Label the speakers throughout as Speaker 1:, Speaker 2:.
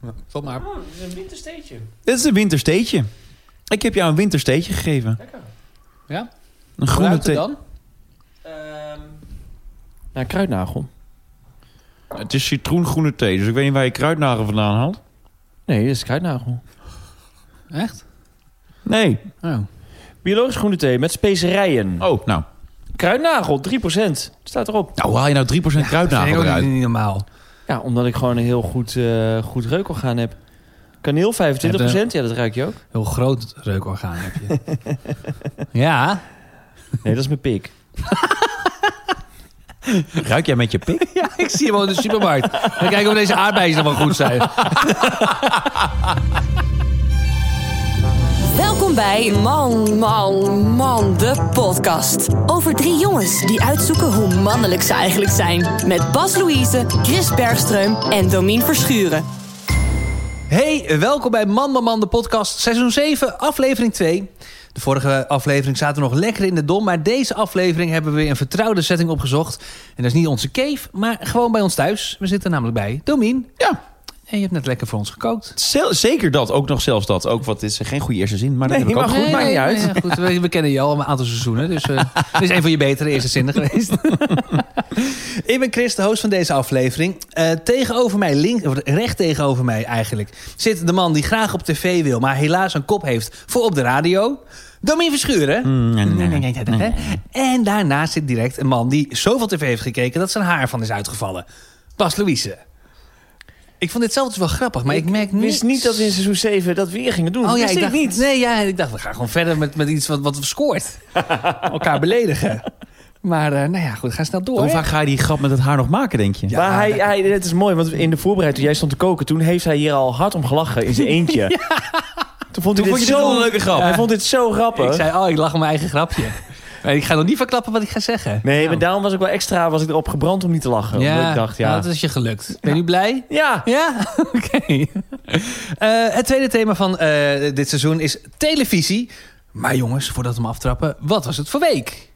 Speaker 1: Nou, stop maar.
Speaker 2: Oh, het is een wintersteentje.
Speaker 3: Dit is een wintersteetje. Ik heb jou een wintersteetje gegeven.
Speaker 2: Lekker.
Speaker 1: Ja?
Speaker 3: Een
Speaker 1: Hoe
Speaker 3: groene
Speaker 1: ruikt het
Speaker 3: thee.
Speaker 1: dan?
Speaker 2: Ehm nou, kruidnagel.
Speaker 3: Het is citroengroene thee, dus ik weet niet waar je kruidnagel vandaan haalt.
Speaker 2: Nee, dit is kruidnagel.
Speaker 1: Echt?
Speaker 3: Nee.
Speaker 1: Oh.
Speaker 2: Biologisch groene thee met specerijen.
Speaker 3: Oh, nou.
Speaker 2: Kruidnagel, 3%. Staat erop.
Speaker 3: Nou, hoe haal je nou 3%
Speaker 1: vind ik
Speaker 3: kruidnagel
Speaker 1: ook
Speaker 3: eruit?
Speaker 1: niet, niet normaal.
Speaker 2: Ja, omdat ik gewoon een heel goed, eh goed reukorgaan heb. Kaneel 25%, ja, dat ruik je ook.
Speaker 1: Heel groot reukorgaan heb je. ja.
Speaker 2: Nee, dat is mijn pik.
Speaker 3: Ruik jij met je pik?
Speaker 1: Ja, ik zie hem al in de supermarkt. Dan kijken of deze aardbeien nog wel goed zijn.
Speaker 4: Welkom bij Man, Man, Man, de podcast. Over drie jongens die uitzoeken hoe mannelijk ze eigenlijk zijn. Met Bas Louise, Chris Bergström en Domien Verschuren.
Speaker 1: Hey, welkom bij Man Man Man, de podcast. Seizoen 7, aflevering 2. De vorige aflevering zaten we nog lekker in de dom. Maar deze aflevering hebben we weer een vertrouwde setting opgezocht. En dat is niet onze cave, maar gewoon bij ons thuis. We zitten namelijk bij Domien.
Speaker 3: Ja,
Speaker 1: En je hebt net lekker voor ons gekookt.
Speaker 3: zel- zeker dat. Ook nog zelfs dat. Ook wat dit is geen goede eerste zin, maar dat
Speaker 2: Nee,
Speaker 3: heb ik ook
Speaker 2: maar
Speaker 3: goed.
Speaker 2: maakt niet uit.
Speaker 1: ja, goed, we, we kennen je al een aantal seizoenen. Dus eh dit is een van je betere eerste zinnen geweest. ik ben Chris, de host van deze aflevering. Eh, tegenover mij, link, of recht tegenover mij eigenlijk... zit de man die graag op tv wil... maar helaas een kop heeft voor op de radio... Domien Verschuren.
Speaker 3: nee, nee, nee.
Speaker 1: Mm, Nee, nee, nee, nee. En daarnaast zit direct een man die zoveel tv heeft gekeken... dat zijn haar van is uitgevallen. Bas Louise. Ik vond dit zelf dus wel grappig, maar ik, merk
Speaker 2: wist niet dat we in seizoen 7 dat weer gingen
Speaker 1: Oh
Speaker 2: doen.
Speaker 1: ja,
Speaker 2: Wist
Speaker 1: ik dacht,
Speaker 2: niet.
Speaker 1: Nee, ja, ik dacht, we gaan gewoon verder met, met iets wat, wat we scoort. Elkaar beledigen. Maar eh, nou ja, goed, ga snel door.
Speaker 3: Hoe vaak ga je die grap met het haar nog maken, denk je?
Speaker 1: Ja.
Speaker 2: maar hij, hij, het is mooi, want in de voorbereiding toen jij stond te koken... toen heeft hij hier al hard om gelachen in zijn eentje. Toen vond
Speaker 3: Toen
Speaker 2: hij
Speaker 3: vond
Speaker 2: dit
Speaker 3: je dit
Speaker 2: zo-
Speaker 3: wel een leuke grap.
Speaker 2: Hij vond dit zo grappig.
Speaker 1: Ik zei, oh, ik lach om mijn eigen grapje. Maar ik ga nog niet verklappen wat ik ga zeggen.
Speaker 2: Nee, maar daarom was ik wel extra was ik erop gebrand om niet te lachen. Omdat ik dacht, ja...
Speaker 1: nou, dat is je gelukt. Ben je nu blij?
Speaker 2: Ja,
Speaker 1: Ja, oké. Eh, het tweede thema van eh, dit seizoen is televisie. Maar jongens, voordat we hem aftrappen, wat was het voor week?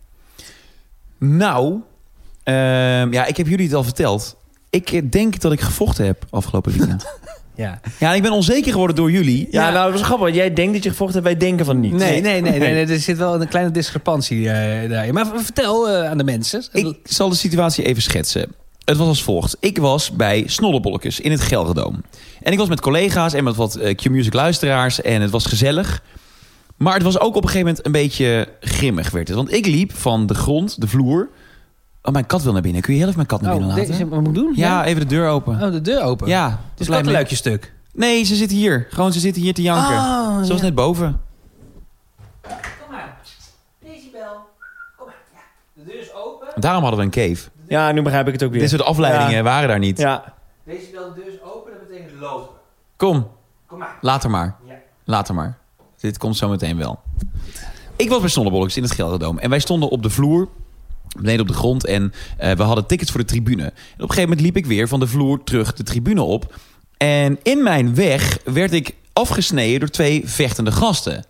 Speaker 3: Nou, ehm, ja, ik heb jullie het al verteld. Ik eh, denk dat ik gevochten heb afgelopen weekend.
Speaker 1: Ja.
Speaker 3: ja, en ik ben onzeker geworden door jullie.
Speaker 2: ja,
Speaker 1: Ja.
Speaker 2: nou, dat was grappig. want Jij denkt dat je gevochten hebt, wij denken van niet.
Speaker 1: Nee, nee, nee, nee, nee, er zit wel een kleine discrepantie eh, daarin. Maar v- vertel eh, aan de mensen.
Speaker 3: Ik zal de situatie even schetsen. Het was als volgt. Ik was bij Snollebollekes in het Gelderdoom. En ik was met collega's en met wat eh, Q-Music luisteraars. En het was gezellig. Maar het was ook op een gegeven moment een beetje grimmig werd het. Want ik liep van de grond, de vloer... Oh, mijn kat wil naar binnen. Kun je heel even mijn kat naar binnen
Speaker 1: dit Oh, is
Speaker 3: laten?
Speaker 1: wat moet ik doen?
Speaker 3: Ja, even de deur open.
Speaker 1: Oh, de deur open.
Speaker 3: Ja,
Speaker 1: Het is
Speaker 3: blij
Speaker 1: een
Speaker 3: mee.
Speaker 1: luikje stuk.
Speaker 3: Nee, ze zit hier. Gewoon, ze zitten hier te janken.
Speaker 1: Oh,
Speaker 3: ze was net boven.
Speaker 1: Deze bel. Kom maar. De deur is open.
Speaker 3: Daarom hadden we een cave.
Speaker 2: Ja, nu begrijp ik het ook weer.
Speaker 3: Dit soort afleidingen waren daar niet.
Speaker 2: Ja,
Speaker 1: Deze bel, de deur is open. Dat betekent lopen.
Speaker 3: Kom,
Speaker 1: Kom maar.
Speaker 3: later maar.
Speaker 1: Ja.
Speaker 3: Later maar. Dit komt zo meteen wel. Ik was bij Snollebolleks in het Gelderdoom. En wij stonden op de vloer, beneden op de grond. En eh, we hadden tickets voor de tribune. En op een gegeven moment liep ik weer van de vloer terug de tribune op. En in mijn weg werd ik afgesneden door twee vechtende gasten.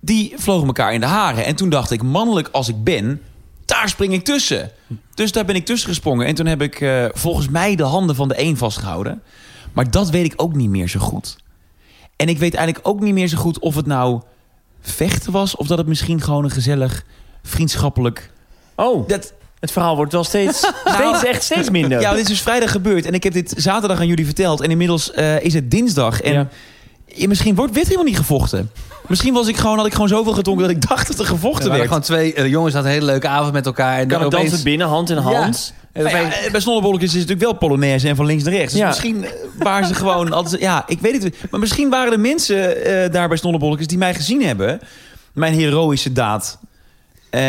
Speaker 3: Die vlogen elkaar in de haren. En toen dacht ik, mannelijk als ik ben, daar spring ik tussen. Dus daar ben ik tussen gesprongen. En toen heb ik eh, volgens mij de handen van de een vastgehouden. Maar dat weet ik ook niet meer zo goed. En ik weet eigenlijk ook niet meer zo goed of het nou vechten was... of dat het misschien gewoon een gezellig, vriendschappelijk...
Speaker 2: Oh,
Speaker 3: Dat,
Speaker 2: het verhaal wordt wel steeds, steeds,
Speaker 1: Nou,
Speaker 2: echt steeds minder.
Speaker 3: ja, dit is dus vrijdag gebeurd. En ik heb dit zaterdag aan jullie verteld. En inmiddels eh, is het dinsdag. En
Speaker 2: Ja.
Speaker 3: ja, misschien wordt werd helemaal niet gevochten. Misschien was ik gewoon, had ik gewoon zoveel gedronken... dat ik dacht dat er
Speaker 1: Er
Speaker 3: gevochten
Speaker 1: waren
Speaker 3: werd.
Speaker 1: gewoon twee eh, jongens hadden een hele leuke avond met elkaar. En
Speaker 2: kan
Speaker 1: dan
Speaker 2: het
Speaker 1: opeens...
Speaker 2: dansen binnen, hand in hand.
Speaker 1: en
Speaker 3: Nou
Speaker 1: opeens-
Speaker 3: ja, eh, bij Snollebollekes is het natuurlijk wel Polonaise en van links naar rechts. Dus
Speaker 2: Ja.
Speaker 3: misschien eh, waren ze gewoon altijd... Ja, ik weet het niet. Maar misschien waren er mensen eh, daar bij Snollebollekes die mij gezien hebben. Mijn heroïsche daad. Ehm,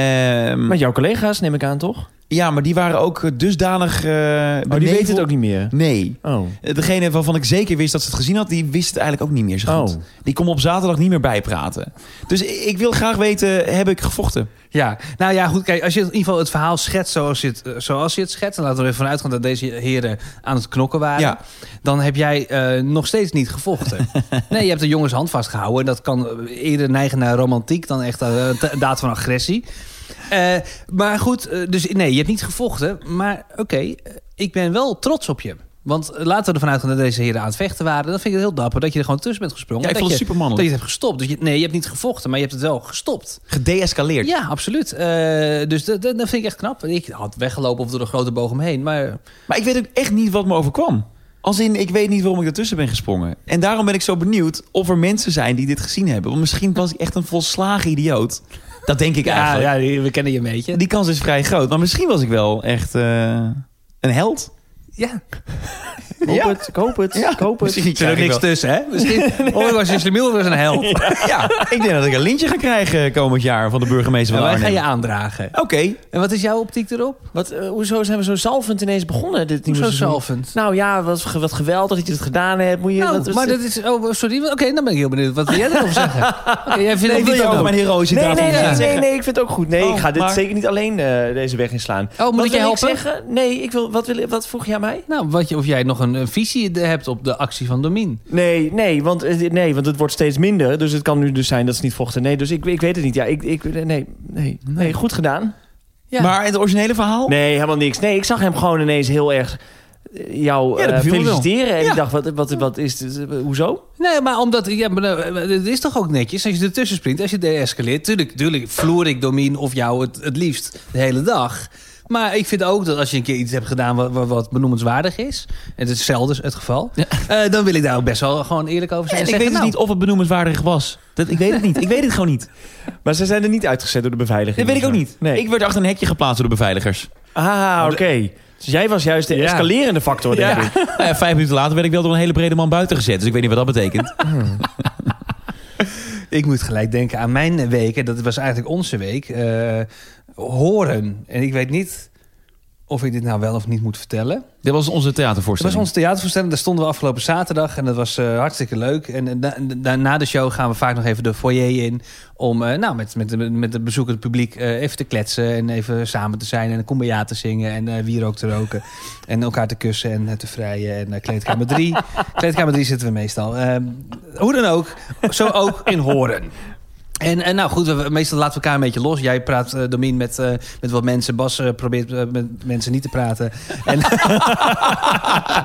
Speaker 2: eh, Met jouw collega's neem ik aan, toch?
Speaker 3: ja, maar die waren ook eh, dusdanig... eh
Speaker 2: Maar Oh, die weten het ook niet meer.
Speaker 3: Nee.
Speaker 2: Oh.
Speaker 3: Eh, Degene waarvan ik zeker wist dat ze het gezien had, die wist het eigenlijk ook niet meer zo goed.
Speaker 2: Oh.
Speaker 3: Die kon me op zaterdag niet meer bijpraten. Dus ik ik wil graag weten, heb ik gevochten?
Speaker 1: Ja, nou ja, goed. Kijk, als je in ieder geval het verhaal schetst zoals je het, eh, zoals je het schetst... en laten we er even vanuit gaan dat deze heren aan het knokken waren...
Speaker 3: Ja.
Speaker 1: dan heb jij eh, nog steeds niet gevochten. nee, je hebt de jongens hand vastgehouden. En dat kan eh, eerder neigen naar romantiek dan echt eh, een t- daad van agressie. Eh, maar goed, eh, dus nee, je hebt niet gevochten. Maar oké, eh, ik ben wel trots op je. Want eh, laten we ervan uitgaan dat deze heren aan het vechten waren. Dan vind ik het heel dapper dat je er gewoon tussen bent gesprongen.
Speaker 3: Ja, ik
Speaker 1: dat
Speaker 3: vond het
Speaker 1: je-
Speaker 3: supermannelijk.
Speaker 1: Dat je het hebt gestopt. Dus je, nee, je hebt niet gevochten, maar je hebt het wel gestopt.
Speaker 3: Gedeescaleerd.
Speaker 1: Ja, absoluut. Eh, dus dat, dat, dat vind ik echt knap. Ik had weggelopen of door een grote boog omheen. Maar
Speaker 3: Maar ik weet ook echt niet wat me overkwam. Als in, ik weet niet waarom ik ertussen ben gesprongen. En daarom ben ik zo benieuwd of er mensen zijn die dit gezien hebben. Want misschien was ik echt een volslagen idioot. Dat denk ik
Speaker 1: ja,
Speaker 3: eigenlijk.
Speaker 1: ja, die- we kennen je een beetje.
Speaker 3: Die kans is vrij groot. Maar misschien was ik wel echt eh, een held.
Speaker 1: Ja.
Speaker 2: Ik hoop het, ik hoop het, ik hoop het.
Speaker 3: Misschien
Speaker 1: Er zit ook niks tussen, hè? Misschien. Of ik was Justin Miel, was een held.
Speaker 3: Ja, ik denk dat ik een lintje ga krijgen komend jaar van de burgemeester
Speaker 1: En
Speaker 3: van
Speaker 1: wij gaan
Speaker 3: Arnhem.
Speaker 1: je aandragen.
Speaker 3: Oké,
Speaker 1: En wat is jouw optiek erop?
Speaker 2: Wat, eh, hoezo zijn we zo zalvend ineens begonnen dit nieuwe
Speaker 1: Hoezo
Speaker 2: seizoen?
Speaker 1: zalvend?
Speaker 2: Nou ja, wat, ge- wat geweldig dat je het gedaan hebt. Moet je,
Speaker 1: Nou,
Speaker 2: wat- wat-
Speaker 1: maar dat is... Oh, sorry. Oké, dan ben ik heel benieuwd. Wat wil jij erover zeggen? Oké, jij vindt
Speaker 3: nee,
Speaker 1: het
Speaker 3: wil
Speaker 1: niet
Speaker 3: je
Speaker 1: ook
Speaker 3: ook
Speaker 1: leuk.
Speaker 3: mijn heroïsche
Speaker 2: Nee,
Speaker 3: daad
Speaker 2: nee, nee,
Speaker 3: niet
Speaker 2: nee,
Speaker 3: zeggen?
Speaker 2: nee, ik vind het ook goed. Nee,
Speaker 3: Oh,
Speaker 2: ik ga dit
Speaker 3: maar-
Speaker 2: zeker niet alleen eh, deze weg inslaan.
Speaker 1: Oh, moet
Speaker 2: wat
Speaker 1: ik je
Speaker 2: wil
Speaker 1: helpen?
Speaker 2: zeggen? Nee, ik wil, wat, wil, wat vroeg jij aan mij?
Speaker 1: Nou, wat je, of jij nog een, een visie de- hebt op de actie van Domien.
Speaker 2: Nee, nee want, eh, nee, want het wordt steeds minder. Dus het kan nu dus zijn dat ze niet vochten. Nee, dus ik, ik weet het niet. Ja, ik, ik, nee, nee, nee, nee, goed gedaan.
Speaker 1: Ja.
Speaker 3: Maar het originele verhaal?
Speaker 2: Nee, helemaal niks. Nee, ik zag hem gewoon ineens heel erg eh, jou
Speaker 3: Ja, dat
Speaker 2: eh,
Speaker 3: beviel me wel.
Speaker 2: feliciteren. En
Speaker 3: Ja.
Speaker 2: ik dacht, wat, wat, wat is dit? Eh, Hoezo?
Speaker 1: Nee, maar omdat... Ja, maar, eh, het is toch ook netjes als je ertussen springt, als je deescaleert. Tuurlijk, tuurlijk vloer ik Domien of jou het, het liefst de hele dag. Maar ik vind ook dat als je een keer iets hebt gedaan wat, wat, wat benoemenswaardig is... en dat is zelden het geval... eh, dan wil ik daar ook best wel gewoon eerlijk over
Speaker 3: En
Speaker 1: zijn.
Speaker 3: ik
Speaker 1: Zeggen,
Speaker 3: weet dus
Speaker 1: nou,
Speaker 3: niet of het benoemenswaardig was. Dat, ik weet het niet. Ik weet het gewoon niet.
Speaker 2: Maar ze zijn er niet uitgezet door de beveiliging.
Speaker 3: Dat weet ik ook
Speaker 2: of zo.
Speaker 3: niet.
Speaker 2: Nee.
Speaker 3: Ik werd achter een hekje geplaatst door de beveiligers.
Speaker 2: Ah, oké. Dus jij was juist de
Speaker 1: Ja.
Speaker 2: escalerende factor, denk ik.
Speaker 3: Nou ja, vijf minuten later werd ik wel door een hele brede man buiten gezet. Dus ik weet niet wat dat betekent.
Speaker 1: nou, Ik moet gelijk denken aan mijn week. En dat was eigenlijk onze week. eh, horen. En ik weet niet of ik dit nou wel of niet moet vertellen.
Speaker 3: Dit was onze
Speaker 1: Het was
Speaker 3: theatervoorstelling.
Speaker 1: onze theatervoorstelling. Daar stonden we afgelopen zaterdag. En dat was eh, hartstikke leuk. En eh, na, na- na de show gaan we vaak nog even de foyer in. Om eh, nou, met, met, de- met het bezoekend publiek eh, even te kletsen. En even samen te zijn. En een kumbaya te zingen. En eh wierook te roken. En elkaar te kussen en eh, te vrijen. En eh, kleedkamer 3. kleedkamer 3 zitten we meestal. Ehm, hoe dan ook. Zo ook in Horen. En, en nou goed, we- we- meestal laten we elkaar een beetje los. Jij praat, eh Domien, met, eh, met wat mensen. Bas eh, probeert eh, met mensen niet te praten. En,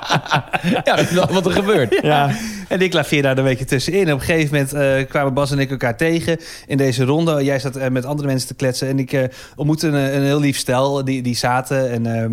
Speaker 3: Ja, wat er gebeurt.
Speaker 2: Ja.
Speaker 1: En ik laveer daar een beetje tussenin. En op een gegeven moment eh, kwamen Bas en ik elkaar tegen in deze ronde. Jij zat eh, met andere mensen te kletsen. En ik eh, ontmoette een, een heel lief stel. Die, die zaten en ehm,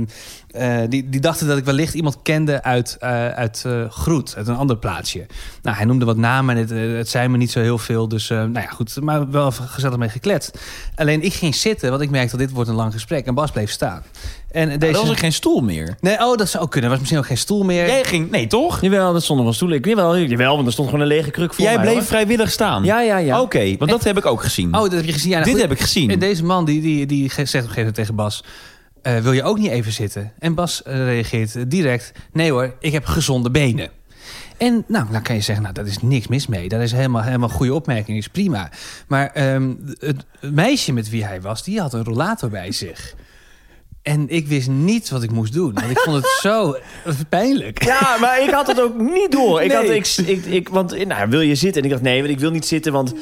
Speaker 1: eh, die, die dachten dat ik wellicht iemand kende uit, eh, uit eh, Groet. Uit een ander plaatsje. Nou, hij noemde wat namen en het, eh, het zei me niet zo heel veel. Dus eh, nou ja, goed. Maar wel even gezellig mee gekletst. Alleen ik ging zitten, want ik merkte dat dit wordt een lang gesprek. En Bas bleef staan. En
Speaker 3: Er
Speaker 1: deze...
Speaker 3: was ook geen stoel meer.
Speaker 1: Nee, oh, dat zou ook kunnen. Er was misschien ook geen stoel meer.
Speaker 3: Jij ging... Nee, toch?
Speaker 2: Jawel, dat stonden wel stoelen. Ik- Jawel, jawel, want er stond gewoon een lege kruk voor
Speaker 3: Jij
Speaker 2: mij,
Speaker 3: bleef
Speaker 2: hoor.
Speaker 3: vrijwillig staan.
Speaker 2: Ja, ja, ja.
Speaker 3: Oké, want dat heb ik ook gezien.
Speaker 1: Oh, dat heb je gezien. Ja, nou
Speaker 3: Dit
Speaker 1: goed.
Speaker 3: heb ik gezien.
Speaker 1: En deze man die, die, die ge- zegt op een gegeven moment tegen Bas... eh, wil je ook niet even zitten? En Bas eh, reageert eh, direct... nee hoor, ik heb gezonde benen. En nou, dan kan je zeggen, nou, daar is niks mis mee. Dat is helemaal, helemaal een goede opmerking, is prima. Maar ehm, het meisje met wie hij was, die had een rollator bij zich. En ik wist niet wat ik moest doen. Want ik vond het zo pijnlijk.
Speaker 2: Ja, maar ik had dat ook niet door. Ik
Speaker 1: Nee.
Speaker 2: had, ik, ik, ik, want, nou, wil je zitten? En ik dacht, nee, want ik wil niet zitten, want...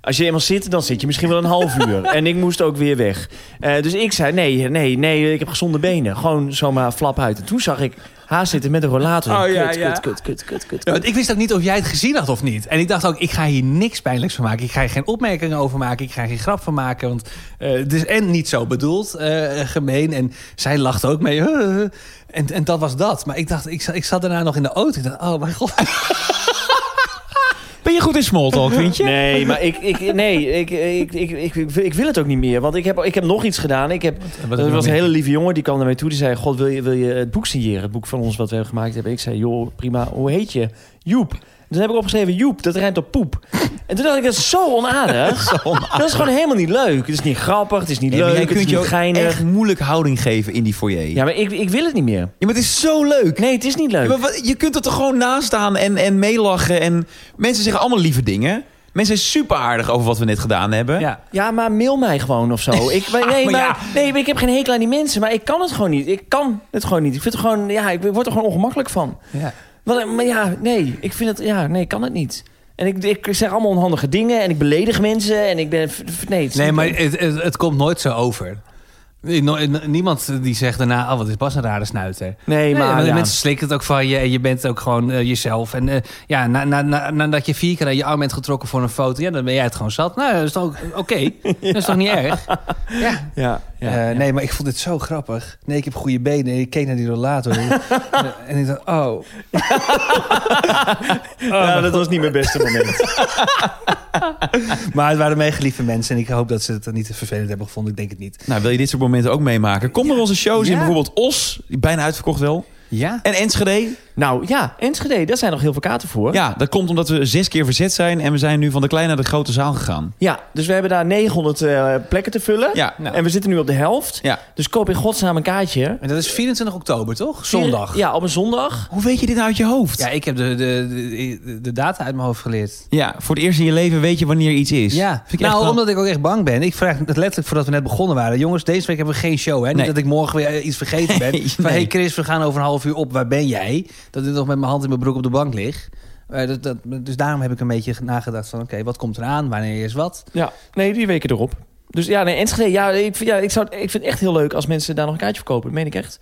Speaker 2: Als je eenmaal zit, dan zit je misschien wel een half uur. En ik moest ook weer weg. Eh, dus ik zei, nee, nee, nee, ik heb gezonde benen. Gewoon zomaar flap uit. En toen zag ik haar zitten met een rollator.
Speaker 3: Oh, ja,
Speaker 2: kut,
Speaker 3: ja.
Speaker 2: kut, kut, kut, kut, kut.
Speaker 1: Ja, want ik wist ook niet of jij het gezien had of niet. En ik dacht ook, ik ga hier niks pijnlijks van maken. Ik ga hier geen opmerkingen over maken. Ik ga er geen grap van maken. Want eh, het is en niet zo bedoeld, eh, gemeen. En zij lachte ook mee. "Huh." en, en dat was dat. Maar ik dacht, ik, za- ik zat daarna nog in de auto. Ik dacht, oh mijn god.
Speaker 3: Ben je goed in smalltalk, vind je?
Speaker 2: Nee, maar ik, ik, nee, ik, ik, ik, ik, ik, ik wil het ook niet meer. Want ik heb, ik heb nog iets gedaan. Ik heb,
Speaker 1: heb je
Speaker 2: er
Speaker 1: nog
Speaker 2: was een
Speaker 1: meer?
Speaker 2: hele lieve jongen die kwam naar mij toe. Die zei, god, wil je, wil je het boek signeren? Het boek van ons wat we hebben gemaakt hebben. Ik zei, joh, prima. Hoe heet je? Joep. En Toen heb ik opgeschreven, Joep, dat rijmt op poep. En toen dacht ik, dat is zo onaardig. Dat is gewoon helemaal niet leuk. Het is niet grappig, het is niet
Speaker 3: Nee, maar
Speaker 2: leuk,
Speaker 3: jij
Speaker 2: het is
Speaker 3: kunt
Speaker 2: niet
Speaker 3: je ook
Speaker 2: geinig.
Speaker 3: echt moeilijk houding geven in die foyer.
Speaker 2: Ja, maar ik, ik wil het niet meer.
Speaker 3: Ja, maar het is zo leuk.
Speaker 2: Nee, het is niet
Speaker 3: Ja,
Speaker 2: leuk.
Speaker 3: maar wat- je kunt er toch gewoon naast staan en, en meelachen. En mensen zeggen allemaal lieve dingen. Mensen zijn super aardig over wat we net gedaan hebben.
Speaker 1: Ja.
Speaker 2: Ja, maar mail mij gewoon of zo. Ik, maar- nee,
Speaker 3: Maar
Speaker 2: maar
Speaker 3: ja.
Speaker 2: nee, maar ik heb geen hekel aan die mensen, maar ik kan het gewoon niet. Ik kan het gewoon niet. Ik vind het gewoon, ja, ik word er gewoon ongemakkelijk van.
Speaker 1: ja.
Speaker 2: Maar, maar ja, nee, ik vind het, ja, nee, ik kan het niet. En ik, ik zeg allemaal onhandige dingen en ik beledig mensen en ik ben, nee, het is
Speaker 1: Nee,
Speaker 2: niet
Speaker 1: maar
Speaker 2: leuk.
Speaker 1: het, het, het komt nooit zo over. No- n- Niemand die zegt daarna, oh, wat is Bas een rare snuiter.
Speaker 2: Nee,
Speaker 1: Nee,
Speaker 2: maar
Speaker 1: want
Speaker 2: ja.
Speaker 1: mensen slikken het ook van je en je bent ook gewoon eh, jezelf. En eh, ja, na, na, na- nadat je vier keer aan je arm bent getrokken voor een foto, ja, dan ben jij het gewoon zat. Nou, dat is toch ook oké. Dat is toch niet erg? Ja.
Speaker 2: Ja, ja.
Speaker 1: Eh, Nee, maar ik vond dit zo grappig. Nee, ik heb goede benen. Ik keek naar die rollator. Eh, en ik dacht, oh.
Speaker 2: Ja, dat was niet mijn beste moment.
Speaker 1: Maar het waren meegeliefde mensen. En ik hoop dat ze het niet te vervelend hebben gevonden. Ik denk het niet.
Speaker 3: Nou, wil je dit soort momenten ook meemaken? Kom naar onze shows in
Speaker 1: Ja.
Speaker 3: bijvoorbeeld Os, die bijna uitverkocht wel.
Speaker 1: Ja?
Speaker 3: En Enschede.
Speaker 2: nou ja, Enschede, daar zijn nog heel veel kaarten voor.
Speaker 3: Ja, dat komt omdat we zes keer verzet zijn en we zijn nu van de kleine naar de grote zaal gegaan.
Speaker 2: Ja, dus we hebben daar 900 eh, plekken te vullen.
Speaker 3: Ja, nou.
Speaker 2: En we zitten nu op de helft.
Speaker 3: Ja.
Speaker 2: Dus koop in godsnaam een kaartje.
Speaker 1: En dat is 24 oktober, toch? Zondag.
Speaker 2: Ja, op een zondag.
Speaker 3: Hoe weet je dit nou uit je hoofd?
Speaker 1: Ja,
Speaker 3: Ja,
Speaker 1: ik heb de, de, de, de data uit mijn hoofd geleerd.
Speaker 3: voor het eerst in je leven weet je wanneer iets is.
Speaker 1: Ja,
Speaker 3: Vind ik
Speaker 1: nou,
Speaker 3: echt wel-
Speaker 1: omdat ik ook echt bang ben. Ik vraag het letterlijk voordat we net begonnen waren. Jongens, deze week hebben we geen show. Hè?
Speaker 3: Nee.
Speaker 1: Niet dat ik morgen weer eh, iets vergeten ben.
Speaker 3: Nee,
Speaker 1: van,
Speaker 3: nee.
Speaker 1: hey Chris, we gaan over een half uur op. Waar ben jij? Dat ik nog met mijn hand in mijn broek op de bank lig. Eh, dat, dat, dus daarom heb ik een beetje nagedacht van... oké, wat komt er aan? Wanneer is wat?
Speaker 2: Ja, nee, die weken erop. Dus ja, nee, Enschede, ja, ik, vind- ja, ik, zou, ik vind het echt heel leuk als mensen daar nog een kaartje verkopen. Dat meen ik echt.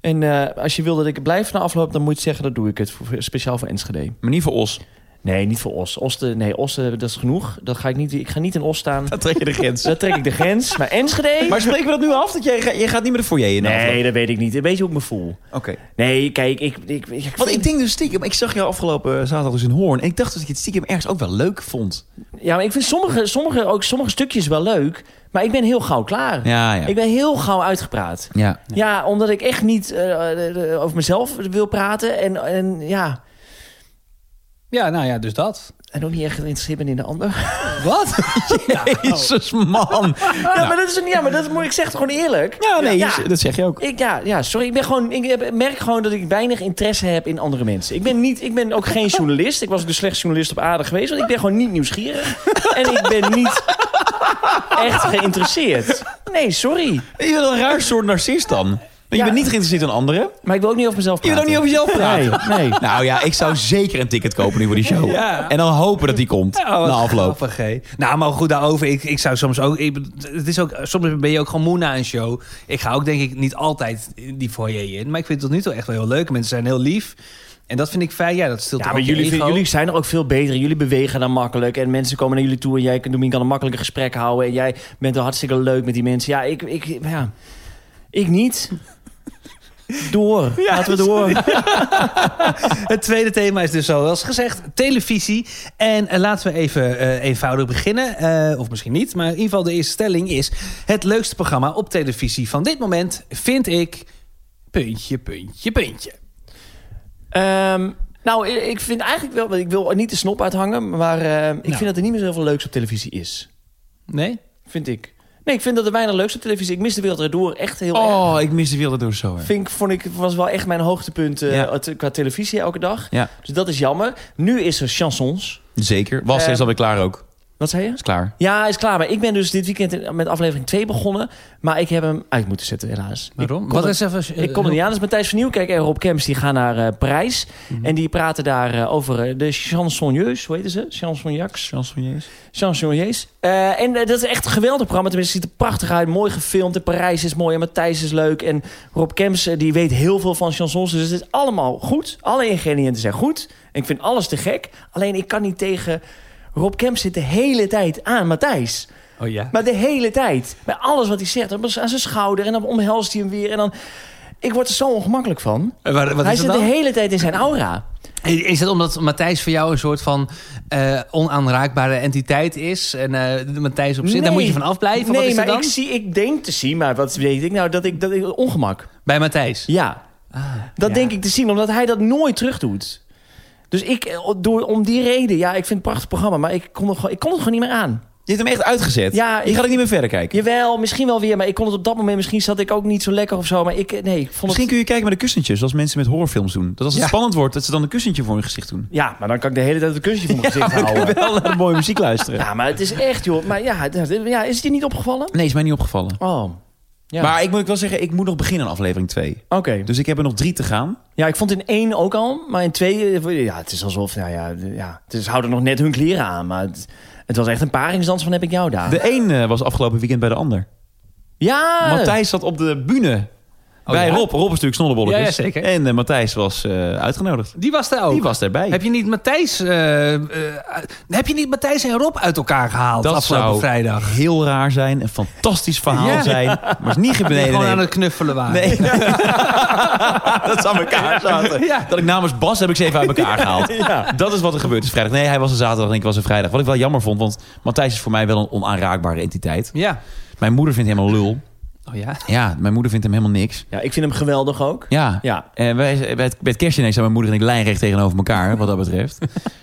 Speaker 2: En eh, als je wil dat ik blijf na afloop, dan moet je zeggen, dat doe ik het. Voor, speciaal voor Enschede.
Speaker 3: Maar niet voor Os.
Speaker 2: Nee, niet voor Os. Os de, nee, Os, eh, dat is genoeg. Dat ga ik, niet, ik ga niet in Os staan.
Speaker 3: Dan trek je de grens.
Speaker 2: Daar trek ik de grens. Maar Enschede...
Speaker 3: Maar spreken we dat nu af? Dat jij, ga- je gaat niet meer de foyer in de afloop?
Speaker 2: nee, dat weet ik niet. Weet je hoe ik me voel?
Speaker 3: Oké.
Speaker 2: Nee, kijk, ik... ik, ik,
Speaker 3: Want ik denk dus stiekem... Ik zag jou afgelopen zaterdag dus in Hoorn. En ik dacht dat ik het stiekem ergens ook wel leuk vond.
Speaker 2: Ja, maar ik vind sommige, sommige, ook sommige stukjes wel leuk. Maar ik ben heel gauw klaar.
Speaker 3: Ja, ja.
Speaker 2: Ik ben heel gauw uitgepraat.
Speaker 3: ja.
Speaker 2: Ja, omdat ik echt niet eh, eh, over mezelf wil praten. En, en ja,
Speaker 1: Ja, nou ja, dus dat.
Speaker 2: en ook niet echt geïnteresseerd ben in de ander.
Speaker 1: Wat?
Speaker 3: Jezus, man.
Speaker 2: Ja, maar dat is een, ja, maar dat moet ik zeggen gewoon eerlijk.
Speaker 3: Ja, nee,
Speaker 2: Ja.
Speaker 3: dat zeg je ook.
Speaker 2: Ik, ja, ja, sorry. Ik, ben gewoon, ik heb- merk gewoon dat ik weinig interesse heb in andere mensen. Ik ben, niet, ik ben ook geen journalist. Ik was ook de slechtste journalist op aarde geweest. Want ik ben gewoon niet nieuwsgierig. En ik ben niet echt geïnteresseerd. Nee, sorry.
Speaker 3: Je bent een raar soort narcist dan. Want Je
Speaker 2: Ja.
Speaker 3: bent niet geïnteresseerd in anderen.
Speaker 2: Maar ik wil ook niet over mezelf
Speaker 3: Je
Speaker 2: praten.
Speaker 3: bent ook niet over jezelf praten.
Speaker 2: Nee, nee.
Speaker 3: Nou ja, ik zou zeker een ticket kopen nu voor die show.
Speaker 1: Ja.
Speaker 3: En dan hopen dat die komt na afloop.
Speaker 1: Grappig, hé. Nou, maar goed, daarover. Ik, ik zou soms ook, ik- het is ook... Soms ben je ook gewoon moe na een show. Ik ga ook denk ik niet altijd die foyer in. Maar ik vind het tot nu toe echt wel heel leuk. Mensen zijn heel lief. En dat vind ik fijn. Ja, dat stilt
Speaker 2: Ja,
Speaker 1: toch
Speaker 2: maar
Speaker 1: ook je
Speaker 2: jullie,
Speaker 1: ego.
Speaker 2: jullie zijn er ook veel beter. in. Jullie bewegen dan makkelijk. En mensen komen naar jullie toe. En jij Domien, kan een makkelijke gesprek houden. En jij bent wel hartstikke leuk met die mensen. Ja, ik, ik, ja. ik niet. Door. Laten we door.
Speaker 1: Het tweede thema is dus zoals gezegd televisie. En eh, laten we even eh, eenvoudig beginnen. Eh, of misschien niet. Maar in ieder geval de eerste stelling is... Het leukste programma op televisie van dit moment vind ik... Puntje, puntje, puntje.
Speaker 2: Ehm, nou, ik ik vind eigenlijk wel... want Ik wil er niet de snop uithangen. Maar ehm, ik
Speaker 1: Nou.
Speaker 2: vind dat er niet meer zoveel leuks op televisie is.
Speaker 1: Nee?
Speaker 2: Vind ik. Nee, ik vind dat er weinig leuks op televisie Ik mis de wereld erdoor echt heel erg.
Speaker 3: Oh, ik mis de wereld door zo. erg.
Speaker 2: Vink vond ik, was wel echt mijn hoogtepunt eh,
Speaker 3: Ja.
Speaker 2: te- qua televisie elke dag.
Speaker 3: Ja,
Speaker 2: Dus dat is jammer. Nu is er chansons.
Speaker 3: zeker. Was
Speaker 2: Eh,
Speaker 3: is alweer klaar ook.
Speaker 2: Wat zei je?
Speaker 3: Is klaar.
Speaker 2: Ja, is klaar. Maar ik ben dus dit weekend met aflevering 2 begonnen. Maar ik heb hem uit moeten zetten, helaas.
Speaker 1: Waarom?
Speaker 2: Ik kon,
Speaker 1: Wat
Speaker 2: er,
Speaker 1: is even...
Speaker 2: ik kon er niet aan. Dus Matthijs van Nieuwkerk en Rob Kemps die gaan naar eh, Parijs. En die praten daar eh, over eh, de chansonniers. Hoe heten ze? Chansonjaks? Chansonniers. Eh, en eh, dat is echt een geweldig programma. Tenminste, het ziet er prachtig uit. Mooi gefilmd. En Parijs is mooi. En Matthijs is leuk. En Rob Kemps eh, die weet heel veel van chansons. Dus het is allemaal goed. Alle ingrediënten zijn goed. En ik vind alles te gek. Alleen ik kan niet tegen... Rob Kemps zit de hele tijd aan Matthijs.
Speaker 1: Oh ja?
Speaker 2: Maar de hele tijd. Bij alles wat hij zegt. Op z- Aan zijn schouder. En dan omhelst hij hem weer. En dan... Ik word er zo ongemakkelijk van.
Speaker 1: Eh, waar- wat
Speaker 2: hij
Speaker 1: is
Speaker 2: zit
Speaker 1: het
Speaker 2: de
Speaker 1: dan?
Speaker 2: hele tijd in zijn aura.
Speaker 1: Is dat omdat Matthijs voor jou een soort van eh, onaanraakbare entiteit is? En eh, Matthijs op zich, daar
Speaker 2: Nee.
Speaker 1: moet je van afblijven?
Speaker 2: nee,
Speaker 1: Wat is
Speaker 2: maar
Speaker 1: het dan?
Speaker 2: Ik, zie, ik denk te zien, maar wat weet ik nou? Dat ik, dat ik ongemak.
Speaker 1: Bij Matthijs?
Speaker 2: Ja. dat
Speaker 1: Ah, ja.
Speaker 2: denk ik te zien, omdat hij dat nooit terug doet. Dus ik, eh, door, om die reden, ja, ik vind het een prachtig programma, maar ik kon, er gewoon, ik kon het gewoon niet meer aan.
Speaker 3: Je hebt hem echt uitgezet.
Speaker 2: Ja,
Speaker 3: je
Speaker 2: ik-
Speaker 3: gaat ook niet meer verder kijken.
Speaker 2: Jawel, misschien wel weer, maar ik kon het op dat moment, misschien zat ik ook niet zo lekker of zo, maar ik, eh, nee, ik vond
Speaker 3: Misschien
Speaker 2: het...
Speaker 3: kun je kijken met de kussentjes, zoals mensen met horrorfilms doen. Dat als het
Speaker 1: Ja.
Speaker 3: spannend wordt, dat ze dan een kussentje voor hun gezicht doen.
Speaker 2: Ja, maar dan kan ik de hele tijd een kusje voor mijn gezicht houden.
Speaker 3: Wel naar de mooie muziek luisteren.
Speaker 2: Ja, maar het is echt, joh. Maar ja, dat- ja is het je niet opgevallen?
Speaker 3: Nee, is mij niet opgevallen.
Speaker 2: Oh, ja.
Speaker 3: Maar ik moet ook wel zeggen, ik moet nog beginnen aan aflevering 2.
Speaker 2: Oké.
Speaker 3: Dus ik heb er nog drie te gaan.
Speaker 2: Ja, ik vond in één ook al, maar in twee... eh, Ja, het is alsof, nou ja, d- ja het is, houden nog net hun kleren aan. Maar het, het was echt een paringsdans van heb ik jou daar.
Speaker 3: De een eh, was afgelopen weekend bij de ander.
Speaker 2: Ja!
Speaker 3: Matthijs zat op de bühne
Speaker 1: Oh,
Speaker 3: bij
Speaker 1: ja?
Speaker 3: Rob. Rob is natuurlijk snollebolletjes.
Speaker 1: Ja, ja, zeker.
Speaker 3: En eh, Matthijs was eh, uitgenodigd.
Speaker 1: Die was daar ook.
Speaker 3: Die was erbij.
Speaker 1: Heb je niet Matthijs... eh, eh, heb je niet Matthijs en Rob uit elkaar gehaald
Speaker 3: dat
Speaker 1: afgelopen
Speaker 3: zou
Speaker 1: vrijdag?
Speaker 3: heel raar zijn. Een fantastisch verhaal
Speaker 1: Ja.
Speaker 3: zijn. Maar is niet
Speaker 1: Die
Speaker 3: beneden
Speaker 1: gewoon aan
Speaker 3: nemen.
Speaker 1: het knuffelen waren.
Speaker 3: Nee. dat ze aan elkaar zaten.
Speaker 1: Ja.
Speaker 3: Dat ik namens Bas heb ik ze even uit elkaar gehaald. Dat is wat er gebeurd is vrijdag. Nee, hij was een zaterdag en ik was een vrijdag. Wat ik wel jammer vond, want Matthijs is voor mij wel een onaanraakbare entiteit.
Speaker 1: Ja.
Speaker 3: Mijn moeder vindt hem een lul.
Speaker 1: Oh ja?
Speaker 3: Ja, mijn moeder vindt hem helemaal niks.
Speaker 2: Ja, ik vind hem geweldig ook.
Speaker 3: Ja.
Speaker 2: Ja.
Speaker 3: En Eh, wij, bij het, bij het kerstdiner staan mijn moeder en ik lijnrecht tegenover elkaar, wat dat betreft.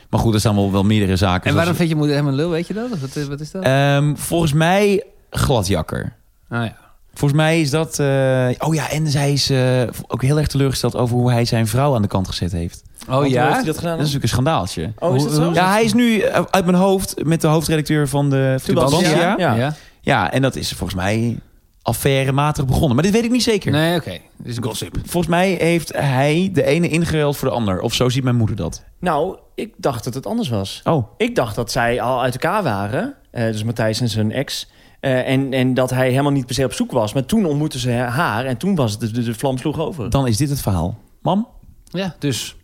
Speaker 3: maar goed, er staan wel, wel meerdere zaken.
Speaker 1: En waarom
Speaker 3: zoals-
Speaker 1: vind je moeder hem een lul, weet je dat? Of Wat, is- wat is dat?
Speaker 3: Ehm, volgens mij gladjakker.
Speaker 1: Ah, ja.
Speaker 3: Volgens mij is dat... eh, oh ja, en zij is eh, ook heel erg teleurgesteld over hoe hij zijn vrouw aan de kant gezet heeft.
Speaker 1: Oh
Speaker 2: Hoe heeft
Speaker 1: ja?
Speaker 2: hij dat gedaan?
Speaker 3: Dat is natuurlijk een schandaaltje.
Speaker 2: Oh, is dat zo?
Speaker 3: Dus- Ja, hij is nu eh, uit mijn hoofd met de hoofdredacteur van de
Speaker 2: Tubantia.
Speaker 3: Tubantia. Ja.
Speaker 2: Ja.
Speaker 1: Ja?
Speaker 3: ja, en dat is volgens mij affairematig begonnen. Maar dit weet ik niet zeker.
Speaker 1: Nee, oké. Dit is gossip.
Speaker 3: Volgens mij heeft hij de ene ingeruild voor de ander. Of zo ziet mijn moeder dat.
Speaker 2: Nou, ik dacht dat het anders was.
Speaker 3: Oh,
Speaker 2: Ik dacht dat zij al uit elkaar waren. eh, dus Matthijs en zijn ex. Eh, en, en dat hij helemaal niet per se op zoek was. Maar toen ontmoetten ze haar. En toen was het, de, de, de vlam sloeg over.
Speaker 3: dan is dit het verhaal. Mam?
Speaker 1: Ja, dus...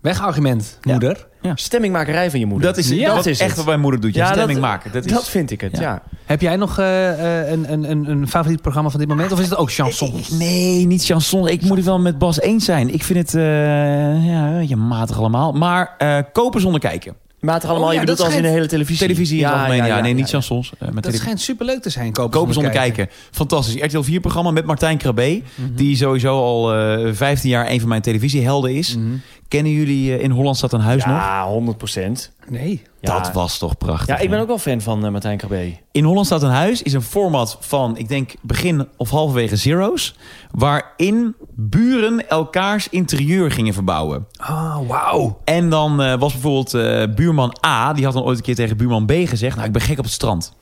Speaker 1: Wegargument,
Speaker 2: Ja.
Speaker 1: moeder.
Speaker 2: Stemmingmakerij van je moeder.
Speaker 3: Dat is,
Speaker 1: Ja.
Speaker 3: dat
Speaker 2: Dat
Speaker 3: is
Speaker 2: is
Speaker 3: echt
Speaker 2: het.
Speaker 3: wat mijn moeder doet. Ja,
Speaker 2: Ja, dat-
Speaker 3: stemming maken. Dat
Speaker 2: dat,
Speaker 3: is,
Speaker 2: vind ik het,
Speaker 3: Ja.
Speaker 2: ja.
Speaker 1: Heb jij nog eh, eh, een, een, een, een favoriet programma van dit moment? Of is het ook chansons?
Speaker 3: Nee, niet chanson. Ik moet het wel met Bas eens zijn. Ik vind het eh, ja, je matig allemaal. Maar eh, kopen zonder kijken.
Speaker 2: Matig allemaal,
Speaker 1: Oh, ja,
Speaker 2: je bedoelt
Speaker 1: dat
Speaker 2: als in de
Speaker 1: schijnt-
Speaker 2: hele televisie.
Speaker 3: Televisie in het algemeen. Ja, nee, niet
Speaker 2: ja.
Speaker 3: chansons. eh, met
Speaker 1: Dat
Speaker 3: televisie.
Speaker 1: schijnt superleuk te zijn. Kopen,
Speaker 3: Kopen zonder kijken. Fantastisch. RTL 4-programma met Martijn Krabbe.
Speaker 2: Mhm.
Speaker 3: Die sowieso al eh, 15 jaar een van mijn televisiehelden is.
Speaker 1: Mhm.
Speaker 3: Kennen jullie eh, In Holland staat een huis nog?
Speaker 2: Ja, 100 procent.
Speaker 1: Nee.
Speaker 2: Ja.
Speaker 3: Dat was toch prachtig.
Speaker 2: Ja, ik ben
Speaker 3: hè?
Speaker 2: ook wel fan van eh, Martijn Krabbe.
Speaker 3: In Holland staat een huis is een format van, ik denk, begin of halverwege zero's. Waarin buren elkaars interieur gingen verbouwen.
Speaker 1: Oh, wauw.
Speaker 3: En dan eh, was bijvoorbeeld eh, buurman A, die had dan ooit een keer tegen buurman B gezegd: Nou, ik ben gek op het strand.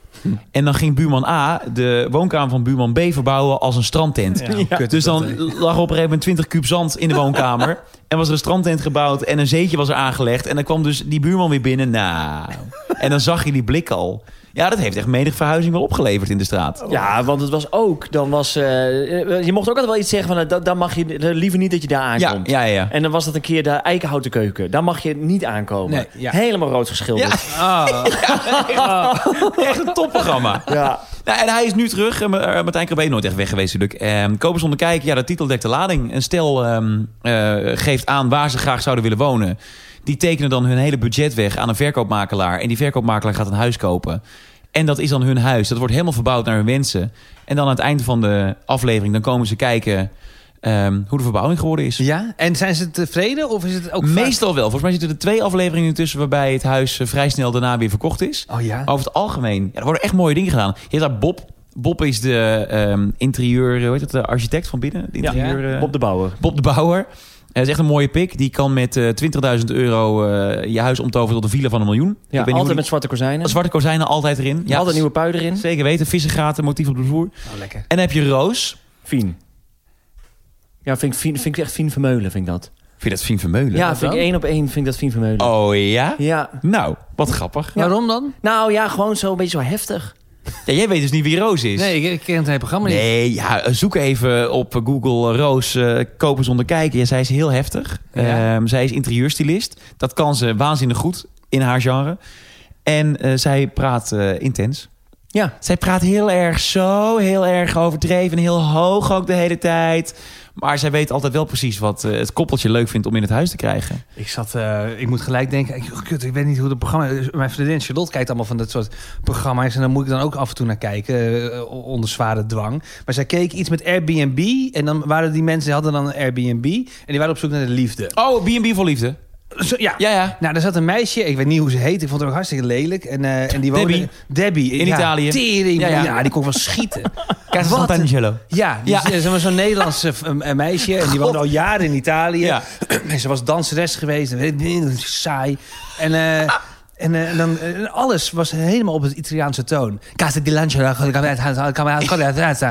Speaker 3: En dan ging buurman A de woonkamer van buurman B verbouwen als een strandtent.
Speaker 1: Ja. kut
Speaker 3: Dus
Speaker 1: is dat,
Speaker 3: dan lag er op een gegeven moment 20 kuub zand in de woonkamer. en was er een strandtent gebouwd en een zeetje was er aangelegd. En dan kwam dus die buurman weer binnen. Nou, en dan zag je die blik al. Ja, dat heeft echt menig verhuizing wel opgeleverd in de straat.
Speaker 2: Ja, want het was ook, dan was... eh, eh, je mocht ook altijd wel iets zeggen van, eh, da- daar mag je eh, liever niet dat je daar
Speaker 3: Ja,
Speaker 2: aankomt.
Speaker 3: ja, ja.
Speaker 2: En dan was dat een keer de eikenhouten keuken. Daar mag je niet aankomen.
Speaker 1: Nee, ja.
Speaker 2: Helemaal rood geschilderd.
Speaker 1: Ah,
Speaker 3: Echt een topprogramma.
Speaker 2: Ja.
Speaker 3: Nou, en hij is nu terug. Eh, Ma- eh, Martijn Krabbe nooit echt weg geweest natuurlijk. Ehm Kopen zonder kijken. Ja, de titel dekt de lading. Een stel ehm, eh, geeft aan waar ze graag zouden willen wonen. Die tekenen dan hun hele budget weg aan een verkoopmakelaar. En die verkoopmakelaar gaat een huis kopen. En dat is dan hun huis. Dat wordt helemaal verbouwd naar hun wensen. En dan aan het einde van de aflevering... dan komen ze kijken ehm, hoe de verbouwing geworden is.
Speaker 1: ja? En zijn ze tevreden? Of is het ook vaak-
Speaker 3: Meestal wel. Volgens mij zitten er twee afleveringen tussen... waarbij het huis eh, vrij snel daarna weer verkocht is.
Speaker 1: Oh ja?
Speaker 3: Over het algemeen. Ja, er worden echt mooie dingen gedaan. Je hebt daar Bob. Bob is de ehm, interieur, eh, hoe heet dat, de architect van binnen. De
Speaker 2: Ja.
Speaker 3: interieur, eh,
Speaker 2: Bob de Bouwer.
Speaker 3: Bob de Bouwer. Hij is echt een mooie pik. Die kan met eh, 20.000 euro eh, je huis omtoveren tot een villa van een miljoen.
Speaker 2: Ja,
Speaker 3: ik ben
Speaker 2: altijd met zwarte kozijnen.
Speaker 3: Zwarte kozijnen altijd erin. Ja,
Speaker 2: altijd nieuwe pui erin.
Speaker 3: Zeker weten. Vissengraten, motief op de vloer.
Speaker 1: Oh, lekker.
Speaker 3: En dan heb je Roos.
Speaker 2: Fien. Ja, vind ik, Fien, vind ik echt Fien Vermeulen, vind ik dat.
Speaker 3: Vind je dat Fien Vermeulen?
Speaker 2: ja, vind ik
Speaker 1: wel?
Speaker 2: één op één vind ik dat Fien Vermeulen.
Speaker 3: Oh ja?
Speaker 2: Ja.
Speaker 3: Nou, wat grappig.
Speaker 1: Waarom dan?
Speaker 2: Nou ja, gewoon zo een beetje zo heftig.
Speaker 3: Ja, jij weet dus niet wie Roos is.
Speaker 1: Nee, ik, ik ken het hele programma niet.
Speaker 3: Nee, ja, zoek even op Google Roos eh, kopen zonder kijken. Ja, zij is heel heftig.
Speaker 1: Ja.
Speaker 3: Ehm, zij is interieurstylist. Dat kan ze waanzinnig goed in haar genre. En eh, zij praat eh, intens.
Speaker 2: Ja.
Speaker 3: Zij praat heel erg zo, heel erg overdreven, en heel hoog ook de hele tijd. Maar zij weet altijd wel precies wat eh, het koppeltje leuk vindt om in het huis te krijgen.
Speaker 1: Ik zat, eh, ik moet gelijk denken, ik, oh, kut, ik weet niet hoe dat programma... dus Mijn vriendin Charlotte kijkt allemaal van dat soort programma's... en daar moet ik dan ook af en toe naar kijken, eh, onder zware dwang. Maar zij keek iets met Airbnb en dan waren die mensen... die hadden dan een Airbnb en die waren op zoek naar de liefde.
Speaker 3: Oh, B&B voor liefde.
Speaker 1: Zo, ja.
Speaker 3: Ja, ja.
Speaker 1: Nou, daar zat een meisje, ik weet niet hoe ze heet, ik vond haar ook hartstikke lelijk. En, eh, en die woonde...
Speaker 3: Debbie.
Speaker 1: Debbie.
Speaker 3: In
Speaker 1: ja,
Speaker 3: Italië.
Speaker 1: Tering,
Speaker 3: Ja,
Speaker 1: ja,
Speaker 3: ja.
Speaker 1: die kon wel schieten.
Speaker 3: Casa
Speaker 1: Wat een-
Speaker 3: Sant'Angelo.
Speaker 1: Ja, die
Speaker 3: Ja.
Speaker 1: is, eh, zeg maar, zo'n Nederlandse eh, een- een meisje. En die woonde al jaren in Italië.
Speaker 3: Ja.
Speaker 1: En ze was danseres geweest. En weet ik niet, saai. En, eh, en, eh, en dan, eh, alles was helemaal op het Italiaanse toon. Casa di Lancia.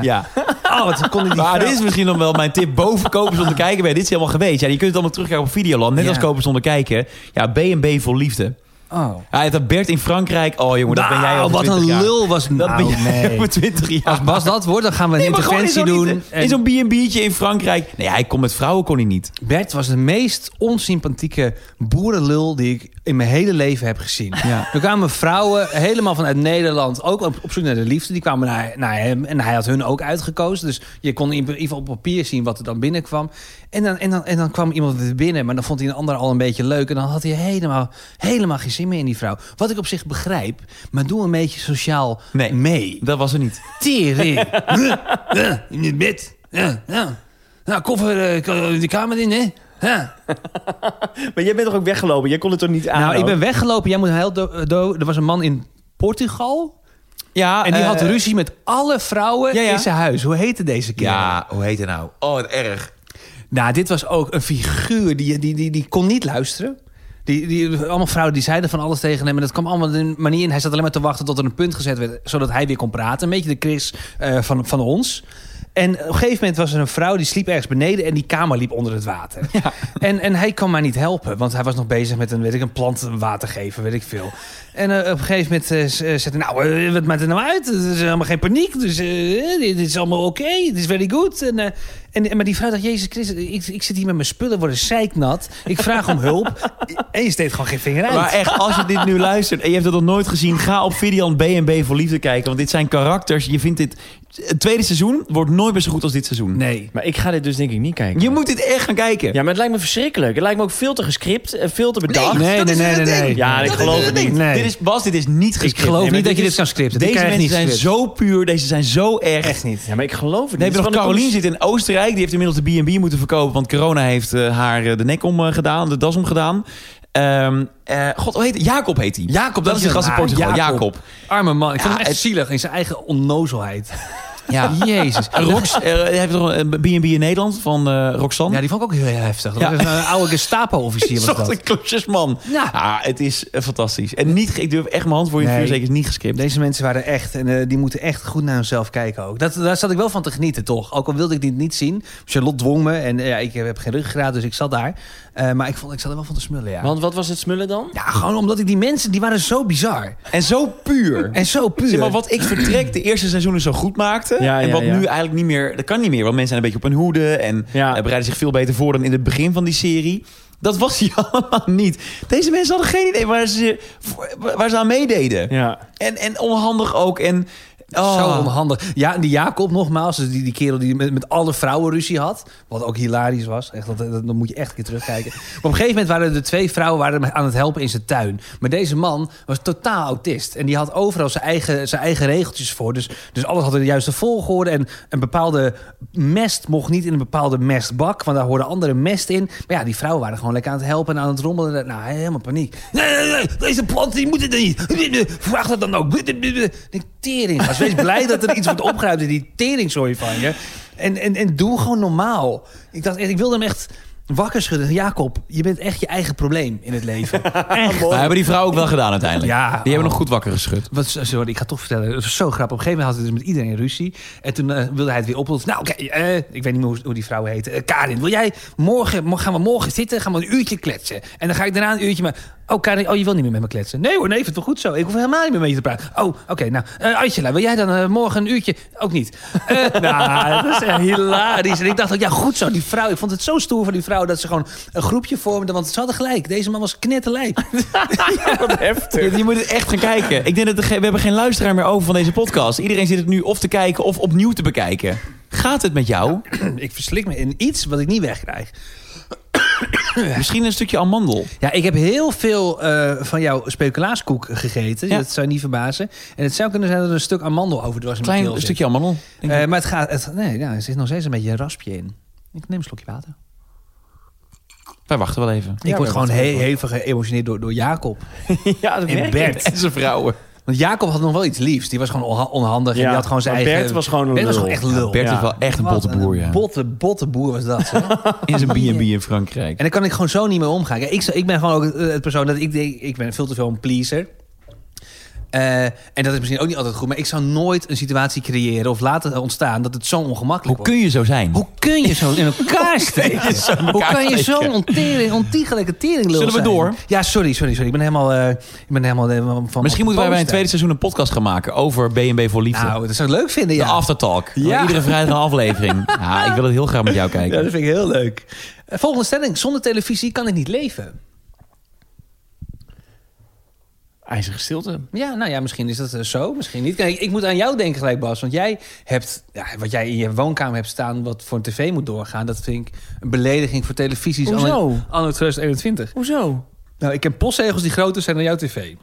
Speaker 1: Ja.
Speaker 3: Ja.
Speaker 1: Oh, wat kon ik die
Speaker 3: Maar
Speaker 1: vrouw-
Speaker 3: dit is misschien dan wel mijn tip boven kopen zonder kijken. Ben. Dit is helemaal geweest. Ja, je kunt het allemaal terugkijken op Videoland. Net
Speaker 1: Ja.
Speaker 3: als kopen zonder kijken. Ja, B&B voor liefde.
Speaker 1: Oh.
Speaker 3: Hij had dat Bert in Frankrijk. Oh jongen, dat ben jij
Speaker 1: Nou,
Speaker 3: al
Speaker 1: wat een lul was dat.
Speaker 3: Dat ben jij over 20 jaar.
Speaker 1: Als Bas dat wordt, dan gaan we een
Speaker 3: Nee, maar gewoon in
Speaker 1: interventie
Speaker 3: zo'n-
Speaker 1: doen.
Speaker 3: In zo'n B&B'tje in Frankrijk. Nee, hij kon met vrouwen kon hij niet.
Speaker 1: Bert was de meest onsympathieke boerenlul die ik in mijn hele leven heb gezien.
Speaker 3: Ja.
Speaker 1: Er kwamen vrouwen helemaal vanuit Nederland, ook op, op zoek naar de liefde. Die kwamen naar, naar hem en hij had hun ook uitgekozen. Dus je kon in ieder geval op papier zien wat er dan binnenkwam. En dan, en dan, en dan kwam iemand weer binnen, maar dan vond hij een ander al een beetje leuk. En dan had hij helemaal, helemaal geen zin meer in die vrouw. Wat ik op zich begrijp, maar doe een beetje sociaal
Speaker 3: Nee.
Speaker 1: mee.
Speaker 3: Dat was er niet.
Speaker 1: Tering. In het bed. Ja, ja. Nou, koffer eh, de kamer in, hè? Ja.
Speaker 2: Maar jij bent toch ook weggelopen? Jij kon het toch niet aan?
Speaker 1: Nou, ik
Speaker 2: ook?
Speaker 1: ben weggelopen. Jij moet heel do- do- Er was een man in Portugal.
Speaker 3: Ja,
Speaker 1: En die
Speaker 3: eh,
Speaker 1: had ruzie met alle vrouwen
Speaker 3: ja, ja.
Speaker 1: in zijn huis. Hoe heette deze kerel?
Speaker 3: Ja, hoe heet het nou? Oh, wat erg.
Speaker 1: Nou, dit was ook een figuur. Die, die, die, die kon niet luisteren. Die, die, allemaal vrouwen die zeiden van alles tegen hem. En dat kwam allemaal de manier in. Hij zat alleen maar te wachten tot er een punt gezet werd. Zodat hij weer kon praten. Een beetje de Chris eh, van, van ons. En op een gegeven moment was er een vrouw die sliep ergens beneden. En die kamer liep onder het water. En, en hij kan mij niet helpen. Want hij was nog bezig met een, weet ik, een plant water geven. Weet ik veel. En eh, op een gegeven moment eh, z- eh, zegt hij... Nou, eh, wat maakt het nou uit? Er is helemaal geen paniek. Dus eh, dit is allemaal oké. Dit is very good. En, eh, en, en- maar die vrouw dacht... Jezus Christus, ik, ik zit hier met mijn spullen. Worden zeiknat. Ik vraag om hulp. En je steekt gewoon geen vinger uit.
Speaker 3: Maar echt, als je dit nu luistert en je hebt het nog nooit gezien... ga op Vidian B&B voor Liefde kijken. Want dit zijn karakters. Je vindt dit... Het tweede seizoen wordt nooit meer zo goed als dit seizoen.
Speaker 1: Nee.
Speaker 2: Maar ik ga dit dus denk ik niet kijken.
Speaker 3: Je moet dit echt gaan kijken.
Speaker 2: Ja, maar het lijkt me verschrikkelijk. Het lijkt me ook veel te gescript en veel te bedacht.
Speaker 1: Nee,
Speaker 3: dat
Speaker 1: nee,
Speaker 3: is
Speaker 1: nee,
Speaker 3: het
Speaker 1: nee,
Speaker 3: ding.
Speaker 1: nee.
Speaker 2: Ja, ik
Speaker 3: Dat
Speaker 2: geloof
Speaker 3: is
Speaker 2: het
Speaker 3: ding.
Speaker 1: niet. Nee.
Speaker 3: Dit is, Bas, dit is niet
Speaker 1: Ik
Speaker 3: gescript.
Speaker 1: geloof
Speaker 2: Nee,
Speaker 1: niet
Speaker 2: maar
Speaker 1: dat je
Speaker 2: dit
Speaker 1: dit
Speaker 2: is-
Speaker 1: kan scripten. Dit
Speaker 3: Deze
Speaker 1: krijg je
Speaker 3: mensen
Speaker 1: niet
Speaker 3: zijn
Speaker 1: gescript.
Speaker 3: zo puur. Deze zijn zo echt.
Speaker 1: Echt niet.
Speaker 2: Ja, maar ik geloof het
Speaker 3: Nee,
Speaker 2: niet.
Speaker 3: nog
Speaker 2: Het is gewoon
Speaker 3: Carolien
Speaker 2: een
Speaker 3: zit in Oostenrijk. Die heeft inmiddels de B&B moeten verkopen. Want corona heeft eh, haar eh, de nek om eh, gedaan. De das om gedaan. Ehm, eh, God, hoe heet hij? Jacob heet hij.
Speaker 1: Jacob,
Speaker 3: dat is de gast in
Speaker 1: Ah,
Speaker 3: Portugal. Jacob.
Speaker 1: Arme man. Ik vond hem echt
Speaker 3: het-
Speaker 1: zielig in zijn eigen onnozelheid.
Speaker 3: Ja.
Speaker 1: Jezus.
Speaker 3: Rox, eh, hij heeft toch een B&B in Nederland van eh Roxanne?
Speaker 1: Ja, die vond ik ook heel heftig. Dat
Speaker 3: Ja.
Speaker 1: was een oude Gestapo-officier was
Speaker 3: Zocht
Speaker 1: dat.
Speaker 3: een klusjesman.
Speaker 1: Ja.
Speaker 3: Ah, het is eh, fantastisch. En niet, ge- ik durf echt mijn hand voor je
Speaker 1: Nee.
Speaker 3: vuur zeker is niet gescript.
Speaker 1: Deze mensen waren echt, en eh, die moeten echt goed naar hunzelf kijken ook. Dat, daar zat ik wel van te genieten, toch? Ook al wilde ik dit niet zien. Charlotte dwong me en eh, ja, ik heb geen ruggengraat, dus ik zat daar. Eh, maar ik, vond, ik zat er wel van te smullen, ja.
Speaker 2: Want wat was het smullen dan?
Speaker 1: ja, gewoon omdat ik die mensen, die waren zo bizar.
Speaker 3: En zo puur.
Speaker 1: En zo puur.
Speaker 3: Zeg maar, wat ik vertrek de eerste seizoenen zo goed maakte.
Speaker 2: Ja,
Speaker 3: en
Speaker 2: ja,
Speaker 3: wat
Speaker 2: ja.
Speaker 3: nu eigenlijk niet meer. Dat kan niet meer. Want mensen zijn een beetje op hun hoede. En
Speaker 2: Ja.
Speaker 3: eh, bereiden zich veel beter voor dan in het begin van die serie. Dat was hij allemaal niet. Deze mensen hadden geen idee waar ze, waar ze aan meededen.
Speaker 2: Ja.
Speaker 3: En, en onhandig ook. En, oh.
Speaker 1: Zo onhandig. Ja, en die Jacob nogmaals, dus die, die kerel die met, met alle vrouwen ruzie had. Wat ook hilarisch was. Echt, dat, dat, dat moet je echt een keer terugkijken. Maar op een gegeven moment waren de twee vrouwen waren hem aan het helpen in zijn tuin. Maar deze man was totaal autist. En die had overal zijn eigen, zijn eigen regeltjes voor. Dus, dus alles had de juiste volgorde. En een bepaalde mest mocht niet in een bepaalde mestbak. Want daar hoorde andere mest in. Maar ja, die vrouwen waren gewoon lekker aan het helpen en aan het rommelen. Nou, helemaal paniek. Nee, nee, nee, deze plant die moet het niet. Vraag dat dan ook. Ik tering. Als wees blij dat er iets wordt opgeruimd in die teringzooi van je. En, en, en doe gewoon normaal. Ik dacht echt, ik wilde hem echt wakker schudden. Jacob, je bent echt je eigen probleem in het leven. Echt.
Speaker 3: Nou, hebben die vrouw ook wel gedaan uiteindelijk.
Speaker 1: Ja.
Speaker 3: die hebben
Speaker 1: Oh.
Speaker 3: nog goed wakker geschud.
Speaker 1: Wat, sorry, ik ga het toch vertellen. Het was zo grappig. Op een gegeven moment had hij dus met iedereen ruzie. En toen eh, wilde hij het weer oplossen. Nou, oké, eh, ik weet niet meer hoe, hoe die vrouw heette. Eh, Karin, wil jij morgen, mo- gaan we morgen zitten? Gaan we een uurtje kletsen? En dan ga ik daarna een uurtje maar... Oh, Karin, oh, je wil niet meer met me kletsen? Nee hoor, nee, vind het wel goed zo. Ik hoef helemaal niet meer met je te praten. Oh, oké, nou, eh, Angela, wil jij dan eh, morgen een uurtje? Ook niet. Eh, nou, dat is echt hilarisch. En ik dacht ook, ja, goed zo, die vrouw. Ik vond het zo stoer van die vrouw dat ze gewoon een groepje vormden. Want ze hadden gelijk. Deze man was knetterlijk.
Speaker 2: Wat heftig.
Speaker 3: Je, je moet het echt gaan kijken. Ik denk dat er ge- we hebben geen luisteraar meer over van deze podcast. Iedereen zit het nu of te kijken of opnieuw te bekijken. Gaat het met jou?
Speaker 1: ik verslik me in iets wat ik niet wegkrijg.
Speaker 3: Misschien een stukje amandel.
Speaker 1: Ja, ik heb heel veel eh, van jouw speculaaskoek gegeten.
Speaker 3: Ja.
Speaker 1: Dat zou je niet verbazen. En het zou kunnen zijn dat er een stuk amandel over was. in mijn keel
Speaker 3: Klein
Speaker 1: zit.
Speaker 3: stukje amandel. denk ik.
Speaker 1: Eh, maar het gaat, het, nee, ja, er zit nog steeds een beetje een raspje in. Ik neem een slokje water.
Speaker 3: Wij wachten wel even.
Speaker 1: ik word
Speaker 2: maar
Speaker 1: gewoon
Speaker 2: dat
Speaker 1: he- hevig geëmotioneerd door, door Jacob.
Speaker 2: Ja, dat
Speaker 1: En
Speaker 2: merk ik.
Speaker 1: Bert.
Speaker 3: En zijn vrouwen.
Speaker 1: Want Jacob had nog wel iets liefs. Die was gewoon onha- onhandig. en
Speaker 2: Ja,
Speaker 1: die had gewoon zijn
Speaker 2: maar
Speaker 1: eigen...
Speaker 2: Bert was gewoon een
Speaker 1: Bert was
Speaker 2: lul.
Speaker 1: gewoon echt lul.
Speaker 3: Bert
Speaker 2: Ja.
Speaker 3: is wel echt een
Speaker 1: Wat
Speaker 3: botte boer, ja.
Speaker 1: Botte, botte boer was dat. zeg.
Speaker 3: In zijn B&B in Frankrijk.
Speaker 1: En daar kan ik gewoon zo niet mee omgaan. Kijk, ik, zou- ik ben gewoon ook eh, het persoon dat ik denk, ik ben veel te veel een pleaser. Eh, en dat is misschien ook niet altijd goed. Maar ik zou nooit een situatie creëren of laten ontstaan dat het zo ongemakkelijk
Speaker 3: Hoe
Speaker 1: wordt.
Speaker 3: kun je zo zijn?
Speaker 1: Hoe kun je zo in elkaar steken? Hoe kan je zo'n ontering, ontiegelijke teringlul
Speaker 3: Zullen we
Speaker 1: zijn?
Speaker 3: door?
Speaker 1: Ja, sorry, sorry, sorry. Ik ben helemaal, eh, ik ben helemaal, helemaal van...
Speaker 3: Misschien
Speaker 1: van
Speaker 3: moeten wij bij een
Speaker 1: poster.
Speaker 3: tweede seizoen een podcast gaan maken over B&B voor Liefde.
Speaker 1: Nou, dat zou ik leuk vinden, ja.
Speaker 3: De aftertalk.
Speaker 1: Ja.
Speaker 3: Iedere vrijdag een aflevering. ja, ik wil het heel graag met jou kijken.
Speaker 1: Ja, dat vind ik heel leuk. Eh, Volgende stelling. Zonder televisie kan ik niet leven.
Speaker 2: IJzige stilte.
Speaker 1: Ja, nou ja, misschien is dat eh, zo, misschien niet. Kijk, ik moet aan jou denken gelijk, Bas. Want jij hebt, ja, wat jij in je woonkamer hebt staan... wat voor een tv moet doorgaan... dat vind ik een belediging voor televisies.
Speaker 2: Hoezo?
Speaker 1: Anno- Anno 2021.
Speaker 2: Hoezo?
Speaker 1: Nou, ik ken postzegels die groter zijn dan jouw tv.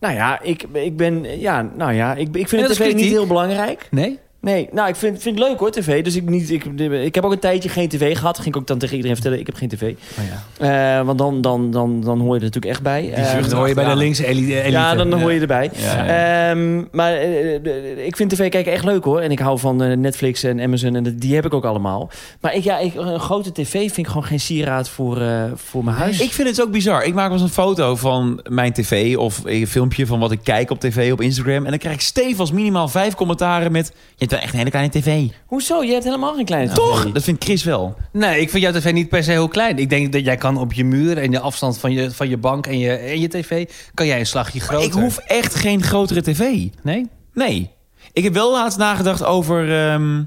Speaker 2: Nou ja, ik, ik ben... Ja, nou ja, ik, ik
Speaker 1: Ja,
Speaker 2: vind
Speaker 1: dat is
Speaker 2: het tv niet
Speaker 1: kritiek.
Speaker 2: heel belangrijk.
Speaker 1: Nee?
Speaker 2: Nee, nou, ik vind, vind het leuk hoor, tv. Dus ik, niet, ik, ik heb ook een tijdje geen tv gehad. Ging ik ook dan tegen iedereen vertellen, ik heb geen tv.
Speaker 1: Oh ja.
Speaker 2: Eh, want dan, dan, dan, dan hoor je er natuurlijk echt bij.
Speaker 1: Die
Speaker 2: Eh,
Speaker 1: zucht hoor je bij de
Speaker 3: achteraan.
Speaker 1: linkse eh, eli- elite.
Speaker 2: ja, dan hoor je erbij.
Speaker 3: Ja,
Speaker 2: Ehm, maar eh, eh, eh, ik vind tv kijken echt leuk hoor. En ik hou van eh, Netflix en Amazon en dat- die heb ik ook allemaal. Maar ik, ja, ik, een grote tv vind ik gewoon geen sieraad voor, eh, voor mijn huis.
Speaker 3: Ik vind het ook bizar. Ik maak wel eens een foto van mijn tv of een filmpje van wat ik kijk op tv op Instagram. En dan krijg ik stevast minimaal vijf commentaren met... Je hebt wel echt een hele kleine tv.
Speaker 2: Hoezo? Je hebt helemaal geen kleine tv.
Speaker 3: Toch? Dat vindt Chris wel.
Speaker 1: Nee, ik vind jouw tv niet per se heel klein. Ik denk dat jij kan op je muur en de afstand van je, van je bank en je, en je tv... kan jij een slagje groter.
Speaker 3: Ik hoef echt geen grotere tv.
Speaker 1: Nee?
Speaker 3: Nee. Ik heb wel laatst nagedacht over ehm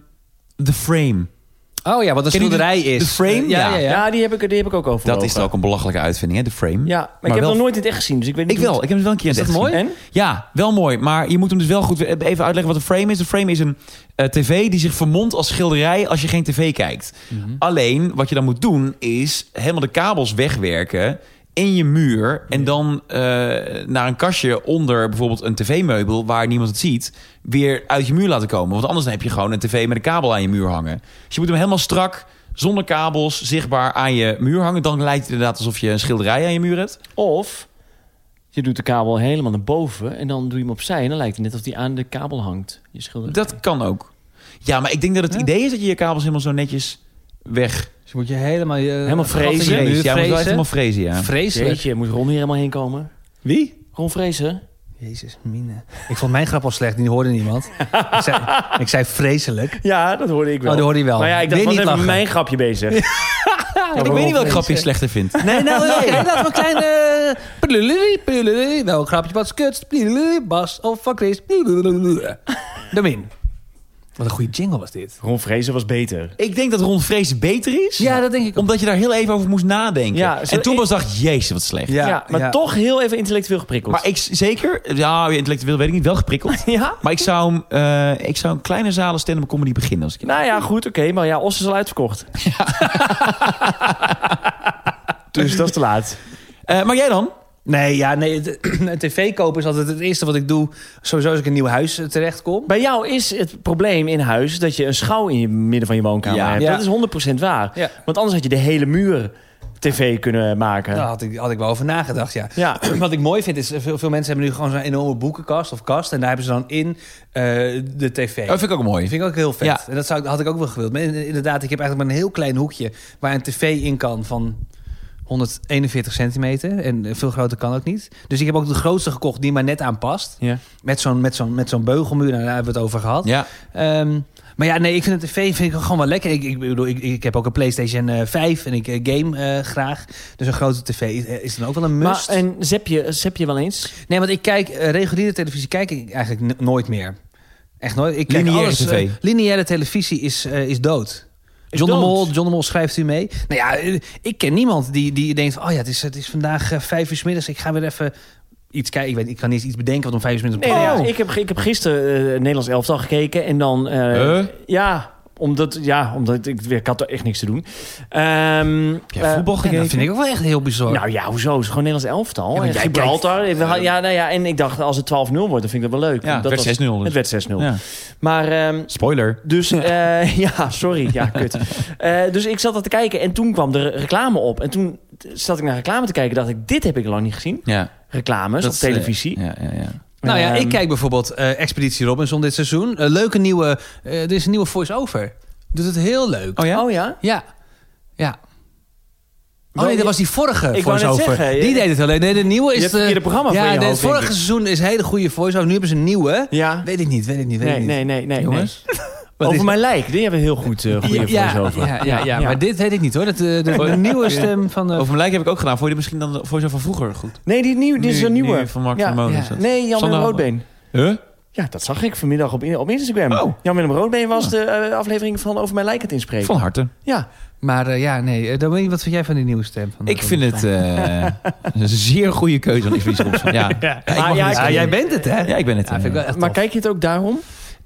Speaker 3: The Frame.
Speaker 1: Oh ja, wat een
Speaker 3: Ken je die-
Speaker 1: schilderij is.
Speaker 3: de frame?
Speaker 1: Ja, ja, ja.
Speaker 3: Ja.
Speaker 2: Ja, die, heb ik, die heb ik ook over.
Speaker 3: Dat is dan ook een belachelijke uitvinding, hè? The Frame.
Speaker 2: Ja, maar,
Speaker 3: Maar
Speaker 2: ik heb
Speaker 3: wel-
Speaker 2: nog nooit in het echt gezien, dus ik weet niet
Speaker 3: Ik
Speaker 2: hoe
Speaker 3: wel.
Speaker 2: het-
Speaker 3: Ik heb hem wel een keer in
Speaker 1: Is
Speaker 3: het
Speaker 1: dat
Speaker 3: echt
Speaker 1: mooi?
Speaker 3: gezien.
Speaker 2: En?
Speaker 3: Ja, wel mooi. Maar je moet hem dus wel goed... Even uitleggen wat een frame is. Een frame is een eh, tv die zich vermomt als schilderij als je geen tv kijkt. Alleen, wat je dan moet doen, is helemaal de kabels wegwerken in je muur. En dan eh, naar een kastje onder bijvoorbeeld een tv-meubel... waar niemand het ziet, weer uit je muur laten komen. Want anders dan heb je gewoon een tv met een kabel aan je muur hangen. Dus je moet hem helemaal strak... Zonder kabels, zichtbaar aan je muur hangen. Dan lijkt het inderdaad alsof je een schilderij aan je muur hebt.
Speaker 2: Of je doet de kabel helemaal naar boven en dan doe je hem opzij... en dan lijkt het net of die aan de kabel hangt, je schilder.
Speaker 3: Dat kan ook. Ja, maar ik denk dat het idee is dat je je kabels helemaal zo netjes weg...
Speaker 1: Dus moet je helemaal... Je,
Speaker 2: Helemaal vrezen.
Speaker 1: gat in je muur
Speaker 3: Ja, moet wel echt helemaal
Speaker 1: vrezen.
Speaker 3: frezen, ja.
Speaker 1: Vreselijk.
Speaker 2: Jeetje, moet Ron hier helemaal heen komen?
Speaker 1: Wie?
Speaker 2: Ron Vrezen?
Speaker 1: Jezus, mine. Ik vond mijn grap al slecht, die hoorde niemand. ik, zei, ik zei vreselijk.
Speaker 2: Ja, dat hoorde ik
Speaker 1: wel. Oh, dat hoorde je wel.
Speaker 2: Maar ja,
Speaker 1: Weer
Speaker 2: ik dacht, wat
Speaker 1: niet
Speaker 2: even met
Speaker 1: lachen.
Speaker 2: mijn grapje bezig.
Speaker 3: ik weet niet welk grapje je slechter vindt.
Speaker 1: Nee, nou, nee. Hey, laten we een kleine... Plulululu, plulululu. Wel een grapje wat skuts. Plulululu, Bas of van Chris. Plulululu. Domin. Wat een goede jingle was dit.
Speaker 2: Ron Vrezen was beter.
Speaker 3: Ik denk dat Ron Vrees beter is.
Speaker 1: Ja, dat denk ik ook.
Speaker 3: Omdat je daar heel even over moest nadenken.
Speaker 2: Ja, zo-
Speaker 3: en toen
Speaker 2: ik-
Speaker 3: was dacht, jezus, wat slecht.
Speaker 2: Ja, maar toch heel even intellectueel geprikkeld.
Speaker 3: Maar ik s- zeker, ja, intellectueel weet ik niet, wel geprikkeld.
Speaker 2: Ja?
Speaker 3: Maar ik zou, hem, eh, ik zou een kleine zalen stand-up comedy beginnen. Als ik...
Speaker 2: Nou ja, goed, oké. maar ja, Os is al uitverkocht. dus dat is te laat.
Speaker 3: Eh, maar jij dan?
Speaker 1: Nee, ja, nee. het- een tv kopen is altijd het eerste wat ik doe. Sowieso als ik in een nieuw huis eh, terechtkom.
Speaker 2: Bij jou is het probleem in huis dat je een schouw in je midden van je woonkamer
Speaker 3: Ja.
Speaker 2: hebt.
Speaker 1: Ja.
Speaker 2: Dat is 100% waar.
Speaker 1: Ja.
Speaker 2: Want anders had je de hele muur tv kunnen maken.
Speaker 1: Daar had ik, had ik wel over nagedacht, ja.
Speaker 2: Ja.
Speaker 1: Wat ik mooi vind is, eh, veel, veel mensen hebben nu gewoon zo'n enorme boekenkast of kast. En daar hebben ze dan in eh, de tv.
Speaker 3: Dat Oh, vind ik ook mooi.
Speaker 1: Dat vind ik ook heel vet.
Speaker 3: Ja.
Speaker 1: En dat zou, ik- had ik ook wel gewild. Maar in- inderdaad, ik heb eigenlijk maar een heel klein hoekje waar een tv in kan van 141 centimeter. En eh, veel groter kan ook niet. Dus ik heb ook de grootste gekocht die maar net aan past.
Speaker 2: Ja.
Speaker 1: Met zo'n, met zo'n, met zo'n beugelmuur, nou, daar hebben we het over gehad.
Speaker 3: Ja.
Speaker 1: Ehm, maar ja, nee, ik vind het tv vind ik gewoon wel lekker. Ik, ik bedoel, ik, ik heb ook een PlayStation eh, 5 en ik eh, game eh, graag. Dus een grote tv is, eh, is dan ook wel een
Speaker 2: Maar,
Speaker 1: must.
Speaker 2: en zep je, zep je wel eens?
Speaker 1: Nee, want ik kijk eh, reguliere televisie kijk ik eigenlijk n- nooit meer. Echt nooit. Ik kijk
Speaker 3: Lineaire
Speaker 1: alles,
Speaker 3: tv.
Speaker 1: eh, lineaire televisie is, eh, is dood.
Speaker 2: Is
Speaker 1: John,
Speaker 2: dood.
Speaker 1: De Mol, John de Mol schrijft u mee. Nou ja, eh, ik ken niemand die, die denkt... van, oh ja, het is, het is vandaag eh, vijf uur 's middags. Ik ga weer even iets kijken. Ik, weet, ik kan niet eens iets bedenken wat om vijf uur 's middags...
Speaker 2: Nee,
Speaker 1: op-
Speaker 2: nou
Speaker 1: Oh.
Speaker 2: ja, ik, heb, ik heb gisteren eh, Nederlands elftal gekeken en dan... eh,
Speaker 3: Eh?
Speaker 2: Ja, omdat, ja, omdat ik, ik had er echt niks te doen. Ehm, eh,
Speaker 3: voetbal
Speaker 1: Ja, dat vind ik ook wel echt heel bizar.
Speaker 2: Nou ja, hoezo? Het is gewoon Nederlands elftal.
Speaker 1: Ja,
Speaker 2: Ja,
Speaker 1: want jij
Speaker 2: Gibraltar. We ha- Ja, nou ja, en ik dacht, als het 12-0 wordt, dan vind ik dat wel leuk.
Speaker 3: Ja, het
Speaker 2: dat
Speaker 3: werd 6-0 dus.
Speaker 2: Het werd 6-0.
Speaker 3: Ja.
Speaker 2: Maar ehm,
Speaker 3: Spoiler.
Speaker 2: dus, eh, ja, sorry. Ja, kut. Eh, dus ik zat dat te kijken en toen kwam de reclame op. En toen zat ik naar reclame te kijken dacht ik, dit heb ik lang niet gezien.
Speaker 3: Ja.
Speaker 2: Reclames op
Speaker 3: is, eh,
Speaker 2: televisie.
Speaker 3: ja, ja, ja.
Speaker 1: Nou ja,
Speaker 2: Ehm,
Speaker 1: ik kijk bijvoorbeeld eh, Expeditie Robinson dit seizoen. Eh, leuke nieuwe... eh, er is een nieuwe voice-over. Doet het heel leuk.
Speaker 3: Oh ja?
Speaker 2: Oh ja?
Speaker 1: Ja. Ja. Oh nee, dat was die vorige
Speaker 2: net
Speaker 1: voice-over.
Speaker 2: zeggen, ja.
Speaker 1: Die deed het alleen. Nee, de nieuwe is...
Speaker 2: hebt het
Speaker 1: de-
Speaker 2: verkeerde programma voor
Speaker 1: Ja,
Speaker 2: je
Speaker 1: nee,
Speaker 2: hoofd,
Speaker 1: het vorige
Speaker 2: denk
Speaker 1: seizoen is een hele goede voice-over. Nu hebben ze een nieuwe.
Speaker 2: Ja.
Speaker 1: Weet ik niet, weet ik niet, weet ik
Speaker 2: Nee,
Speaker 1: niet.
Speaker 2: nee, nee, nee.
Speaker 1: Jongens? Wat
Speaker 2: Over
Speaker 1: is-
Speaker 2: mijn lijk. Die hebben heel goed eh goede
Speaker 1: Ja, ja,
Speaker 2: voice-over.
Speaker 1: ja, ja, ja, maar dit weet ik niet hoor. Dat, eh, de, de nieuwe stem van... eh,
Speaker 3: Over mijn lijk heb ik ook gedaan. Vond je dit misschien dan voor zo van vroeger goed?
Speaker 2: Nee, die, nieuw, dit is
Speaker 3: Nu-
Speaker 2: een nieuwe.
Speaker 3: nu Van Mark
Speaker 2: Ja,
Speaker 3: van Molen. is
Speaker 1: ja.
Speaker 3: dat.
Speaker 2: Nee, Jan en
Speaker 3: Sander-
Speaker 2: Roodbeen.
Speaker 3: Huh?
Speaker 2: Ja, dat zag ik vanmiddag op, op Instagram.
Speaker 3: Oh.
Speaker 2: Jan Willem Roodbeen was de eh, aflevering van Over mijn lijk het inspreken.
Speaker 3: Van harte.
Speaker 2: Ja,
Speaker 1: Maar eh, ja, nee. eh, Dominique, wat vind jij van die nieuwe stem? Van
Speaker 3: Ik vind het eh, een zeer goede keuze van Isabel Thompson. Ja. Ja, ik
Speaker 2: Ah,
Speaker 3: mag
Speaker 2: ja,
Speaker 3: het-
Speaker 2: ik-
Speaker 1: Ja, jij bent het, hè?
Speaker 3: Ja, ik ben het.
Speaker 1: Ja, vind ik wel echt
Speaker 2: maar
Speaker 1: tof.
Speaker 2: kijk je het ook daarom?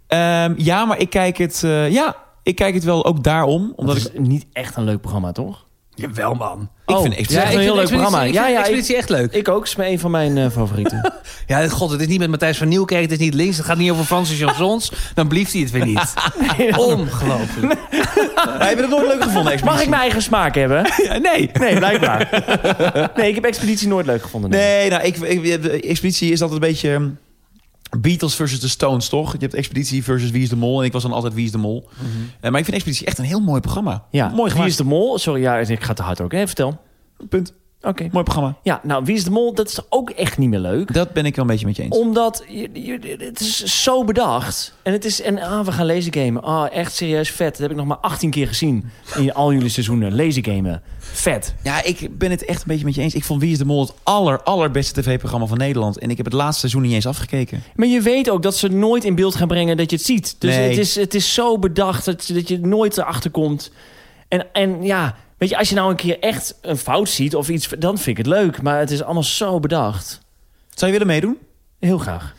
Speaker 3: Ehm, ja, maar ik kijk het. eh, ja, ik kijk het wel ook daarom, omdat
Speaker 2: Dat
Speaker 3: ik.
Speaker 2: is niet echt een leuk programma, toch?
Speaker 1: Jawel, man.
Speaker 3: Ik
Speaker 2: Oh.
Speaker 3: vind ik
Speaker 2: Ja,
Speaker 1: ik
Speaker 2: echt
Speaker 1: vind
Speaker 2: een heel leuk
Speaker 1: Expeditie-
Speaker 2: programma.
Speaker 1: Ik
Speaker 2: Ja,
Speaker 1: vind
Speaker 2: ja,
Speaker 1: Expeditie echt leuk.
Speaker 2: Ik ook, is maar een van mijn eh, favorieten.
Speaker 1: Ja, god, het is niet met Matthijs van Nieuwkerk. Het is niet links. Het gaat niet over Francis Jansons. Dan blieft hij het weer niet. Ongelooflijk.
Speaker 3: Heb je dat nog leuk gevonden?
Speaker 2: Mag ik mijn eigen smaak hebben?
Speaker 3: nee.
Speaker 2: Nee, blijkbaar. Nee, ik heb Expeditie nooit leuk gevonden.
Speaker 3: Nee, nou, ik, ik, de Expeditie is altijd een beetje ehm, Beatles versus de Stones, toch? Je hebt Expeditie versus Wie is de Mol. En ik was dan altijd Wie is de Mol. Eh, maar ik vind Expeditie echt een heel mooi programma.
Speaker 2: Ja,
Speaker 3: Mooi
Speaker 2: Wie
Speaker 3: gemaakt.
Speaker 2: is de Mol? Sorry, ja, ik ga te hard ook. Nee, vertel. Oké.
Speaker 3: Punt. Mooi programma.
Speaker 2: Ja, nou, Wie is de Mol? Dat is ook echt niet meer leuk.
Speaker 3: Dat ben ik wel een beetje met je eens.
Speaker 2: Omdat je, je- het is zo bedacht. En het is. En ah, we gaan laser gamen. Ah, echt serieus vet. Dat heb ik nog maar 18 keer gezien. In al jullie seizoenen. Laser gamen. Vet.
Speaker 3: Ja, ik ben het echt een beetje met je eens. Ik vond Wie is de Mol het aller, allerbeste tv-programma van Nederland. En ik heb het laatste seizoen niet eens afgekeken.
Speaker 2: Maar je weet ook dat ze nooit in beeld gaan brengen dat je het ziet. Dus
Speaker 3: Nee.
Speaker 2: het, is, het is zo bedacht dat, dat je nooit erachter komt. En, en ja, weet je, als je nou een keer echt een fout ziet of iets, dan vind ik het leuk. Maar het is allemaal zo bedacht.
Speaker 3: Zou je willen meedoen?
Speaker 2: Heel graag.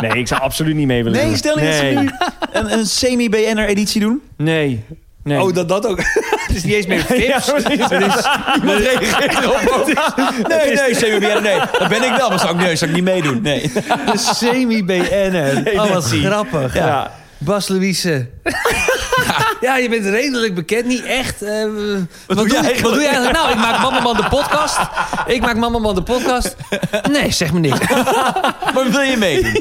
Speaker 2: nee, ik zou absoluut niet mee willen
Speaker 3: Nee,
Speaker 2: doen.
Speaker 3: stel je dat ze
Speaker 2: nee.
Speaker 3: nu een, een semi-BNR-editie doen?
Speaker 2: Nee. Nee.
Speaker 3: dat dat ook. Het is niet eens meer
Speaker 2: Ja, precies.
Speaker 3: Niemand reageert erop. Nee, nee, semi-BNR, nee. Dat ben ik wel, maar zou ik, nee, zou ik niet meedoen. Nee.
Speaker 1: De semi-BN'er. Oh, wat grappig.
Speaker 2: Ja.
Speaker 1: Bas Louise. ja, je bent redelijk bekend. Niet echt. eh, wat, doe
Speaker 3: jij
Speaker 1: je, wat doe je eigenlijk? Nou, ik maak Mammerman de podcast. Ik maak Mammerman de podcast. Nee, zeg me niks.
Speaker 3: Oh, Maar wil je meedoen?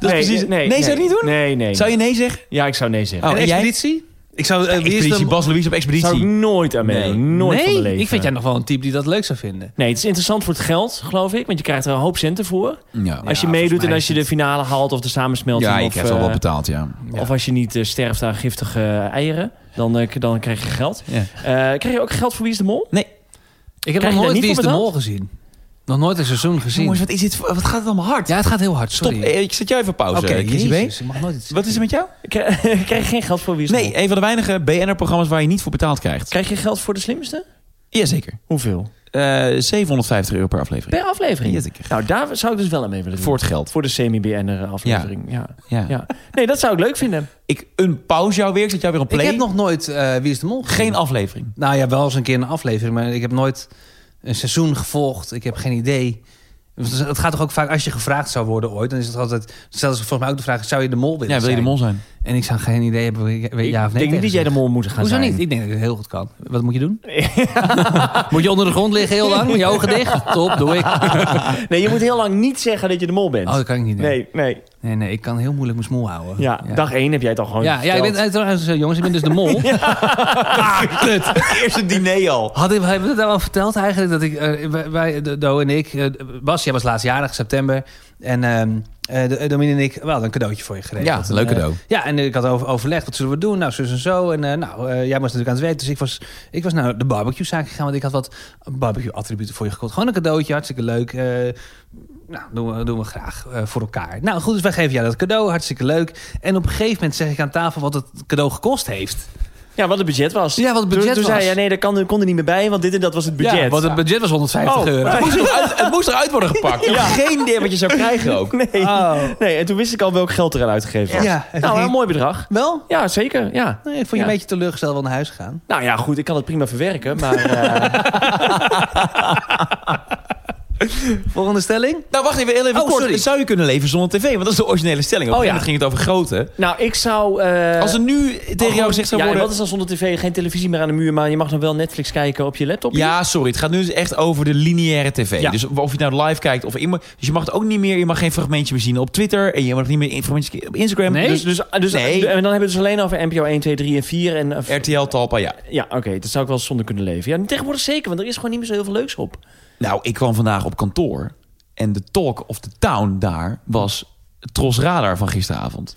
Speaker 3: Dat is precies- nee, zou je niet doen?
Speaker 2: Nee, nee.
Speaker 3: Zou je nee zeggen?
Speaker 2: Ja, ik zou nee zeggen.
Speaker 3: Oh,
Speaker 1: en
Speaker 3: en jij?
Speaker 1: expeditie? Ik zou... eh, wie is
Speaker 3: Expeditie,
Speaker 1: de...
Speaker 3: Bas Louise op expeditie.
Speaker 2: Zou ik nooit aan
Speaker 3: Nee.
Speaker 2: meedoen. Nooit van mijn
Speaker 1: nee,
Speaker 2: leven.
Speaker 1: ik vind jij nog wel een type die dat leuk zou vinden.
Speaker 2: Nee, het is interessant voor het geld, geloof ik. Want je krijgt er een hoop centen voor.
Speaker 3: Ja,
Speaker 2: als je
Speaker 1: volgens
Speaker 2: meedoet
Speaker 1: mij
Speaker 2: en
Speaker 1: is
Speaker 2: als je de finale haalt of de samensmelting.
Speaker 3: ja je
Speaker 2: of,
Speaker 3: krijgt wel
Speaker 2: eh,
Speaker 3: wat betaald, ja.
Speaker 2: Of als je niet eh, sterft aan giftige eh, eieren. Dan, eh, k- dan krijg je geld.
Speaker 3: Ja.
Speaker 2: Eh, krijg je ook geld voor Wie is de Mol?
Speaker 1: Ik heb
Speaker 2: Krijg
Speaker 1: nog
Speaker 2: je daar
Speaker 1: nooit
Speaker 2: niet
Speaker 1: Wie is
Speaker 2: voor
Speaker 1: de
Speaker 2: betaald?
Speaker 1: Mol gezien. Nog nooit een seizoen gezien.
Speaker 3: Jongens, wat, is dit, voor- wat gaat het allemaal hard?
Speaker 1: Ja, het gaat heel hard,
Speaker 3: Stop,
Speaker 1: sorry.
Speaker 3: eh, ik zet jou even op pauze.
Speaker 1: Oké,
Speaker 3: eh, Chrissy B.
Speaker 1: jezus, ik mag nooit iets
Speaker 3: Wat is er met jou?
Speaker 2: Krijg, krijg je geen geld voor Wie is de Mol?
Speaker 3: Nee, eh, een van de weinige BNR-programma's waar je niet voor betaald krijgt.
Speaker 2: Krijg je geld voor de slimste?
Speaker 3: Jazeker.
Speaker 2: Hoeveel?
Speaker 3: Eh 750 euro per aflevering.
Speaker 2: Per aflevering.
Speaker 3: Jazeker.
Speaker 2: Nou, daar zou ik dus wel aan mee willen doen.
Speaker 3: Voor het geld.
Speaker 2: Voor de semi-BN'er aflevering. Ja.
Speaker 3: Ja.
Speaker 2: Ja. Nee, dat zou ik leuk vinden.
Speaker 3: Ik een pauze jou weer. Ik zet jou weer op
Speaker 1: Ik
Speaker 3: play.
Speaker 1: heb nog nooit eh, Wie is de Mol gezien.
Speaker 3: Geen aflevering.
Speaker 1: Nou ja, wel eens een keer een aflevering, maar ik heb nooit een seizoen gevolgd. Ik heb geen idee. Want Het gaat toch ook vaak, als je gevraagd zou worden ooit, dan is het altijd, stel ze volgens mij ook de vraag, zou je de mol willen
Speaker 3: Ja, wil je de
Speaker 1: zijn?
Speaker 3: mol zijn?
Speaker 1: En ik zou geen idee hebben, wie- wie- ja of
Speaker 2: ik
Speaker 1: nee.
Speaker 2: denk niet dat jij de mol moet gaan
Speaker 1: Hoezo
Speaker 2: zijn.
Speaker 1: niet? Ik denk dat ik het heel goed kan. Wat moet je doen? moet je onder de grond liggen heel lang? Met je ogen dicht? Top, doe ik.
Speaker 2: Nee, je moet heel lang niet zeggen dat je de mol bent.
Speaker 1: Oh, dat kan ik niet doen. Nee,
Speaker 2: nee, nee.
Speaker 1: nee, ik kan heel moeilijk mijn smoel houden.
Speaker 2: Ja, dag één heb jij het al gewoon
Speaker 1: Ja, ja, ik
Speaker 2: verteld.
Speaker 1: ben, eh, trouwens, eh, jongens, ik ben dus de mol. Ah, kut.
Speaker 3: Eerste diner al.
Speaker 1: Had ik, hebben we dat al verteld eigenlijk? Dat ik, eh, wij- wij, Do- Do en ik, eh, Bas, jij was laatstjarig, september. En ehm eh, Do- Domine en ik, we hadden een cadeautje voor je geregeld.
Speaker 3: Ja, een leuk
Speaker 1: En, eh,
Speaker 3: cadeau.
Speaker 1: ja, en ik had over, overlegd, wat zullen we doen? Nou, zus en zo. En eh, nou, eh, jij was natuurlijk aan het werk. Dus ik was, ik was naar de barbecuezaak gegaan, want ik had wat barbecue-attributen voor je gekocht. Gewoon een cadeautje, hartstikke leuk. Eh, nou, doen we, doen we graag eh, voor elkaar. Nou, goed, dus wij geven jou dat cadeau, hartstikke leuk. En op een gegeven moment zeg ik aan tafel wat het cadeau gekost heeft.
Speaker 2: Ja, wat het budget was.
Speaker 1: Ja, wat het
Speaker 2: toen,
Speaker 1: budget
Speaker 2: toen
Speaker 1: was.
Speaker 2: zei je, nee, dat kan, kon er niet meer bij, want dit en dat was het budget.
Speaker 1: Ja, want het budget was 150
Speaker 2: Oh,
Speaker 1: euro.
Speaker 3: Het moest, eruit, het moest eruit worden gepakt. Ik had Geen idee wat je zou krijgen ook.
Speaker 2: Nee.
Speaker 1: Oh.
Speaker 2: nee, en toen wist ik al welk geld er aan uitgegeven was.
Speaker 1: Ja, en toen
Speaker 2: nou,
Speaker 1: ging-
Speaker 2: een mooi bedrag.
Speaker 1: Wel?
Speaker 2: Ja, zeker. Ja.
Speaker 1: Nee, ik vond je
Speaker 2: Ja.
Speaker 1: een beetje teleurgesteld wel naar huis gaan.
Speaker 2: Nou ja, goed, ik kan het prima verwerken, maar... eh,
Speaker 1: Volgende stelling.
Speaker 3: Nou, wacht even, heel even
Speaker 1: Oh,
Speaker 3: kort.
Speaker 1: sorry.
Speaker 3: Zou je kunnen leven zonder tv? Want dat is de originele stelling. Op
Speaker 2: Oh,
Speaker 3: een
Speaker 2: ja.
Speaker 3: gegeven moment ging het over grote.
Speaker 2: Nou, ik zou... eh,
Speaker 3: Als er nu tegen jou gezegd zou
Speaker 2: ja,
Speaker 3: worden...
Speaker 2: wat is dan zonder tv? Geen televisie meer aan de muur, maar je mag nog wel Netflix kijken op je laptop.
Speaker 3: Ja, sorry. Het gaat nu dus echt over de lineaire tv.
Speaker 2: Ja.
Speaker 3: Dus of je nou live kijkt of... in- Dus je mag het ook niet meer... Je mag geen fragmentje meer zien op Twitter. En je mag niet meer in- fragmentjes op Instagram.
Speaker 1: Nee?
Speaker 3: Dus, dus, dus nee.
Speaker 2: En dan hebben we het dus alleen over NPO 1, 2, 3 en 4. En, eh,
Speaker 3: RTL Talpa, ja.
Speaker 2: Ja, oké, dat zou ik wel zonder kunnen leven. Ja, tegenwoordig zeker, want er is gewoon niet meer zo heel veel leuks op.
Speaker 3: Nou, ik kwam vandaag op kantoor. En de talk of the town daar was Tros Radar van gisteravond.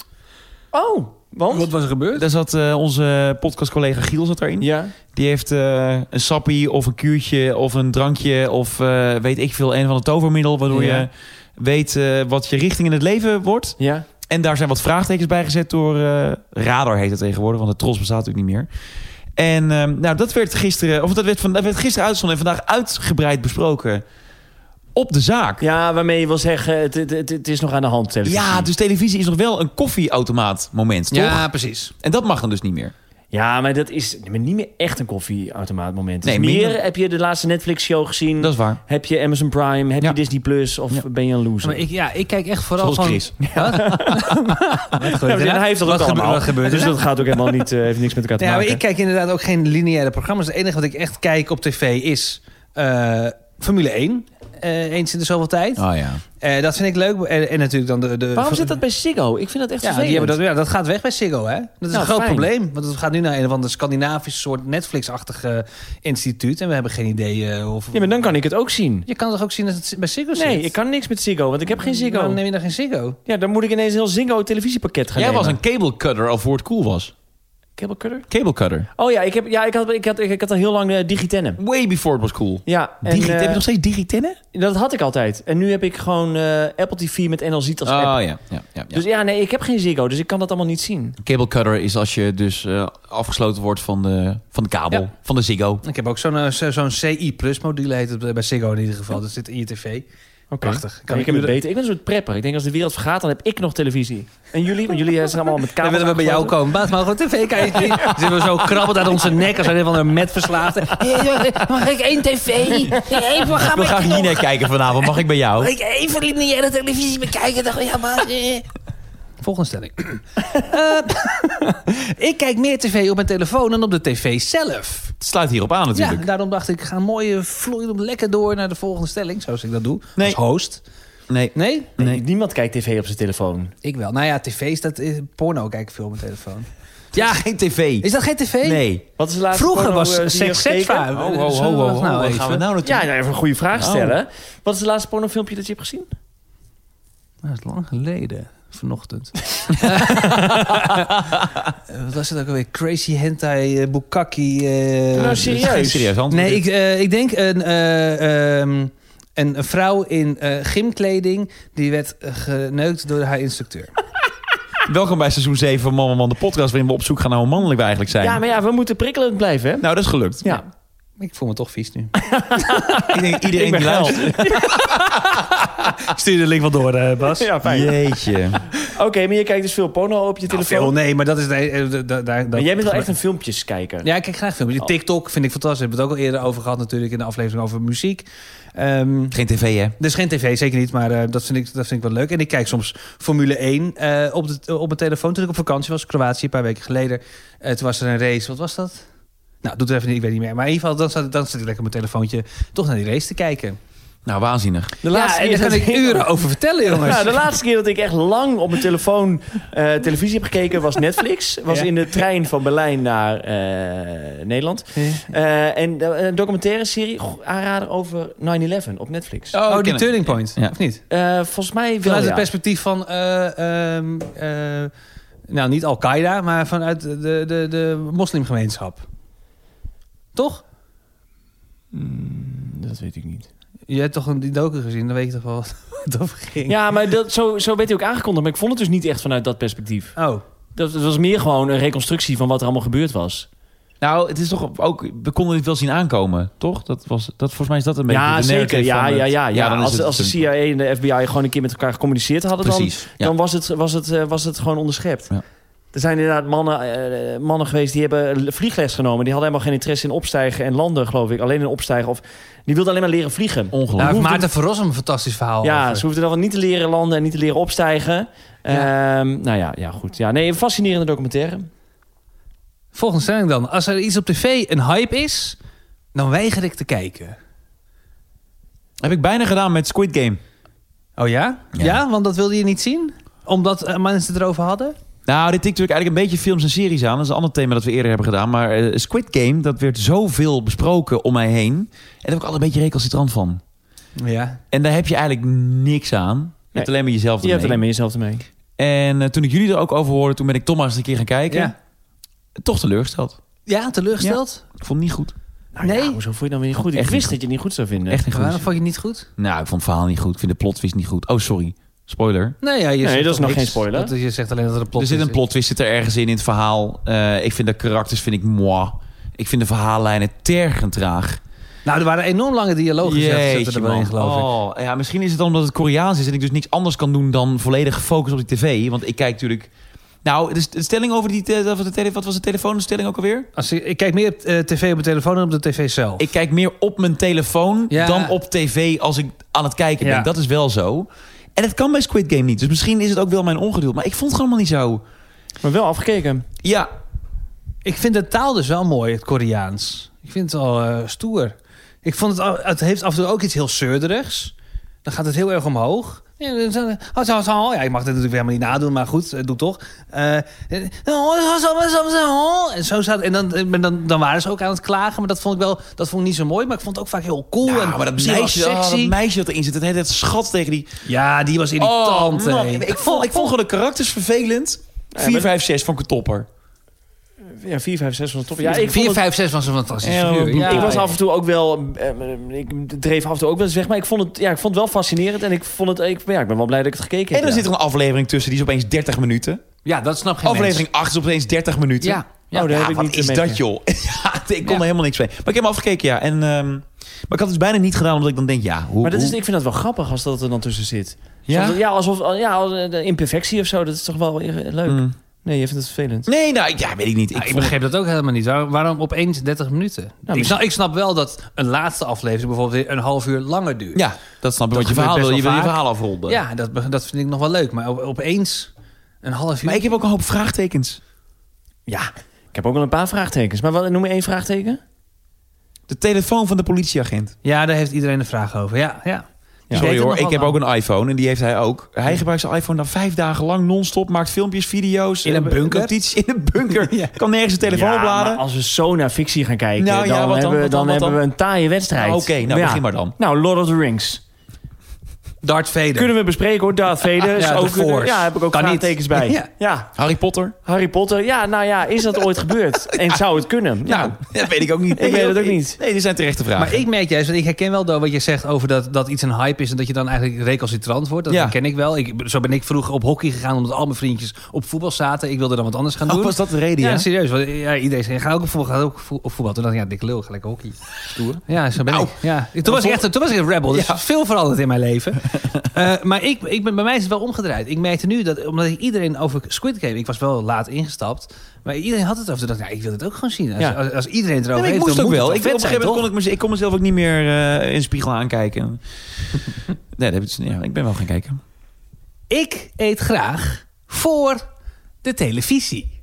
Speaker 2: Oh, want?
Speaker 1: Wat was er gebeurd?
Speaker 3: Daar zat eh, onze podcastcollega Giel zat daarin.
Speaker 2: Ja.
Speaker 3: Die heeft eh, een sappie of een kuurtje of een drankje of eh, weet ik veel, een van de tovermiddel. Waardoor
Speaker 2: Ja.
Speaker 3: je weet eh, wat je richting in het leven wordt.
Speaker 2: Ja.
Speaker 3: En daar zijn wat vraagtekens bij gezet door eh, Radar heet het tegenwoordig, want de Tros bestaat natuurlijk niet meer. En ehm, nou, dat werd gisteren, of dat werd, van, dat werd gisteren uitgezonden en vandaag uitgebreid besproken op de zaak.
Speaker 2: Ja, waarmee je wil zeggen, het, het, het, het is nog aan de hand. televisie.
Speaker 3: Ja, dus televisie is nog wel een koffieautomaat moment, toch?
Speaker 1: Ja, precies.
Speaker 3: En dat mag dan dus niet meer.
Speaker 2: ja maar dat is maar niet meer echt een koffieautomaat moment.
Speaker 3: Nee,
Speaker 2: Nee, meer
Speaker 3: minder.
Speaker 2: heb je de laatste Netflix-show gezien.
Speaker 3: Dat is waar.
Speaker 2: Heb je Amazon Prime? Heb
Speaker 3: Ja.
Speaker 2: je Disney Plus? Of
Speaker 3: Ja.
Speaker 2: ben je een loser?
Speaker 1: Maar ik, ja, ik kijk echt vooral
Speaker 3: Zoals
Speaker 1: van...
Speaker 3: Chris.
Speaker 1: Wat? Wat
Speaker 2: Ja,
Speaker 1: gebeurt er?
Speaker 2: maar hij heeft dat ook
Speaker 1: Wat gebe-
Speaker 2: allemaal.
Speaker 1: Wat gebeurt er?
Speaker 2: dus dat gaat ook helemaal niet, eh, heeft niks met elkaar te
Speaker 1: Ja, maar
Speaker 2: maken.
Speaker 1: ik kijk inderdaad ook geen lineaire programma's. Het enige wat ik echt kijk op tv is eh, Formule 1. eh, eens in de zoveel tijd.
Speaker 3: Oh ja.
Speaker 1: Eh, dat vind ik leuk. En, en natuurlijk dan de... de
Speaker 2: Waarom zit dat bij Ziggo? Ik vind dat echt
Speaker 1: Ja, die
Speaker 2: vervelend.
Speaker 1: hebben dat, ja, dat gaat weg bij Ziggo, hè? Dat is
Speaker 2: Nou,
Speaker 1: een groot
Speaker 2: fijn.
Speaker 1: probleem. Want het gaat nu naar een of ander Scandinavisch soort Netflix-achtige instituut. En we hebben geen idee eh, of...
Speaker 2: Ja, maar dan kan ik het ook zien.
Speaker 1: Je kan toch ook zien dat het bij Ziggo zit?
Speaker 2: Nee, ik kan niks met Ziggo, want ik heb geen Ziggo.
Speaker 1: Dan neem je dan geen Ziggo.
Speaker 2: Ja, dan moet ik ineens een heel Ziggo televisiepakket gaan
Speaker 3: Jij
Speaker 2: nemen.
Speaker 3: was een cable cutter al voor het cool was.
Speaker 2: Cable cutter?
Speaker 3: Cable cutter.
Speaker 2: Oh ja, ik, heb, ja, ik, had, ik, had, ik, had al heel lang eh Digitennen.
Speaker 3: Way before it was cool.
Speaker 2: Ja, en,
Speaker 3: Digit-
Speaker 2: eh,
Speaker 3: heb je nog steeds digitennen?
Speaker 2: dat had ik altijd. En nu heb ik gewoon eh, Apple TV met NLZ als
Speaker 3: Oh
Speaker 2: app.
Speaker 3: ja. ja, ja, ja.
Speaker 2: Dus ja, nee, ik heb geen Ziggo, dus ik kan dat allemaal niet zien.
Speaker 3: Cable cutter is als je dus eh, afgesloten wordt van de, van de kabel,
Speaker 1: Ja.
Speaker 3: van de Ziggo.
Speaker 1: Ik heb ook zo'n eh, zo- zo'n CI Plus module, heet het bij Ziggo in ieder geval. Dat zit in je tv. Prachtig.
Speaker 2: Kan ik heb het beter. Ik ben een soort prepper. Ik denk als de wereld vergaat, dan heb ik nog televisie. En jullie? Want jullie eh, zijn allemaal met
Speaker 1: Dan
Speaker 2: kabels.
Speaker 1: willen we bij jou
Speaker 2: aangesloten.
Speaker 1: komen. Baat, mogen we tv kijken? Dan zitten we zo krabbend uit onze nek als een van de metverslaafden.
Speaker 5: Mag ik één tv? Eén
Speaker 3: Ik wil
Speaker 5: programma?
Speaker 3: graag hier naar kijken vanavond. Mag ik bij
Speaker 5: Mag
Speaker 3: jou?
Speaker 5: ik even lineaire televisie bekijken? Dan, ja, maar... eh.
Speaker 1: Volgende stelling. Eh, ik kijk meer tv op mijn telefoon dan op de tv zelf.
Speaker 3: Het sluit hierop aan
Speaker 1: Ja,
Speaker 3: natuurlijk.
Speaker 1: daarom dacht ik, ik ga mooi vloeiend lekker door naar de volgende stelling. Zoals ik dat doe,
Speaker 3: Nee.
Speaker 1: als host.
Speaker 3: Nee.
Speaker 1: Nee?
Speaker 2: Nee, niemand kijkt tv op zijn telefoon.
Speaker 1: Ik wel. Nou ja, tv is dat... eh, Porno kijk ik veel op mijn telefoon.
Speaker 3: Ja, geen tv.
Speaker 1: Is dat geen tv?
Speaker 3: Nee.
Speaker 2: Wat is de laatste
Speaker 1: Vroeger
Speaker 2: porno, eh,
Speaker 1: was
Speaker 2: die je
Speaker 1: seks
Speaker 2: hebt gekeken?
Speaker 1: seksvaar.
Speaker 3: Oh, oh, oh,
Speaker 1: Nou,
Speaker 3: oh, Waar
Speaker 1: even.
Speaker 3: gaan we nou naartoe?
Speaker 2: Ja, nou, even een goede vraag
Speaker 3: Oh.
Speaker 2: stellen. Wat is het laatste pornofilmpje dat je hebt gezien?
Speaker 1: Nou, Dat is lang geleden. Vanochtend. Eh, Wat was het ook alweer? Crazy Hentai, eh, Bukaki. eh,
Speaker 2: Nou, serieus?
Speaker 3: Geen serieus antwoord.
Speaker 1: Nee, ik, eh, ik denk een, eh, ehm, een een vrouw in eh, gymkleding... die werd eh, geneukt door haar instructeur.
Speaker 3: Welkom bij seizoen 7 van Mama Man, de podcast... waarin we op zoek gaan naar hoe mannelijk we eigenlijk zijn.
Speaker 2: Ja, maar ja, we moeten prikkelend blijven, hè?
Speaker 3: Nou, dat is gelukt.
Speaker 2: Ja.
Speaker 1: Ik voel me toch vies nu.
Speaker 3: Ik denk iedereen
Speaker 2: Ik ben
Speaker 3: die
Speaker 2: geil.
Speaker 3: luistert.
Speaker 1: Stuur de link wel door,
Speaker 3: eh,
Speaker 1: Bas.
Speaker 2: Ja, fijn.
Speaker 3: Jeetje.
Speaker 2: Oké, maar je kijkt dus veel porno op je telefoon.
Speaker 1: Nou, Veel, nee, maar dat is... Nee, eh, da- da- da-
Speaker 2: Maar jij bent wel echt
Speaker 1: dat-
Speaker 2: een filmpjeskijker.
Speaker 1: Ja, ik kijk graag filmpjes. TikTok vind ik fantastisch. We hebben het ook al eerder over gehad natuurlijk... in de aflevering over muziek. Ehm
Speaker 3: Geen tv, hè?
Speaker 1: Dus geen tv, zeker niet, maar eh, dat, vind ik, dat vind ik wel leuk. En ik kijk soms Formule 1 eh, op, de, op mijn telefoon. Toen ik op vakantie was, Kroatië, een paar weken geleden. Eh, toen was er een race, wat was dat? Nou, doet er even niet, ik weet niet meer. Maar in ieder geval, dan zat, dan zat ik lekker op mijn telefoontje toch naar die race te kijken.
Speaker 3: Nou, waanzinnig.
Speaker 2: De
Speaker 1: ja, en daar kan
Speaker 2: dat
Speaker 1: ik uren over vertellen, jongens.
Speaker 2: Ja, Nou, de laatste keer dat ik echt lang op mijn telefoon eh, televisie heb gekeken was Netflix. Was
Speaker 1: Ja.
Speaker 2: in de trein van Berlijn naar eh, Nederland. Eh, en eh, een documentaire serie goh, aanrader over 9-11 op Netflix.
Speaker 1: oh, die
Speaker 3: ken ik.
Speaker 1: turning point,
Speaker 3: Ja.
Speaker 1: of niet?
Speaker 2: Eh, volgens mij wel,
Speaker 1: Vanuit het
Speaker 2: ja.
Speaker 1: perspectief van, eh, ehm, eh, nou niet Al-Qaeda, maar vanuit de, de, de moslimgemeenschap. Toch?
Speaker 2: Mm, Dat weet ik niet.
Speaker 1: Je hebt toch een die docu gezien, dan weet je toch wel wat het over ging.
Speaker 2: Ja, maar dat, zo, zo werd hij ook aangekondigd. Maar ik vond het dus niet echt vanuit dat perspectief.
Speaker 1: Oh.
Speaker 2: Dat, dat was meer gewoon een reconstructie van wat er allemaal gebeurd was.
Speaker 3: Nou, het is toch ook... We konden dit wel zien aankomen, toch? Dat was... Dat, volgens mij is dat een beetje
Speaker 2: ja,
Speaker 3: de
Speaker 2: zeker.
Speaker 3: narrative
Speaker 2: Ja,
Speaker 3: van
Speaker 2: ja,
Speaker 3: het-
Speaker 2: ja, ja.
Speaker 3: dan is
Speaker 2: als,
Speaker 3: het
Speaker 2: als de
Speaker 3: natuurlijk-
Speaker 2: CIA en de FBI gewoon een keer met elkaar gecommuniceerd hadden, dan,
Speaker 3: Precies. Ja.
Speaker 2: dan was, het, was, het, eh, was het gewoon onderschept.
Speaker 3: Ja.
Speaker 2: Er zijn inderdaad mannen, eh, mannen geweest die hebben vliegles genomen. Die hadden helemaal geen interesse in opstijgen en landen, geloof ik. Alleen in opstijgen. Of, die wilden alleen maar leren vliegen.
Speaker 1: Daar
Speaker 3: Ongelooflijk.
Speaker 1: heeft Maarten Verros een fantastisch verhaal
Speaker 2: Ja,
Speaker 1: over.
Speaker 2: ze hoefden dan wel niet te leren landen en niet te leren opstijgen. Ehm, nou ja, ja, goed. Ja, nee, een fascinerende documentaire.
Speaker 1: Volgende stelling dan. Als er iets op tv een hype is, dan weiger ik te kijken.
Speaker 3: Heb ik bijna gedaan met Squid Game.
Speaker 1: Oh ja? Ja,
Speaker 3: Ja.
Speaker 1: want dat wilde je niet zien? Omdat eh, mensen het erover hadden?
Speaker 3: Nou, dit tikt natuurlijk eigenlijk een beetje films en series aan. Dat is een ander thema dat we eerder hebben gedaan. Maar eh, Squid Game, dat werd zoveel besproken om mij heen. En daar heb ik al een beetje recalcitrant van.
Speaker 1: Ja.
Speaker 3: En daar heb je eigenlijk niks aan. Je
Speaker 2: Nee.
Speaker 3: hebt alleen maar jezelf
Speaker 2: Je hebt
Speaker 3: ermee.
Speaker 2: alleen maar jezelf ermee.
Speaker 3: En eh, toen ik jullie er ook over hoorde, toen ben ik toch maar eens een keer gaan kijken.
Speaker 1: Ja.
Speaker 3: Toch teleurgesteld.
Speaker 1: Ja, teleurgesteld?
Speaker 3: Ik vond het niet goed.
Speaker 2: Nou
Speaker 1: Nee.
Speaker 2: ja, hoezo vond je het dan weer niet goed? Ik
Speaker 3: Echt
Speaker 2: wist
Speaker 3: niet
Speaker 2: dat je het niet goed zou vinden.
Speaker 3: Echt niet goed.
Speaker 1: Waarom vond je het niet goed?
Speaker 3: Nou, ik vond het verhaal niet goed. Ik vind de plot twist niet goed. Oh, sorry. Spoiler.
Speaker 1: Nee, ja, je
Speaker 2: Nee,
Speaker 1: zegt
Speaker 2: dat is
Speaker 1: toch
Speaker 2: nog
Speaker 1: niks.
Speaker 2: geen spoiler.
Speaker 1: Dat- je zegt alleen dat er een plot
Speaker 3: er zit
Speaker 1: is.
Speaker 3: een plot twist zit er ergens in in het verhaal. Eh, ik vind de karakters vind ik moi. Ik vind de verhaallijnen tergend traag.
Speaker 1: Nou, er waren enorm lange dialogen
Speaker 3: Jeetje,
Speaker 1: zitten Oh, er wel in,
Speaker 3: man.
Speaker 1: geloof ik.
Speaker 3: Oh, ja, misschien is het dan omdat het Koreaans is en ik dus niks anders kan doen dan volledig gefocust op die tv. Want ik kijk natuurlijk. Nou, de, de stelling over die. te- over de tele- wat was de telefoonstelling ook alweer?
Speaker 1: Als ik, ik kijk meer op eh, tv op mijn telefoon dan op de tv zelf.
Speaker 3: Ik kijk meer op mijn telefoon
Speaker 1: Ja.
Speaker 3: dan op tv als ik aan het kijken
Speaker 1: Ja.
Speaker 3: ben. Dat is wel zo. En dat kan bij Squid Game niet. Dus misschien is het ook wel mijn ongeduld. Maar ik vond het gewoon helemaal niet zo.
Speaker 2: Maar wel afgekeken.
Speaker 3: Ja,
Speaker 1: Ik vind de taal dus wel mooi, het Koreaans. Ik vind het al eh, stoer. Ik vond het, al- het heeft af en toe ook iets heel zeurderigs. Dan gaat het heel erg omhoog. Ja, dan zo- oh, zo- zo. Ja, ik mag dit natuurlijk helemaal niet nadoen, maar goed, eh, doe toch. Eh, eh, oh, zo- zo- zo- zo. oh. En zo staat en dan, en dan, dan waren ze ook aan het klagen, maar dat vond ik wel, dat vond ik niet zo mooi, maar ik vond het ook vaak heel cool
Speaker 3: Ja,
Speaker 1: en
Speaker 3: Nou, maar dat
Speaker 1: misschien wel
Speaker 3: meisje, oh, dat
Speaker 1: sexy.
Speaker 3: meisje dat erin zit, dat hele tijd schat tegen die... Oh,
Speaker 1: ja, die was irritant.
Speaker 3: man,
Speaker 1: hè. Oh,
Speaker 3: ik, ik vond, ik vond gewoon de karakters vervelend.
Speaker 2: maar-
Speaker 3: 4, 5, 6 van Ketopper.
Speaker 2: Ja, 4, 5, 6 was top. Ja, ik, vond
Speaker 1: 4,
Speaker 2: het-
Speaker 1: 5, 6 was een fantastische figuur. Ja,
Speaker 2: Ehm, ik was
Speaker 1: ja.
Speaker 2: af en toe ook wel... eh, ik dreef af en toe ook wel eens weg. Maar ik vond het, ja, ik vond het wel fascinerend. En ik, vond het, ik, ja, ik ben wel blij dat ik het gekeken
Speaker 3: En
Speaker 2: heb.
Speaker 3: dan
Speaker 2: ja.
Speaker 3: zit er een aflevering tussen, die is opeens 30 minuten.
Speaker 1: Ja, dat snap geen mens.
Speaker 3: aflevering 8 is opeens 30 minuten.
Speaker 1: Ja, ja.
Speaker 2: Oh, daar heb ik
Speaker 3: wat
Speaker 2: niet
Speaker 3: is
Speaker 2: mee
Speaker 3: dat,
Speaker 2: gekregen.
Speaker 3: joh? ja, ik kon
Speaker 1: Ja.
Speaker 3: er helemaal niks mee. Maar ik heb hem afgekeken, ja. En, ehm, maar ik had het dus bijna niet gedaan, omdat ik dan denk, ja, hoe...
Speaker 2: Maar dat is,
Speaker 3: hoe-
Speaker 2: ik vind dat wel grappig als dat er dan tussen zit.
Speaker 3: Ja?
Speaker 2: Soms- ja alsof ja, als- eh, de imperfectie of zo. Dat is toch wel eh, leuk.
Speaker 3: Mm.
Speaker 2: Nee, je vindt het vervelend.
Speaker 3: Nee, nou, ik- ja, weet ik niet. Ik,
Speaker 1: Nou, ik
Speaker 3: vond-
Speaker 1: begreep dat ook helemaal niet. Waar- waarom opeens 30 minuten? ik,
Speaker 2: misschien-
Speaker 1: snap, ik snap wel dat een laatste aflevering bijvoorbeeld weer een half uur langer duurt.
Speaker 3: Ja, dat snap ik, want
Speaker 1: gebeurt
Speaker 3: je verhaal,
Speaker 1: best
Speaker 3: wil-
Speaker 1: wel
Speaker 3: je wil je
Speaker 1: vaak.
Speaker 3: verhaal afronden.
Speaker 1: Ja, dat, be- dat vind ik nog wel leuk. Maar op- opeens een half uur.
Speaker 3: Maar ik heb ook een hoop vraagtekens.
Speaker 2: Ja, ik heb ook wel een paar vraagtekens. Maar wat, noem maar één vraagteken.
Speaker 3: De telefoon van de politieagent.
Speaker 1: Ja, daar heeft iedereen een vraag over. Ja, ja. Die weet
Speaker 3: Sorry
Speaker 1: er
Speaker 3: hoor,
Speaker 1: nog
Speaker 3: ik
Speaker 1: wel
Speaker 3: heb
Speaker 1: aan.
Speaker 3: ook een iPhone en die heeft hij ook. Hij gebruikt zijn iPhone dan vijf dagen lang non-stop, maakt filmpjes, video's.
Speaker 1: In een
Speaker 3: eh,
Speaker 1: bunker?
Speaker 3: notities in een bunker. Kan nergens zijn telefoon
Speaker 2: Ja, maar
Speaker 3: opladen.
Speaker 2: als we zo naar fictie gaan kijken,
Speaker 3: Nou ja, wat
Speaker 2: dan,
Speaker 3: dan,
Speaker 2: hebben, we-
Speaker 3: wat dan,
Speaker 2: dan,
Speaker 3: wat
Speaker 2: hebben
Speaker 3: dan?
Speaker 2: we een taaie wedstrijd.
Speaker 3: Nou, Oké, nou begin maar dan.
Speaker 2: Nou, Lord of the Rings.
Speaker 1: Darth Vader.
Speaker 2: Kunnen we bespreken hoor, Darth Vader. is
Speaker 1: Ja, de
Speaker 2: ook,
Speaker 1: Force.
Speaker 2: ja, heb ik ook
Speaker 1: Kan niet.
Speaker 2: vraagtekens bij.
Speaker 1: Ja.
Speaker 2: Ja.
Speaker 3: Harry Potter?
Speaker 2: Harry Potter. Ja, nou ja, is dat ooit gebeurd? En zou het kunnen? Ja.
Speaker 3: Nou, dat weet ik ook niet.
Speaker 2: Ik weet het ook niet.
Speaker 3: Nee, dit zijn terechte vragen.
Speaker 1: Maar ik merk juist, want ik herken wel door wat je zegt over dat, dat iets een hype is en dat je dan eigenlijk recalcitrant wordt. Dat
Speaker 3: Ja.
Speaker 1: herken ik wel. Ik, zo ben ik vroeger op hockey gegaan omdat al mijn vriendjes op voetbal zaten. Ik wilde dan wat anders gaan
Speaker 3: Oh,
Speaker 1: doen.
Speaker 3: was dat de reden,
Speaker 1: Ja,
Speaker 3: ja?
Speaker 1: serieus. Want, ja, iedereen zei, ga ook op voetbal, ga ook op vo- op voetbal. Toen dacht ik, ja, dikke lul, ga lekker hockey. Stoer. Ja, zo ben
Speaker 3: Au.
Speaker 1: ik. Ja. Toen, was ik echt, toen was ik een rebel, dus
Speaker 3: Ja.
Speaker 1: veel veranderd in mijn leven. Eh, maar ik, ik ben, bij mij is het wel omgedraaid. Ik merkte nu dat, omdat ik iedereen over Squid Game... Ik was wel laat ingestapt, maar iedereen had het over. Toen dacht ik, ja, ik wil het ook gewoon zien. Als,
Speaker 2: Ja.
Speaker 1: als, als iedereen het erover
Speaker 3: Nee, maar ik
Speaker 1: heeft,
Speaker 3: moest
Speaker 1: dan
Speaker 3: ook
Speaker 1: moet
Speaker 3: wel.
Speaker 1: het
Speaker 3: Ik, op een
Speaker 1: vet zijn,
Speaker 3: gegeven moment kon
Speaker 1: toch?
Speaker 3: ik, mez- ik kon mezelf ook niet meer eh, in de spiegel aankijken. nee, dat heb ik, dus- ja, ik ben wel gaan kijken.
Speaker 1: Ik eet graag voor de televisie.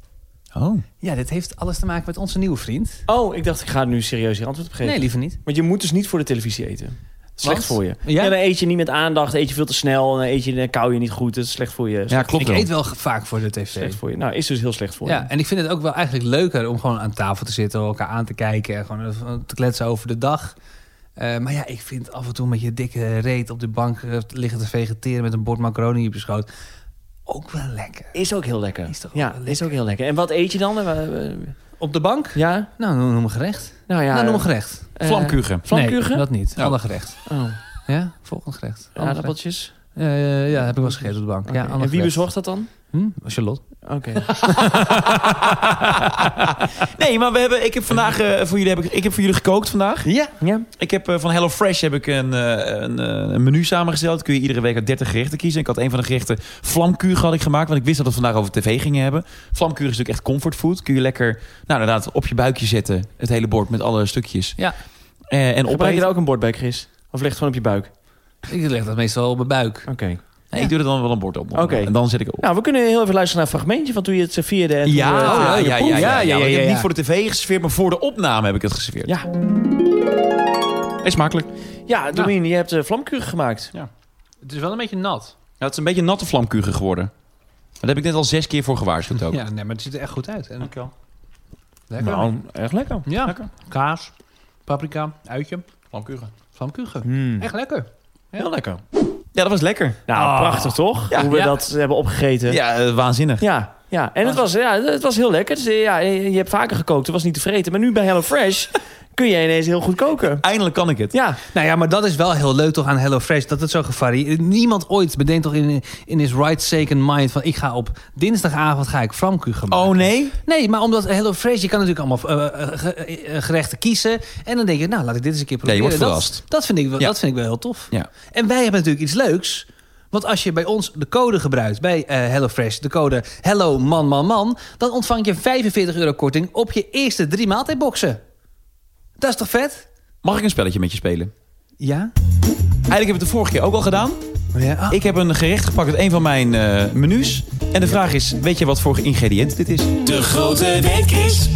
Speaker 3: Oh.
Speaker 1: Ja, dit heeft alles te maken met onze nieuwe vriend.
Speaker 2: Oh, ik dacht, ik ga nu serieus hier antwoord op geven.
Speaker 1: Nee, liever niet.
Speaker 2: Want je moet dus niet voor de televisie eten. Slecht
Speaker 1: Want?
Speaker 2: voor je.
Speaker 1: Ja?
Speaker 2: Ja? dan eet je niet met aandacht, eet je veel te snel, en dan eet je, dan kauw je niet goed. Dat is slecht voor je.
Speaker 3: Ja,
Speaker 2: Slecht-
Speaker 3: klopt
Speaker 1: ik
Speaker 3: wel.
Speaker 1: eet wel vaak voor de tv.
Speaker 2: slecht voor je. Nou, is dus heel slecht voor je.
Speaker 1: Ja, en ik vind het ook wel eigenlijk leuker om gewoon aan tafel te zitten, elkaar aan te kijken en gewoon eh, te kletsen over de dag. Eh, maar ja, ik vind af en toe met je dikke reet op de bank eh, liggen te vegeteren met een bord macaroni op je schoot ook wel lekker.
Speaker 2: Is ook heel lekker.
Speaker 1: Is toch
Speaker 2: ja,
Speaker 1: ook wel lekker.
Speaker 2: is ook heel lekker. En wat eet je dan? Eh, eh,
Speaker 1: Op de bank?
Speaker 2: Ja?
Speaker 1: Nou, noem, noem een gerecht.
Speaker 2: Nou ja.
Speaker 1: nou, noem een
Speaker 2: eh,
Speaker 1: gerecht.
Speaker 2: eh,
Speaker 3: Vlamkuchen.
Speaker 2: Vlamkuchen?
Speaker 1: Nee, dat niet.
Speaker 3: Oh.
Speaker 1: Alle gerecht.
Speaker 2: Oh,
Speaker 1: Ja, volgend gerecht. Ander gerecht.
Speaker 2: aardappeltjes.
Speaker 1: Eh, ja, heb ik wel eens gegeten op de bank. Ja,
Speaker 2: Oké.
Speaker 1: ander
Speaker 2: en wie
Speaker 1: gerecht.
Speaker 2: bezorgt dat dan?
Speaker 1: Hm? Charlotte?
Speaker 2: Oké.
Speaker 3: nee, maar we hebben, ik heb vandaag eh, voor jullie heb ik, ik heb voor jullie gekookt vandaag.
Speaker 1: Ja.
Speaker 2: Ja.
Speaker 3: Ik heb eh, van HelloFresh heb ik een, eh, een, eh, een menu samengesteld. Kun je iedere week uit 30 gerechten kiezen. Ik had een van de gerechten vlamkuur had ik gemaakt. Want ik wist dat we het vandaag over tv gingen hebben. Vlamkuur is natuurlijk echt comfortfood. Kun je lekker nou, inderdaad, op je buikje zetten. Het hele bord met alle stukjes.
Speaker 1: Ja.
Speaker 3: Eh, en op
Speaker 2: Gebruik je daar ook een bord bij, Chris? Of ligt het gewoon op je buik? Oké.
Speaker 1: Ik leg dat meestal op mijn buik.
Speaker 3: Ik doe er dan wel een bord op.
Speaker 2: Oké.
Speaker 3: En dan zet ik het op.
Speaker 2: Nou, we kunnen heel even luisteren naar een fragmentje van toen je het serveerde. En toen, eh,
Speaker 1: ja,
Speaker 3: ja,
Speaker 1: je
Speaker 3: ja, ja,
Speaker 1: proeft.
Speaker 3: ja,
Speaker 1: Ja, ja,
Speaker 3: want Ik
Speaker 1: ja,
Speaker 3: heb
Speaker 1: ja.
Speaker 3: niet voor de tv geserveerd, maar voor de opname heb ik het geserveerd.
Speaker 2: ja.
Speaker 3: is makkelijk.
Speaker 2: Ja, Domien, je hebt eh vlamkuur gemaakt.
Speaker 1: Het is wel een beetje nat.
Speaker 3: Ja, het is een beetje natte vlamkugen geworden. Daar heb ik net al zes keer voor gewaarschuwd ook.
Speaker 1: Ja, nee, maar het ziet er echt goed uit. En lekker.
Speaker 2: Nou, echt lekker.
Speaker 1: ja, kaas, paprika, uitje,
Speaker 3: Vlamkugen.
Speaker 1: vlamkugen.
Speaker 2: Mm.
Speaker 1: Echt lekker.
Speaker 3: Heel lekker. Ja, dat was lekker.
Speaker 2: Nou,
Speaker 1: Ah.
Speaker 2: prachtig toch?
Speaker 3: Ja.
Speaker 2: Hoe we
Speaker 1: Ja.
Speaker 2: dat eh, hebben opgegeten.
Speaker 3: Ja, eh, waanzinnig.
Speaker 2: Ja, ja. en het was, ja, het was heel lekker. Dus, eh, ja, je hebt vaker gekookt, het was niet tevreden. Maar nu bij HelloFresh kun je ineens heel goed koken.
Speaker 3: Eindelijk kan ik het.
Speaker 2: Ja,
Speaker 1: Nou ja, maar dat is wel heel leuk toch aan HelloFresh. Dat het zo gevarieerd Niemand ooit bedenkt toch in, in his right second mind... van ik ga op dinsdagavond ga ik flamkugen maken.
Speaker 3: Oh nee?
Speaker 1: Nee, maar omdat HelloFresh... je kan natuurlijk allemaal eh, eh, ge- eh, gerechten kiezen. En dan denk je, nou laat ik dit eens een keer
Speaker 3: Ja, je
Speaker 1: proberen.
Speaker 3: wordt
Speaker 1: Dat,
Speaker 3: verrast.
Speaker 1: dat, vind ik wel,
Speaker 3: Ja.
Speaker 1: dat vind ik wel heel tof.
Speaker 3: Ja.
Speaker 1: En wij hebben natuurlijk iets leuks. Want als je bij ons de code gebruikt, bij eh, HelloFresh, de code Hello Man Man Man, dan ontvang je 45 euro korting op je eerste drie maaltijdboxen. Dat is toch vet?
Speaker 3: Mag ik een spelletje met je spelen?
Speaker 1: Ja.
Speaker 3: Eigenlijk heb ik het de vorige keer ook al gedaan.
Speaker 1: ja. Ah,
Speaker 3: Ik heb een gerecht gepakt uit een van mijn eh, menus. En de vraag is, weet je wat voor ingrediënt dit is?
Speaker 6: De grote weet Chris.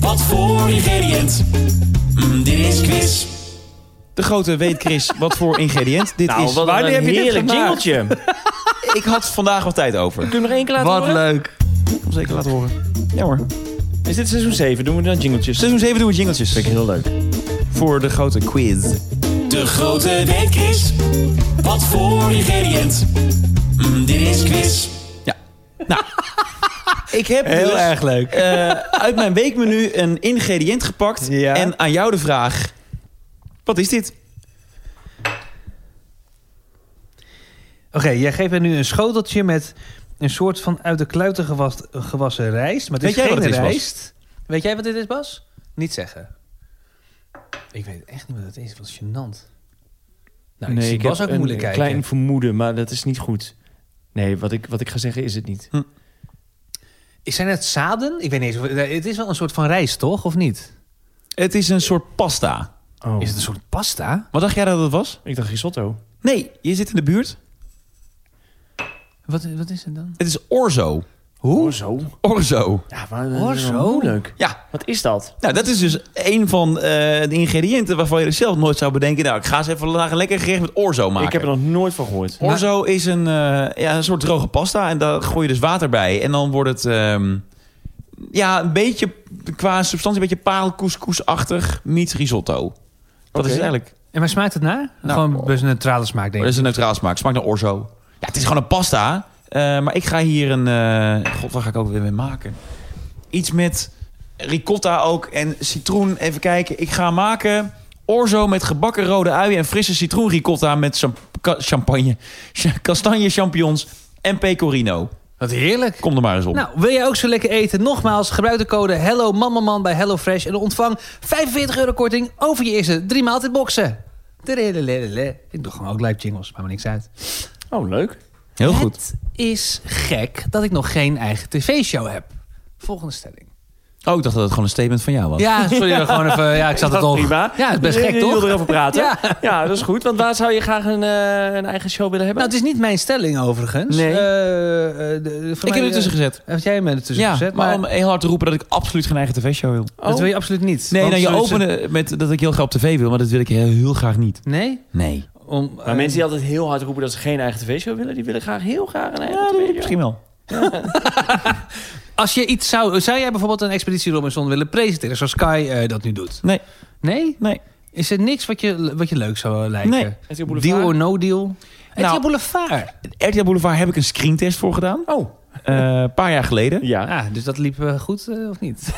Speaker 6: Wat voor ingrediënt? Mm, dit is quiz.
Speaker 3: De grote weet Chris wat voor ingrediënt dit
Speaker 2: nou,
Speaker 3: is.
Speaker 2: wat
Speaker 3: Wanneer
Speaker 2: een
Speaker 3: heb je dit
Speaker 2: heerlijk
Speaker 3: gemaakt?
Speaker 2: jingletje. Kun
Speaker 3: Ik had vandaag wat tijd over. Ik
Speaker 2: je hem nog één keer laten
Speaker 1: wat
Speaker 2: horen?
Speaker 1: leuk.
Speaker 3: hem zeker laten horen. Ja hoor.
Speaker 2: Is dit seizoen 7? Doen we dan jingletjes?
Speaker 3: Seizoen 7 doen we jingeltjes.
Speaker 2: Vind ik heel leuk. Nou,
Speaker 3: Voor de grote quiz.
Speaker 6: De grote weet Chris. Wat voor ingrediënt? Mm, dit is quiz.
Speaker 3: Ik heb dus,
Speaker 1: leuk.
Speaker 3: eh, uit mijn weekmenu een ingrediënt gepakt.
Speaker 1: Ja.
Speaker 3: En aan jou de vraag: wat is dit?
Speaker 1: Oké, jij geeft mij nu een schoteltje met een soort van uit de kluiten gewas- gewassen rijst. Maar het is
Speaker 3: Weet jij
Speaker 1: geen
Speaker 3: wat het is, Bas?
Speaker 1: rijst. Weet jij wat dit is, Bas? Niet zeggen. Ik weet echt niet wat het is. Wat gênant. Nou, ik zie Bas
Speaker 2: heb
Speaker 1: ook moeilijk
Speaker 2: een
Speaker 1: kijken.
Speaker 2: klein vermoeden, maar dat is niet goed. Nee, wat ik, wat ik ga zeggen is het niet.
Speaker 1: Zijn het zaden? Ik weet niet eens. of- Het is wel een soort van rijst, toch? Of niet?
Speaker 3: Het is een soort pasta.
Speaker 2: Oh.
Speaker 1: Is het een soort pasta?
Speaker 3: Wat dacht jij dat het was?
Speaker 2: Ik dacht risotto.
Speaker 3: Nee, je zit in de buurt.
Speaker 1: Wat, wat is het dan?
Speaker 3: Het is orzo.
Speaker 2: Hoe? Zo.
Speaker 3: Orzo.
Speaker 2: Ja, maar, eh,
Speaker 1: Orzo?
Speaker 2: Leuk.
Speaker 3: Ja,
Speaker 2: Wat is dat?
Speaker 3: nou dat is dus een van eh, de ingrediënten waarvan je zelf nooit zou bedenken. Nou, ik ga eens even vandaag een lekker gerecht met orzo maken.
Speaker 2: Ik heb er nog nooit van gehoord.
Speaker 3: Orzo is een, eh, ja, een soort droge pasta. En daar gooi je dus water bij. En dan wordt het ehm, ja, een beetje qua substantie een beetje paalkoeskoesachtig. Meets risotto. Dat is het eigenlijk.
Speaker 1: En waar smaakt het naar? Gewoon best een neutrale smaak, denk
Speaker 3: Dat
Speaker 1: ik.
Speaker 3: Oh, is een neutraal smaak. Smaakt naar orzo. Ja, het is gewoon een pasta. Eh, maar ik ga hier een... eh, God, waar ga ik ook weer mee maken? Iets met ricotta ook en citroen. Even kijken. Ik ga maken orzo met gebakken rode uien en frisse citroenricotta met cham- ka- champagne, cha- kastanje champignons en pecorino.
Speaker 1: Wat heerlijk.
Speaker 3: Kom er maar eens op.
Speaker 1: Nou, wil jij ook zo lekker eten? Nogmaals, gebruik de code Hello Mammaman bij HelloFresh en ontvang 45 euro korting over je eerste drie maaltijdboxen. Terelelele. Ik doe gewoon ook live jingles, maakt me niks uit.
Speaker 2: Oh, leuk.
Speaker 3: Heel goed.
Speaker 1: Het is gek dat ik nog geen eigen tv-show heb. Volgende stelling.
Speaker 3: Oh, ik dacht dat het gewoon een statement van jou was.
Speaker 1: Ja, sorry, dat gewoon even. Ja, ik zat het
Speaker 2: Dat
Speaker 1: al.
Speaker 2: prima.
Speaker 1: Ja, het is best
Speaker 2: Je-
Speaker 1: gek
Speaker 2: Je wil
Speaker 1: toch?
Speaker 2: erover praten.
Speaker 1: Ja.
Speaker 2: ja. dat is goed. Want waar zou je graag een, eh, een eigen show willen hebben?
Speaker 1: Nou, het is niet mijn stelling overigens.
Speaker 2: Nee.
Speaker 1: Eh, eh, de- de- voor
Speaker 3: Ik
Speaker 1: mij,
Speaker 3: heb er tussen
Speaker 1: eh,
Speaker 3: gezet.
Speaker 1: Heb jij me ertussen
Speaker 3: Ja,
Speaker 1: gezet?
Speaker 3: maar, om heel hard te roepen dat ik absoluut geen eigen tv-show wil.
Speaker 1: dat wil je absoluut niet.
Speaker 3: Nee,
Speaker 1: Want
Speaker 3: nou, je
Speaker 1: zoiets-
Speaker 3: opende met dat ik heel graag op tv wil, maar dat wil ik heel, heel graag niet.
Speaker 1: Nee?
Speaker 3: Nee.
Speaker 1: Om, eh,
Speaker 2: maar mensen die altijd heel hard roepen dat ze geen eigen tv-show willen... die willen graag heel graag een eigen tv-show.
Speaker 3: Misschien wel.
Speaker 1: Als je iets zou... Zou jij bijvoorbeeld een Expeditie Robinson willen presenteren... zoals Sky eh, dat nu doet?
Speaker 3: Nee.
Speaker 1: Nee?
Speaker 3: Nee.
Speaker 1: Is er niks wat je, wat je leuk zou lijken?
Speaker 3: Nee.
Speaker 2: RTL Boulevard?
Speaker 1: Deal or no deal? Het
Speaker 3: Nou.
Speaker 1: Boulevard.
Speaker 3: RTL Boulevard heb ik een screentest voor gedaan.
Speaker 2: Oh.
Speaker 3: Eh, Een paar jaar geleden.
Speaker 2: Ja.
Speaker 1: Ah, dus dat liep eh, goed, eh, of niet?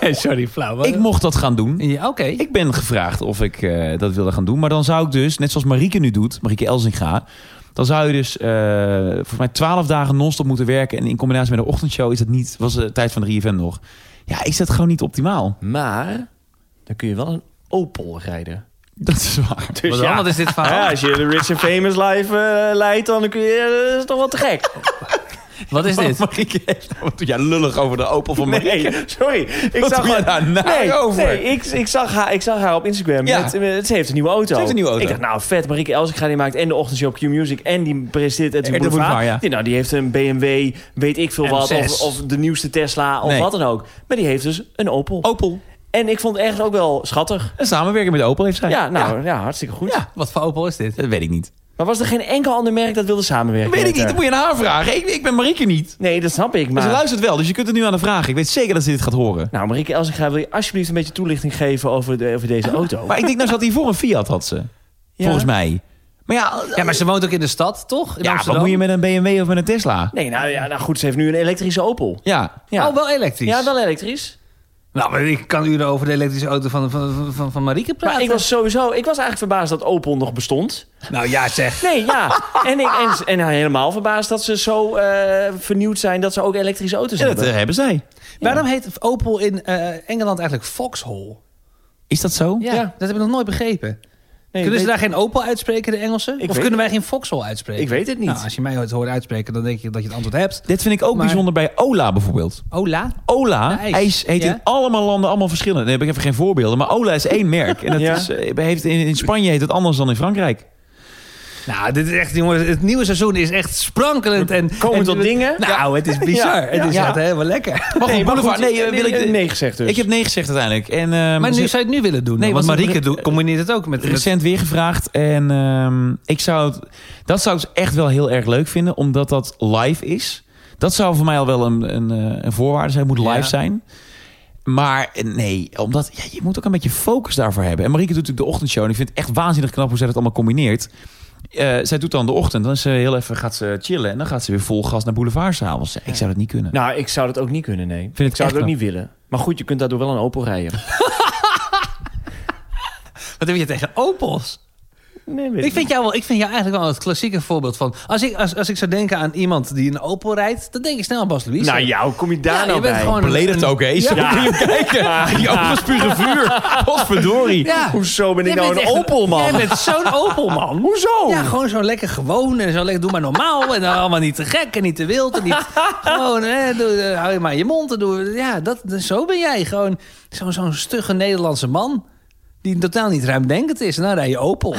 Speaker 1: Nee, Sorry, flauw. maar-
Speaker 3: Ik mocht dat gaan doen.
Speaker 1: ja, Oké.
Speaker 3: Ik ben gevraagd of ik eh, dat wilde gaan doen. Maar dan zou ik dus, net zoals Marieke nu doet, Marieke Elzinga... Dan zou je dus eh, volgens mij 12 dagen non-stop moeten werken. En in combinatie met een ochtendshow is dat niet, was de tijd van 3FM nog. Ja, is dat gewoon niet optimaal?
Speaker 2: Maar dan kun je wel een Opel rijden.
Speaker 3: Dat is waar.
Speaker 2: Dus
Speaker 1: Wat, dan? Wat is dit verhaal?
Speaker 2: Ja, als je de Rich and Famous life eh, leidt, dan kun je, dat is toch wel te gek.
Speaker 1: Wat is dit?
Speaker 3: Marieke heeft ja, lullig over de Opel van Marieke.
Speaker 2: Nee, sorry. Ik
Speaker 3: Wat
Speaker 2: zag
Speaker 3: doe je
Speaker 2: haar-
Speaker 3: daar naar
Speaker 2: nee,
Speaker 3: over?
Speaker 2: Nee, ik, ik, zag haar, ik zag haar op Instagram.
Speaker 3: Ja.
Speaker 2: Met, met- ze heeft een nieuwe auto.
Speaker 3: Ze heeft een nieuwe auto.
Speaker 2: Ik dacht, nou vet, Marieke Elsinga die maakt en de ochtendshow op Q-Music... en die presenteert het
Speaker 3: En de
Speaker 2: Boulevard.
Speaker 3: Boulevard, ja.
Speaker 2: die, nou, die heeft een BMW, weet ik veel wat...
Speaker 1: M6.
Speaker 2: Of, of de nieuwste Tesla, of
Speaker 3: Nee. Oh.
Speaker 2: wat dan ook. Maar die heeft dus een Opel.
Speaker 3: Opel.
Speaker 2: En ik vond het echt ook wel schattig.
Speaker 3: Een samenwerking met Opel heeft zij.
Speaker 2: Ja, nou, ja. hartstikke goed.
Speaker 3: Ja.
Speaker 1: Wat voor Opel is dit?
Speaker 3: Dat weet ik niet.
Speaker 2: Maar was er geen enkel ander merk dat wilde samenwerken?
Speaker 3: Dat weet ik
Speaker 2: met
Speaker 3: niet, dat
Speaker 2: haar?
Speaker 3: moet je aan haar vragen. Ik, ik ben Marieke niet.
Speaker 2: Nee, dat snap ik,
Speaker 3: Maar ze
Speaker 2: maar...
Speaker 3: luistert wel, dus je kunt het nu aan haar vragen. Ik weet zeker dat ze dit gaat horen.
Speaker 2: Nou, Marieke Elsinga, wil je alsjeblieft een beetje toelichting geven over, de, over deze auto?
Speaker 3: Maar ik denk, nou zat hij voor een Fiat, had ze. Volgens mij. Maar ja,
Speaker 1: Ja, maar ze woont ook in de stad, toch? In
Speaker 3: ja,
Speaker 1: Amsterdam.
Speaker 3: wat moet je met een BMW of met een Tesla?
Speaker 2: Nee, nou ja, nou goed, ze heeft nu een elektrische Opel.
Speaker 3: Ja.
Speaker 2: Ja,
Speaker 1: Oh, wel elektrisch.
Speaker 2: ja wel elektrisch.
Speaker 1: Nou, maar ik kan uren over de elektrische auto van, van, van, van Marieke praten.
Speaker 2: Maar ik was sowieso, ik was eigenlijk verbaasd dat Opel nog bestond.
Speaker 1: Nou ja, zeg.
Speaker 2: Nee, ja. En, ik, en, en helemaal verbaasd dat ze zo eh, vernieuwd zijn dat ze ook elektrische auto's
Speaker 3: Ja, dat
Speaker 2: hebben.
Speaker 3: eh, hebben zij.
Speaker 1: Waarom heet Opel in eh, Engeland eigenlijk Vauxhall?
Speaker 3: Is dat zo?
Speaker 1: Ja, dat heb ik nog nooit begrepen.
Speaker 2: Nee,
Speaker 1: kunnen ze
Speaker 2: weet-
Speaker 1: daar geen Opel uitspreken, de Engelsen?
Speaker 2: Ik
Speaker 1: of
Speaker 2: weet-
Speaker 1: kunnen wij geen Vauxhall uitspreken?
Speaker 2: Ik weet het niet.
Speaker 1: Nou, als je mij ooit hoort uitspreken, dan denk je dat je het antwoord hebt.
Speaker 3: Dit vind ik ook
Speaker 1: Maar-
Speaker 3: bijzonder bij Ola bijvoorbeeld.
Speaker 1: Ola?
Speaker 3: Ola,
Speaker 1: Ja, ijs.
Speaker 3: ijs. heet
Speaker 1: Ja.
Speaker 3: in allemaal landen allemaal verschillend. Nee, heb ik even geen voorbeelden. Maar Ola is één merk. En dat
Speaker 2: Ja.
Speaker 3: is, eh, heeft, in, in Spanje heet het anders dan in Frankrijk.
Speaker 1: Nou, dit is echt, jongens, het nieuwe seizoen is echt sprankelend. En,
Speaker 2: komen
Speaker 1: en,
Speaker 2: tot dingen.
Speaker 1: Nou, het is bizar.
Speaker 2: Ja, ja.
Speaker 1: Het is
Speaker 2: Ja.
Speaker 1: echt helemaal lekker.
Speaker 3: Maar
Speaker 2: Nee,
Speaker 3: goed,
Speaker 2: maar goed,
Speaker 3: Boulevard. nee, eh, wil ik,
Speaker 2: nee gezegd dus.
Speaker 3: ik heb nee gezegd uiteindelijk. En, eh,
Speaker 1: Maar
Speaker 3: ze-
Speaker 1: nu zou je het nu willen doen.
Speaker 3: Nee,
Speaker 1: want
Speaker 3: want-
Speaker 1: Marieke doet- combineert het ook met... met-
Speaker 3: recent weer gevraagd. En ehm, ik zou het, dat zou ik dus echt wel heel erg leuk vinden, omdat dat live is. Dat zou voor mij al wel een, een, eh, een voorwaarde zijn. Het moet
Speaker 1: Ja.
Speaker 3: live zijn. Maar eh, nee, omdat ja, je moet ook een beetje focus daarvoor hebben. En Marieke doet natuurlijk de ochtendshow. En ik vind het echt waanzinnig knap hoe zij dat allemaal combineert. Eh, zij doet dan de ochtend. Dan is ze heel even gaat ze chillen. En dan gaat ze weer vol gas naar Boulevard s'avonds. Ik zou dat niet kunnen.
Speaker 2: Nou, ik zou dat ook niet kunnen, nee.
Speaker 3: het
Speaker 2: ik zou
Speaker 3: echt
Speaker 2: dat ook
Speaker 3: wel.
Speaker 2: niet willen. Maar goed, je kunt daardoor wel een Opel rijden.
Speaker 1: Wat heb je tegen Opels?
Speaker 2: Nee, weet
Speaker 1: Ik vind, jou wel, ik vind jou eigenlijk wel het klassieke voorbeeld van... Als ik, als, als ik zou denken aan iemand die een Opel rijdt... dan denk ik snel aan Bas Louise.
Speaker 2: Nou ja, hoe kom je daar
Speaker 1: Ja, je
Speaker 2: nou
Speaker 1: bent
Speaker 2: bij?
Speaker 1: gewoon-
Speaker 3: Beledigd ook, hè? Ja. kijken. Die ogen spugen vuur. Godverdorie.
Speaker 1: Ja.
Speaker 2: Hoezo ben ik
Speaker 1: Jij
Speaker 2: nou
Speaker 1: bent
Speaker 2: een
Speaker 1: echt
Speaker 2: Opelman?
Speaker 1: Jij bent zo'n Opelman.
Speaker 2: Hoezo?
Speaker 1: Ja, gewoon zo lekker gewoon en zo lekker doe maar normaal. En dan allemaal niet te gek en niet te wild. En niet, gewoon, hè, doe, eh, hou je maar je mond. En doe, ja, dat, zo ben jij. Gewoon zo'n zo'n stugge Nederlandse man. Die totaal niet ruimdenkend is. En dan rij je Opel.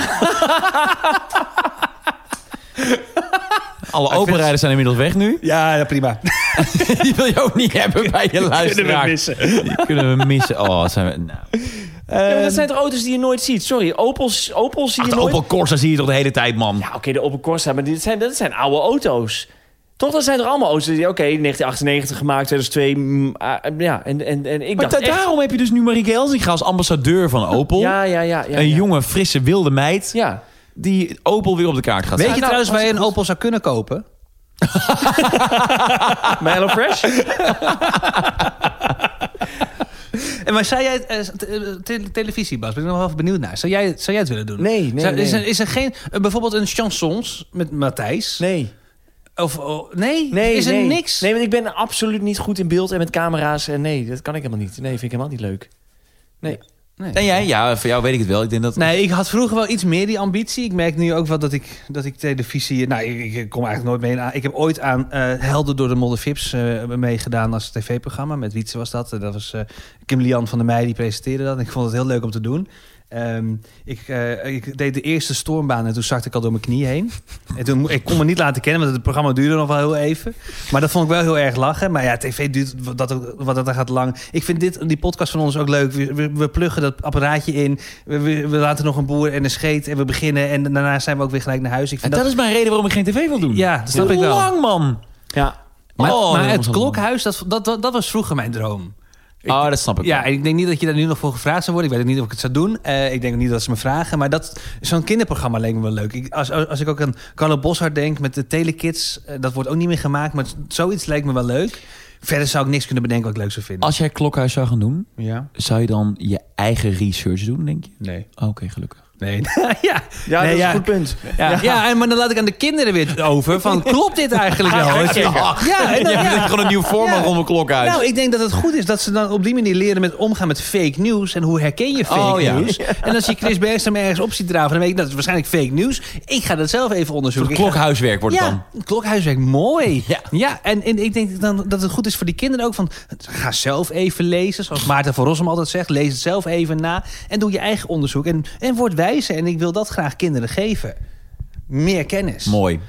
Speaker 1: Ah,
Speaker 3: Alle openrijders zijn inmiddels weg nu.
Speaker 1: Ja, prima.
Speaker 3: Die wil je ook niet hebben bij je luisteraar. Die kunnen we missen. Oh, zijn we... Nou.
Speaker 2: Ja, maar dat zijn toch auto's die je nooit ziet? Sorry, Opels, Opels zie
Speaker 3: Ach,
Speaker 2: je
Speaker 3: de
Speaker 2: nooit.
Speaker 3: Opel Corsa zie je toch de hele tijd, man.
Speaker 2: Ja, oké, de Opel Corsa, maar dit zijn, dat zijn oude auto's. Toch, dat zijn er allemaal auto's die, oké, 1998 gemaakt, 2002, mm, ah, eh, ja, en, en, en ik
Speaker 3: maar
Speaker 2: dacht
Speaker 3: da-
Speaker 2: echt-
Speaker 3: daarom heb je dus nu Marieke Elsinga als ambassadeur van Opel.
Speaker 2: Ja, ja, ja. ja
Speaker 3: een
Speaker 2: ja.
Speaker 3: jonge, frisse, wilde meid
Speaker 2: Ja.
Speaker 3: die Opel weer op de kaart gaat
Speaker 2: nou,
Speaker 1: Weet je
Speaker 3: zetten.
Speaker 1: trouwens waar je een Opel zou kunnen kopen?
Speaker 2: Bij HelloFresh?
Speaker 1: En maar zou jij eh, te- eh, te- televisie, Bas, ben ik nog wel even benieuwd naar. Zou jij, zou jij het willen doen?
Speaker 2: Nee, nee,
Speaker 1: Zou- Is
Speaker 2: nee.
Speaker 1: er, is er geen, eh, bijvoorbeeld een chansons met Matthijs?
Speaker 2: Nee.
Speaker 1: Of, oh, nee?
Speaker 2: Nee,
Speaker 1: Is er
Speaker 2: nee.
Speaker 1: niks?
Speaker 2: Nee, want ik ben absoluut niet goed in beeld en met camera's. En nee, dat kan ik helemaal niet. Nee, vind ik helemaal niet leuk.
Speaker 3: En jij? Ja, voor jou weet ik het wel. Ik denk dat...
Speaker 1: Nee, ik had vroeger wel iets meer die ambitie. Ik merk nu ook wel dat ik, dat ik televisie... Nou, ik, ik kom eigenlijk nooit mee aan. Ik heb ooit aan eh, Helden door de Moddervips eh meegedaan als tv-programma. Met Wietse was dat. En Dat was eh, Kim Lian van der Meij, die presenteerde dat. En ik vond het heel leuk om te doen. Ehm, ik, eh, ik deed de eerste stormbaan en toen zakte ik al door mijn knie heen. En toen, mo- ik kon me niet laten kennen, want het programma duurde nog wel heel even. Maar dat vond ik wel heel erg lachen. Maar ja, tv duurt wat dat, ook- wat dat gaat lang. Ik vind dit, die podcast van ons ook leuk. We, we, we pluggen dat apparaatje in. We, we, we laten nog een boer en een scheet en we beginnen. En daarna zijn we ook weer gelijk naar huis. Ik
Speaker 3: En
Speaker 1: vind
Speaker 3: dat
Speaker 1: dat,
Speaker 3: is mijn reden waarom ik geen tv wil doen.
Speaker 1: Ja, dat snap ik wel.
Speaker 3: Lang, man.
Speaker 2: Ja.
Speaker 1: maar,
Speaker 3: Oh,
Speaker 1: maar
Speaker 3: dat
Speaker 1: het
Speaker 3: was-
Speaker 1: klokhuis, dat, dat, dat, dat was vroeger mijn droom. Ik-
Speaker 3: Oh, dat snap ik
Speaker 1: Ja,
Speaker 3: wel.
Speaker 1: en ik denk niet dat je daar nu nog voor gevraagd zou worden. Ik weet ook niet of ik het zou doen. Eh, ik denk ook niet dat ze me vragen. Maar dat, zo'n kinderprogramma leek me wel leuk. Ik, als, als ik ook aan Carlo Boshart denk met de Telekids. eh, dat wordt ook niet meer gemaakt. Maar zoiets leek me wel leuk. Verder zou ik niks kunnen bedenken wat ik leuk zou vinden.
Speaker 3: Als jij Klokhuis zou gaan doen,
Speaker 1: Oh. Ja?
Speaker 3: zou je dan je eigen research doen, denk je?
Speaker 1: Nee.
Speaker 3: Oké, gelukkig.
Speaker 1: Nee, ja.
Speaker 2: Ja,
Speaker 1: Nee,
Speaker 2: dat is
Speaker 1: ja.
Speaker 2: een goed punt.
Speaker 1: Ja, ja. en, maar dan laat ik aan de kinderen weer over van, klopt dit eigenlijk wel? Ja, en dan-
Speaker 3: Je hebt
Speaker 1: ja.
Speaker 3: gewoon een nieuw format
Speaker 1: Ja.
Speaker 3: rond mijn klok uit.
Speaker 1: Nou, ik denk dat het goed is dat ze dan op die manier leren met omgaan met fake nieuws. En hoe herken je fake
Speaker 3: Oh, ja.
Speaker 1: nieuws? En als je Chris Bergstrom ergens op ziet draven, dan weet ik dat is waarschijnlijk fake nieuws. Ik ga dat zelf even onderzoeken.
Speaker 3: het
Speaker 1: Ik ga-
Speaker 3: klokhuiswerk wordt het dan.
Speaker 1: ja, klokhuiswerk, mooi.
Speaker 3: Ja.
Speaker 1: Ja, en, en ik denk dan dat het goed is voor die kinderen ook. Van, ga zelf even lezen, zoals Maarten van Rossum altijd zegt. Lees het zelf even na en doe je eigen onderzoek. En, en word wijzer. En ik wil dat graag kinderen geven. Meer kennis.
Speaker 3: Mooi.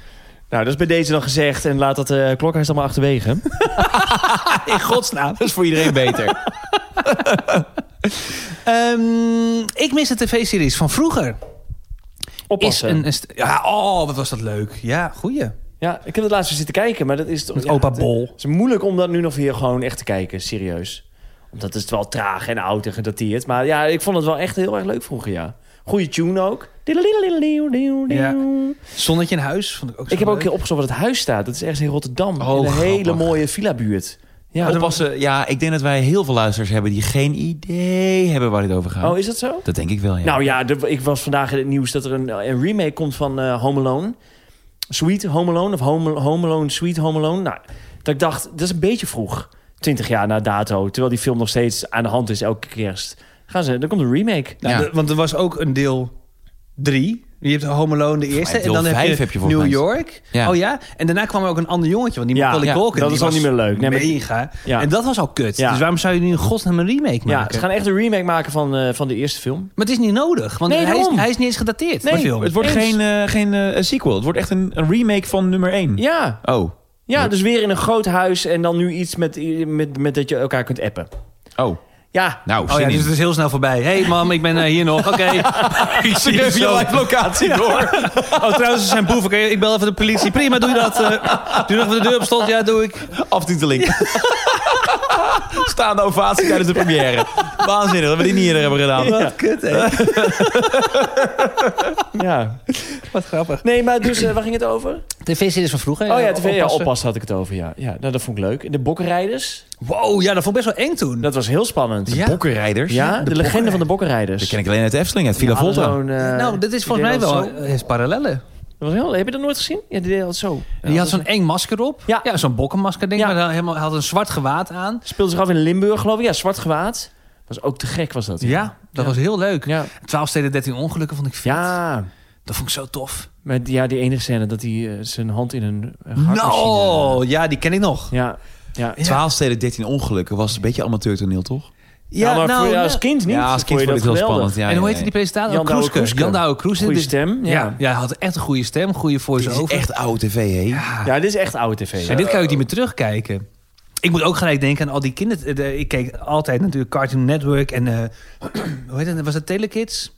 Speaker 2: Nou, dat is bij deze dan gezegd. En laat dat eh klokhuis dan maar achterwege.
Speaker 1: In godsnaam.
Speaker 3: Dat is voor iedereen beter.
Speaker 1: Ehm, ik mis de tv-series van vroeger.
Speaker 2: Oppassen.
Speaker 1: Is een, een st- ja, oh, wat was dat leuk. Ja, goeie.
Speaker 2: Ja, ik heb het laatst weer zitten kijken, maar dat is toch...
Speaker 1: Met
Speaker 2: ja,
Speaker 1: opa
Speaker 2: het-
Speaker 1: Bol.
Speaker 2: Het is moeilijk om dat nu nog weer gewoon echt te kijken, serieus. Omdat het is wel traag en oud en gedateerd. Maar ja, ik vond het wel echt heel erg leuk vroeger, ja. Goeie tune ook.
Speaker 1: Ja. Zonnetje in huis vond ik ook zo
Speaker 2: Ik heb
Speaker 1: leuk.
Speaker 2: ook opgezocht wat het huis staat. Dat is ergens in Rotterdam.
Speaker 3: Oh,
Speaker 2: in een hele
Speaker 3: grappig.
Speaker 2: mooie villa-buurt. Ja,
Speaker 3: Oppassen. Ja, ik denk dat wij heel veel luisteraars hebben die geen idee hebben waar dit over gaat.
Speaker 2: Oh, is dat zo?
Speaker 3: Dat denk ik wel, ja.
Speaker 2: Nou ja, de- ik was vandaag in het nieuws dat er een, een remake komt van eh, Home Alone. Sweet Home Alone of Home, Home Alone, Sweet Home Alone. Nou, dat ik dacht, dat is een beetje vroeg. 20 jaar na dato, terwijl die film nog steeds aan de hand is elke kerst. Gaan ze, dan komt een remake.
Speaker 1: Nou,
Speaker 3: Ja.
Speaker 1: de- want er was ook een deel 3. Je hebt Home Alone de eerste.
Speaker 3: mij
Speaker 1: En dan
Speaker 3: deel
Speaker 1: heb je,
Speaker 3: vijf heb je volgens
Speaker 1: New
Speaker 3: mij.
Speaker 1: York.
Speaker 3: Ja.
Speaker 1: Oh ja. En daarna kwam er ook een ander jongetje. Want die
Speaker 2: Ja,
Speaker 1: Macaulay
Speaker 2: ja,
Speaker 1: Culkin,
Speaker 2: dat
Speaker 1: die
Speaker 2: is al
Speaker 1: was
Speaker 2: niet meer leuk. Nee, maar-
Speaker 1: mega.
Speaker 2: Ja.
Speaker 1: En dat was al kut.
Speaker 2: Ja.
Speaker 1: Dus waarom zou je nu in godsnaam een remake
Speaker 2: Ja,
Speaker 1: maken?
Speaker 2: ze gaan echt een remake maken van, eh, van de eerste film.
Speaker 1: Maar het is niet nodig. Want
Speaker 2: Nee,
Speaker 1: hij, is,
Speaker 2: daarom.
Speaker 1: hij is niet eens gedateerd.
Speaker 2: Nee,
Speaker 1: de film.
Speaker 3: het wordt
Speaker 2: Eens.
Speaker 3: geen, eh, geen eh, sequel. Het wordt echt een, een remake van nummer 1.
Speaker 2: Ja,
Speaker 3: Oh.
Speaker 2: ja dus weer in een groot huis en dan nu iets met, met, met dat je elkaar kunt appen.
Speaker 3: Oh.
Speaker 2: Ja,
Speaker 3: Nou,
Speaker 1: Oh
Speaker 3: zin
Speaker 1: ja,
Speaker 3: in.
Speaker 1: dus het is heel snel voorbij. Hé hey, mam, ik ben eh, hier nog. Oké. Ik zie je zo.
Speaker 3: locatie door.
Speaker 1: Oh, trouwens, ze zijn boeven. Oké, Ik bel even de politie. Prima, doe je dat. eh. doe je nog wat de deur op stond? Ja, doe ik.
Speaker 3: Aftiteling. Staande ovatie tijdens de première. Waanzinnig dat we die niet eerder hebben gedaan.
Speaker 1: Wat kut, hè?
Speaker 2: ja.
Speaker 1: Wat grappig.
Speaker 2: Nee, maar dus, eh, waar ging het over?
Speaker 1: TV-series van vroeger.
Speaker 2: Oh ja,
Speaker 1: eh,
Speaker 2: tv, ja,
Speaker 1: oppassen.
Speaker 2: oppassen had ik het over, ja. ja nou, dat vond ik leuk. De bokkenrijders,
Speaker 1: Wow, ja, dat vond ik best wel eng toen.
Speaker 2: dat was heel spannend.
Speaker 1: Ja.
Speaker 3: Bokkenrijders.
Speaker 2: Ja, de, legende van de bokkenrijders.
Speaker 3: Dat ken ik alleen uit de Efteling, uit Villa
Speaker 2: Die hadden
Speaker 3: Volta.
Speaker 2: zo'n, eh,
Speaker 1: nou, dat
Speaker 2: die
Speaker 1: is volgens mij
Speaker 2: deden
Speaker 1: wel
Speaker 2: dat zo.
Speaker 1: het is parallellen.
Speaker 2: Dat was heel, heb je dat nooit gezien? Ja, die deed dat zo. Ja,
Speaker 1: die had
Speaker 2: dat
Speaker 1: zo'n eng masker op.
Speaker 2: Ja.
Speaker 1: zo'n bokkenmasker ding.
Speaker 2: Ja.
Speaker 1: Maar dan helemaal, hij had een zwart gewaad aan.
Speaker 2: speelde zich af in Limburg, geloof ik. Ja, zwart gewaad. Was ook te gek, was dat.
Speaker 1: Ja, dat was heel leuk.
Speaker 2: Ja.
Speaker 1: 12 steden, 13 ongelukken vond ik vet.
Speaker 2: Ja,
Speaker 1: Dat vond ik zo tof.
Speaker 2: maar die, ja, die enige scène dat hij eh, zijn hand in een eh, hartmachine... eh.
Speaker 1: Nou, ja, die ken ik nog.
Speaker 2: Ja, ja.
Speaker 1: Ja.
Speaker 3: 12 steden, 13 ongelukken. Was een beetje amateurtoneel, toch?
Speaker 2: Ja, maar voor, ja, als kind niet.
Speaker 3: nou, Ja, als kind
Speaker 2: je
Speaker 3: vond ik het
Speaker 2: dat
Speaker 3: heel
Speaker 2: geweldig.
Speaker 3: spannend. Ja,
Speaker 1: nou, en hoe
Speaker 3: ja,
Speaker 1: heette die
Speaker 3: ja.
Speaker 1: presentator?
Speaker 2: Jan Douwe
Speaker 1: Kroeske.
Speaker 2: Kroeske.
Speaker 1: Jan Douwe Kroeske.
Speaker 2: Goeie
Speaker 1: Dit-
Speaker 2: stem, ja.
Speaker 1: Ja,
Speaker 2: ja.
Speaker 1: ja, hij had echt een goede stem, goede
Speaker 3: Dit is
Speaker 1: voice-over.
Speaker 3: echt oude tv, hè?
Speaker 2: dit is echt oude tv.
Speaker 1: En
Speaker 2: ja.
Speaker 1: dit kan je ook niet meer terugkijken. Ik moet ook gelijk denken aan al die kinderen. de- Ik keek altijd natuurlijk Cartoon Network en... eh, hoe heet het? Was dat Telekids?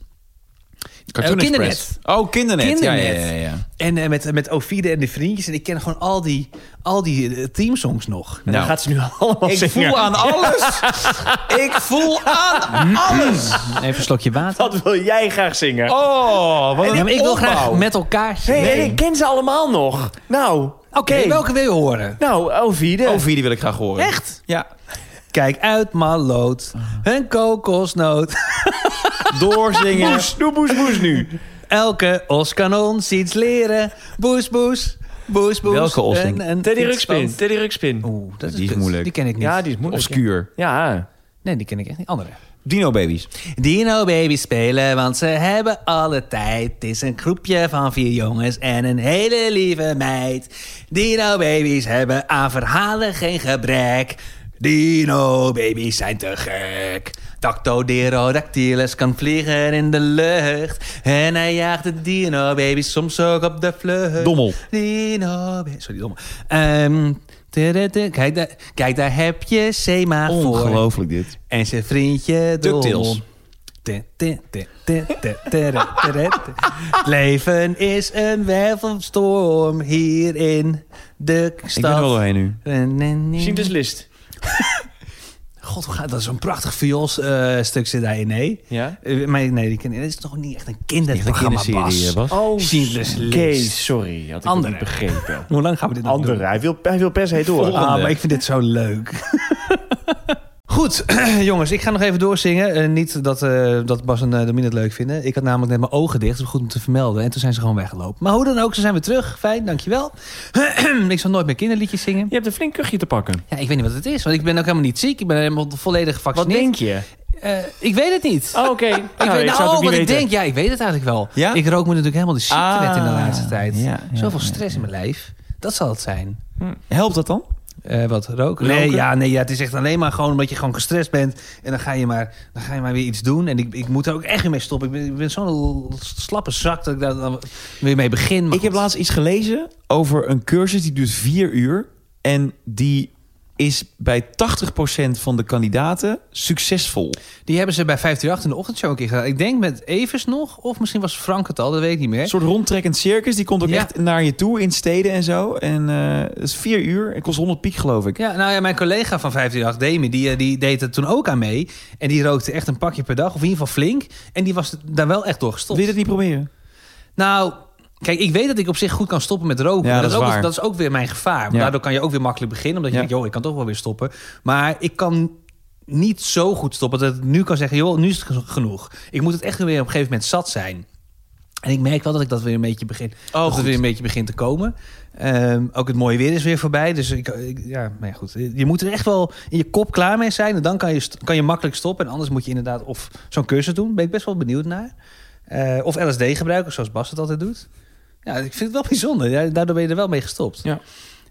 Speaker 3: Cartoon
Speaker 1: Eh, Kindernet.
Speaker 3: Express. Oh, kindernet.
Speaker 1: Kindernet.
Speaker 3: Ja, ja, ja, ja.
Speaker 1: En eh, met, met Ovide en de vriendjes. En ik ken gewoon al die, al die eh, teamsongs nog.
Speaker 2: En dan
Speaker 3: Nou.
Speaker 2: gaat ze nu allemaal
Speaker 3: Ik
Speaker 2: zingen.
Speaker 3: voel aan alles. Ik voel aan alles.
Speaker 1: Even een slokje water.
Speaker 2: Dat wil jij graag zingen.
Speaker 3: Oh, wat een
Speaker 1: Ja, maar ik wil
Speaker 3: opbouw.
Speaker 1: graag met elkaar
Speaker 2: Nee,
Speaker 1: zingen.
Speaker 2: nee, ik ken ze allemaal nog. Nou,
Speaker 1: Oké, welke wil je horen?
Speaker 2: Nou, Ovide.
Speaker 3: Over Oh, die wil ik graag horen.
Speaker 1: Echt?
Speaker 3: Ja.
Speaker 1: Kijk uit, maloot. Een kokosnoot.
Speaker 3: Doorzingen.
Speaker 2: Doe boes, boes nu.
Speaker 1: Elke oskanon ziet leren. Boes, boes. Boes, boes.
Speaker 3: Welke os,
Speaker 1: En-
Speaker 3: denk ik?
Speaker 1: en
Speaker 2: Teddy
Speaker 1: fietsband.
Speaker 2: Ruxpin. Teddy Ruxpin.
Speaker 1: Oeh, dat is,
Speaker 3: Die is
Speaker 1: kut.
Speaker 3: moeilijk.
Speaker 1: Die ken ik niet.
Speaker 2: Ja, die is moeilijk.
Speaker 3: Obscuur.
Speaker 2: Ja.
Speaker 1: Nee, die ken ik echt niet. Andere.
Speaker 3: Dino babies.
Speaker 1: Dino baby spelen, want ze hebben alle tijd. Het is een groepje van vier jongens en een hele lieve meid. Dino baby's hebben aan verhalen geen gebrek. Dino baby's zijn te gek. Dactylodactylus kan vliegen in de lucht. En hij jaagt de dino baby's soms ook op de vlucht.
Speaker 3: Dommel.
Speaker 1: Dino baby. Sorry, dommel. Ehm, tududu. kijk, daar, kijk, daar heb je Sema voor.
Speaker 3: Ongelooflijk dit.
Speaker 1: En zijn vriendje
Speaker 3: DuckTales.
Speaker 1: Dommel. Tin, tin, tin, tin, tin, tere, tere, tin. Het leven is een wervelstorm hier in de
Speaker 3: Ik ben er wel
Speaker 1: stad.
Speaker 3: doorheen nu.
Speaker 2: Sien dus list.
Speaker 1: God, hoe gaat dat? Zo'n prachtig vioolstuk stuk zit daarin, nee?
Speaker 2: Ja.
Speaker 1: Eh, Maar nee, die ken- dat is toch niet echt een
Speaker 3: Echt een
Speaker 1: kinderprogramma,
Speaker 3: kinderserie,
Speaker 1: Bas?
Speaker 3: eh, Bas.
Speaker 2: Oh,
Speaker 1: Schindler's
Speaker 2: oké,
Speaker 1: List.
Speaker 2: sorry. Had ik
Speaker 1: Andere.
Speaker 2: het niet begrepen.
Speaker 1: Hoe lang gaan we dit nog doen?
Speaker 2: Ah, Hij wil, hij wil per se door.
Speaker 1: Ah, maar ik vind dit zo leuk. Goed, jongens, ik ga nog even doorzingen. Eh, niet dat, eh, dat Bas en eh, Domien het leuk vinden. Ik had namelijk net mijn ogen dicht, dat is goed om te vermelden. En toen zijn ze gewoon weggelopen. Maar hoe dan ook, ze zijn weer terug. Fijn, dankjewel. ik zal nooit meer kinderliedjes zingen.
Speaker 2: Je hebt een flink kuchje te pakken.
Speaker 1: Ja, ik weet niet wat het is, want ik ben ook helemaal niet ziek. Ik ben helemaal volledig
Speaker 2: Wat
Speaker 1: gevaccineerd.
Speaker 2: denk je?
Speaker 1: Eh, ik weet het niet.
Speaker 2: Oh, oké. Nou,
Speaker 1: Ik weet, nou,
Speaker 2: zou het ook
Speaker 1: wat
Speaker 2: niet
Speaker 1: ik
Speaker 2: weten.
Speaker 1: denk, ja, ik weet het eigenlijk wel.
Speaker 3: Ja?
Speaker 1: Ik rook me natuurlijk helemaal de ziekte werd in de
Speaker 3: Ah,
Speaker 1: laatste tijd.
Speaker 3: ja, ja,
Speaker 1: Zoveel
Speaker 3: ja,
Speaker 1: stress in mijn lijf. Dat zal het zijn.
Speaker 3: Helpt dat dan?
Speaker 1: Eh, wat, roken? Nee, ja, nee ja, het is echt alleen maar gewoon omdat je gewoon gestrest bent. En dan ga je maar, dan ga je maar weer iets doen. En ik, ik moet er ook echt weer mee stoppen. Ik ben, ik ben zo'n l- slappe zak dat ik daar dan weer mee begin. Maar
Speaker 3: Ik heb
Speaker 1: goed.
Speaker 3: laatst iets gelezen over een cursus die duurt vier uur. En die is bij 80% van de kandidaten succesvol.
Speaker 1: Die hebben ze bij 538 in de ochtendshow een keer gedaan. Ik denk met Evers nog, of misschien was Frank het al, dat weet ik niet meer.
Speaker 3: Een soort rondtrekkend circus. Die komt ook
Speaker 1: Ja.
Speaker 3: echt naar je toe in steden en zo. En eh dat is vier uur. Het kost 100 piek, geloof ik.
Speaker 1: Ja, nou ja, mijn collega van 538, Demi, die, eh, die deed er toen ook aan mee. En die rookte echt een pakje per dag, of in ieder geval flink. En die was daar wel echt door
Speaker 3: Wil
Speaker 1: gestopt.
Speaker 3: je dat niet proberen?
Speaker 1: Nou, kijk, ik weet dat ik op zich goed kan stoppen met roken.
Speaker 3: Ja,
Speaker 1: Maar
Speaker 3: dat is
Speaker 1: ook,
Speaker 3: waar.
Speaker 1: dat is ook weer mijn gevaar. Want
Speaker 3: Ja.
Speaker 1: Daardoor kan je ook weer makkelijk beginnen. Omdat je
Speaker 3: Ja.
Speaker 1: denkt, joh, ik kan toch wel weer stoppen. Maar ik kan niet zo goed stoppen dat ik nu kan zeggen... joh, nu is het genoeg. Ik moet het echt weer op een gegeven moment zat zijn. En ik merk wel dat ik dat weer een beetje begin... dat het weer een beetje begint te komen. Ehm, ook het mooie weer is weer voorbij. Dus ik, ik- ja, maar ja, goed. Je moet er echt wel in je kop klaar mee zijn. En dan kan je, st- kan je makkelijk stoppen. En anders moet je inderdaad of zo'n cursus doen. Ben ik best wel benieuwd naar. Eh, of LSD gebruiken, zoals Bas het altijd doet. Ja, ik vind het wel bijzonder. Ja, daardoor ben je er wel mee gestopt.
Speaker 2: Ja.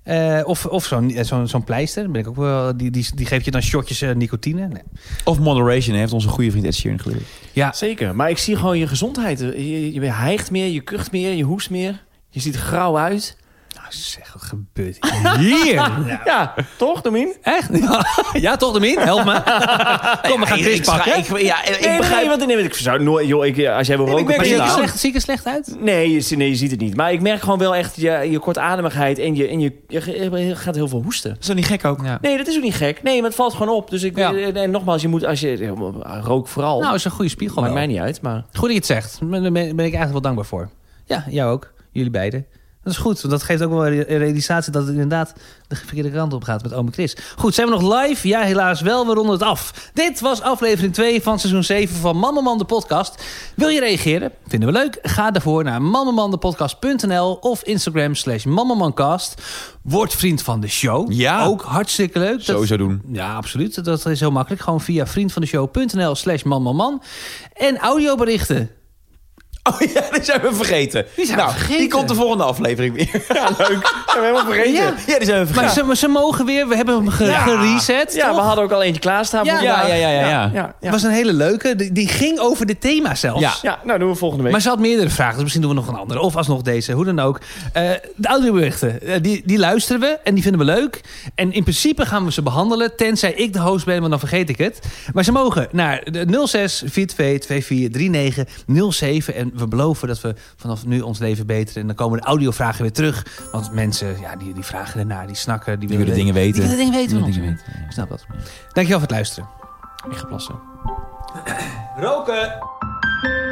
Speaker 1: Eh, of of zo'n eh, zo'n zo'n pleister. Ben ik ook wel, die, die, die geeft je dan shotjes eh, nicotine. Nee.
Speaker 3: Of Moderation heeft onze goede vriend Ed Sheeran geleerd.
Speaker 2: Zeker, maar ik zie gewoon je gezondheid. Je, je hijgt meer, je kucht meer, je hoest meer. Je ziet er grauw uit.
Speaker 1: Nou zeg, wat gebeurt hier? Ja.
Speaker 2: Ja, toch, Domien?
Speaker 1: Echt? Ja, ja toch, Domien? Help me. Kom, we gaan Chris pakken.
Speaker 3: Ik, ja,
Speaker 2: Nee, ik begrijp wat nee, want ik zou nooit, joh, ik, eh, als jij wil roken,
Speaker 1: Maar zie ik er
Speaker 2: prima.
Speaker 1: slecht- zie ik er slecht uit?
Speaker 2: Nee je, zie- nee, je ziet het niet. Maar ik merk gewoon wel echt je, je kortademigheid en, je, en je, je, je gaat heel veel hoesten.
Speaker 3: Is dat niet gek ook?
Speaker 1: Ja.
Speaker 2: Nee, dat is ook niet gek. Nee, maar het valt gewoon op. Dus ik,
Speaker 1: Ja.
Speaker 2: eh, en nogmaals, je moet als je eh, rook vooral.
Speaker 1: Nou,
Speaker 2: Nou,
Speaker 1: is een goede spiegel.
Speaker 2: maakt
Speaker 1: wel.
Speaker 2: mij niet uit, maar
Speaker 1: Goed dat je het zegt. Daar ben, ben- ben ik eigenlijk wel dankbaar voor. Ja, jou ook. Jullie beiden. Dat is goed, want dat geeft ook wel een realisatie dat het inderdaad de verkeerde kant op gaat met Ome Chris. Goed, zijn we nog live? Ja, helaas wel. We ronden het af. Dit was aflevering 2 van seizoen 7 van Mammeman de podcast. Wil je reageren? Vinden we leuk? Ga daarvoor naar mammemandepodcast.nl of Instagram slash mammemancast. Word vriend van de show.
Speaker 3: Ja.
Speaker 1: Ook hartstikke leuk. Dat-
Speaker 3: Sowieso doen.
Speaker 1: ja, absoluut. Dat is heel makkelijk. Gewoon via vriendvandeshow.nl slash manmanman. En audioberichten.
Speaker 3: Oh ja, die zijn we vergeten.
Speaker 1: Die zijn we
Speaker 3: nou,
Speaker 1: vergeten.
Speaker 3: die komt de volgende aflevering weer. Ja, leuk.
Speaker 2: zijn we helemaal vergeten.
Speaker 1: Ja.
Speaker 2: Ja,
Speaker 3: Ja, die zijn we
Speaker 1: Maar
Speaker 3: vergeten.
Speaker 1: ze, ze mogen weer. We hebben hem ge- gereset,
Speaker 2: Ja,
Speaker 1: toch?
Speaker 2: we hadden ook al eentje klaarstaan.
Speaker 1: Ja.
Speaker 2: voor
Speaker 3: ja,
Speaker 2: vandaag.
Speaker 3: ja, ja, ja. ja.
Speaker 2: ja, ja.
Speaker 1: Het was een hele leuke. Die, die ging over dit thema zelfs.
Speaker 3: Ja.
Speaker 2: Ja, nou doen we volgende week.
Speaker 1: Maar ze had meerdere vragen, dus misschien doen we nog een andere. Of alsnog deze, hoe dan ook. Eh, de audioberichten, eh, die, die luisteren we en die vinden we leuk. En in principe gaan we ze behandelen, tenzij ik de host ben, want dan vergeet ik het. Maar ze mogen naar de 06 42 24 39 07. En we beloven dat we vanaf nu ons leven beteren. En dan komen de audiovragen weer terug. Want mensen, ja, die, die vragen ernaar, die snakken. Die
Speaker 3: Die willen
Speaker 1: willen
Speaker 3: dingen
Speaker 1: Die
Speaker 3: weten.
Speaker 1: willen dingen weten van
Speaker 3: Die
Speaker 1: ons.
Speaker 3: willen
Speaker 1: Ik
Speaker 3: dingen weten,
Speaker 1: snap dat. Dankjewel voor het luisteren.
Speaker 2: Ik ga plassen.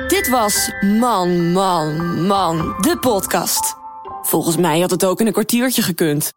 Speaker 4: Dit was Man, Man, Man, de podcast. Volgens mij had het ook in een kwartiertje gekund.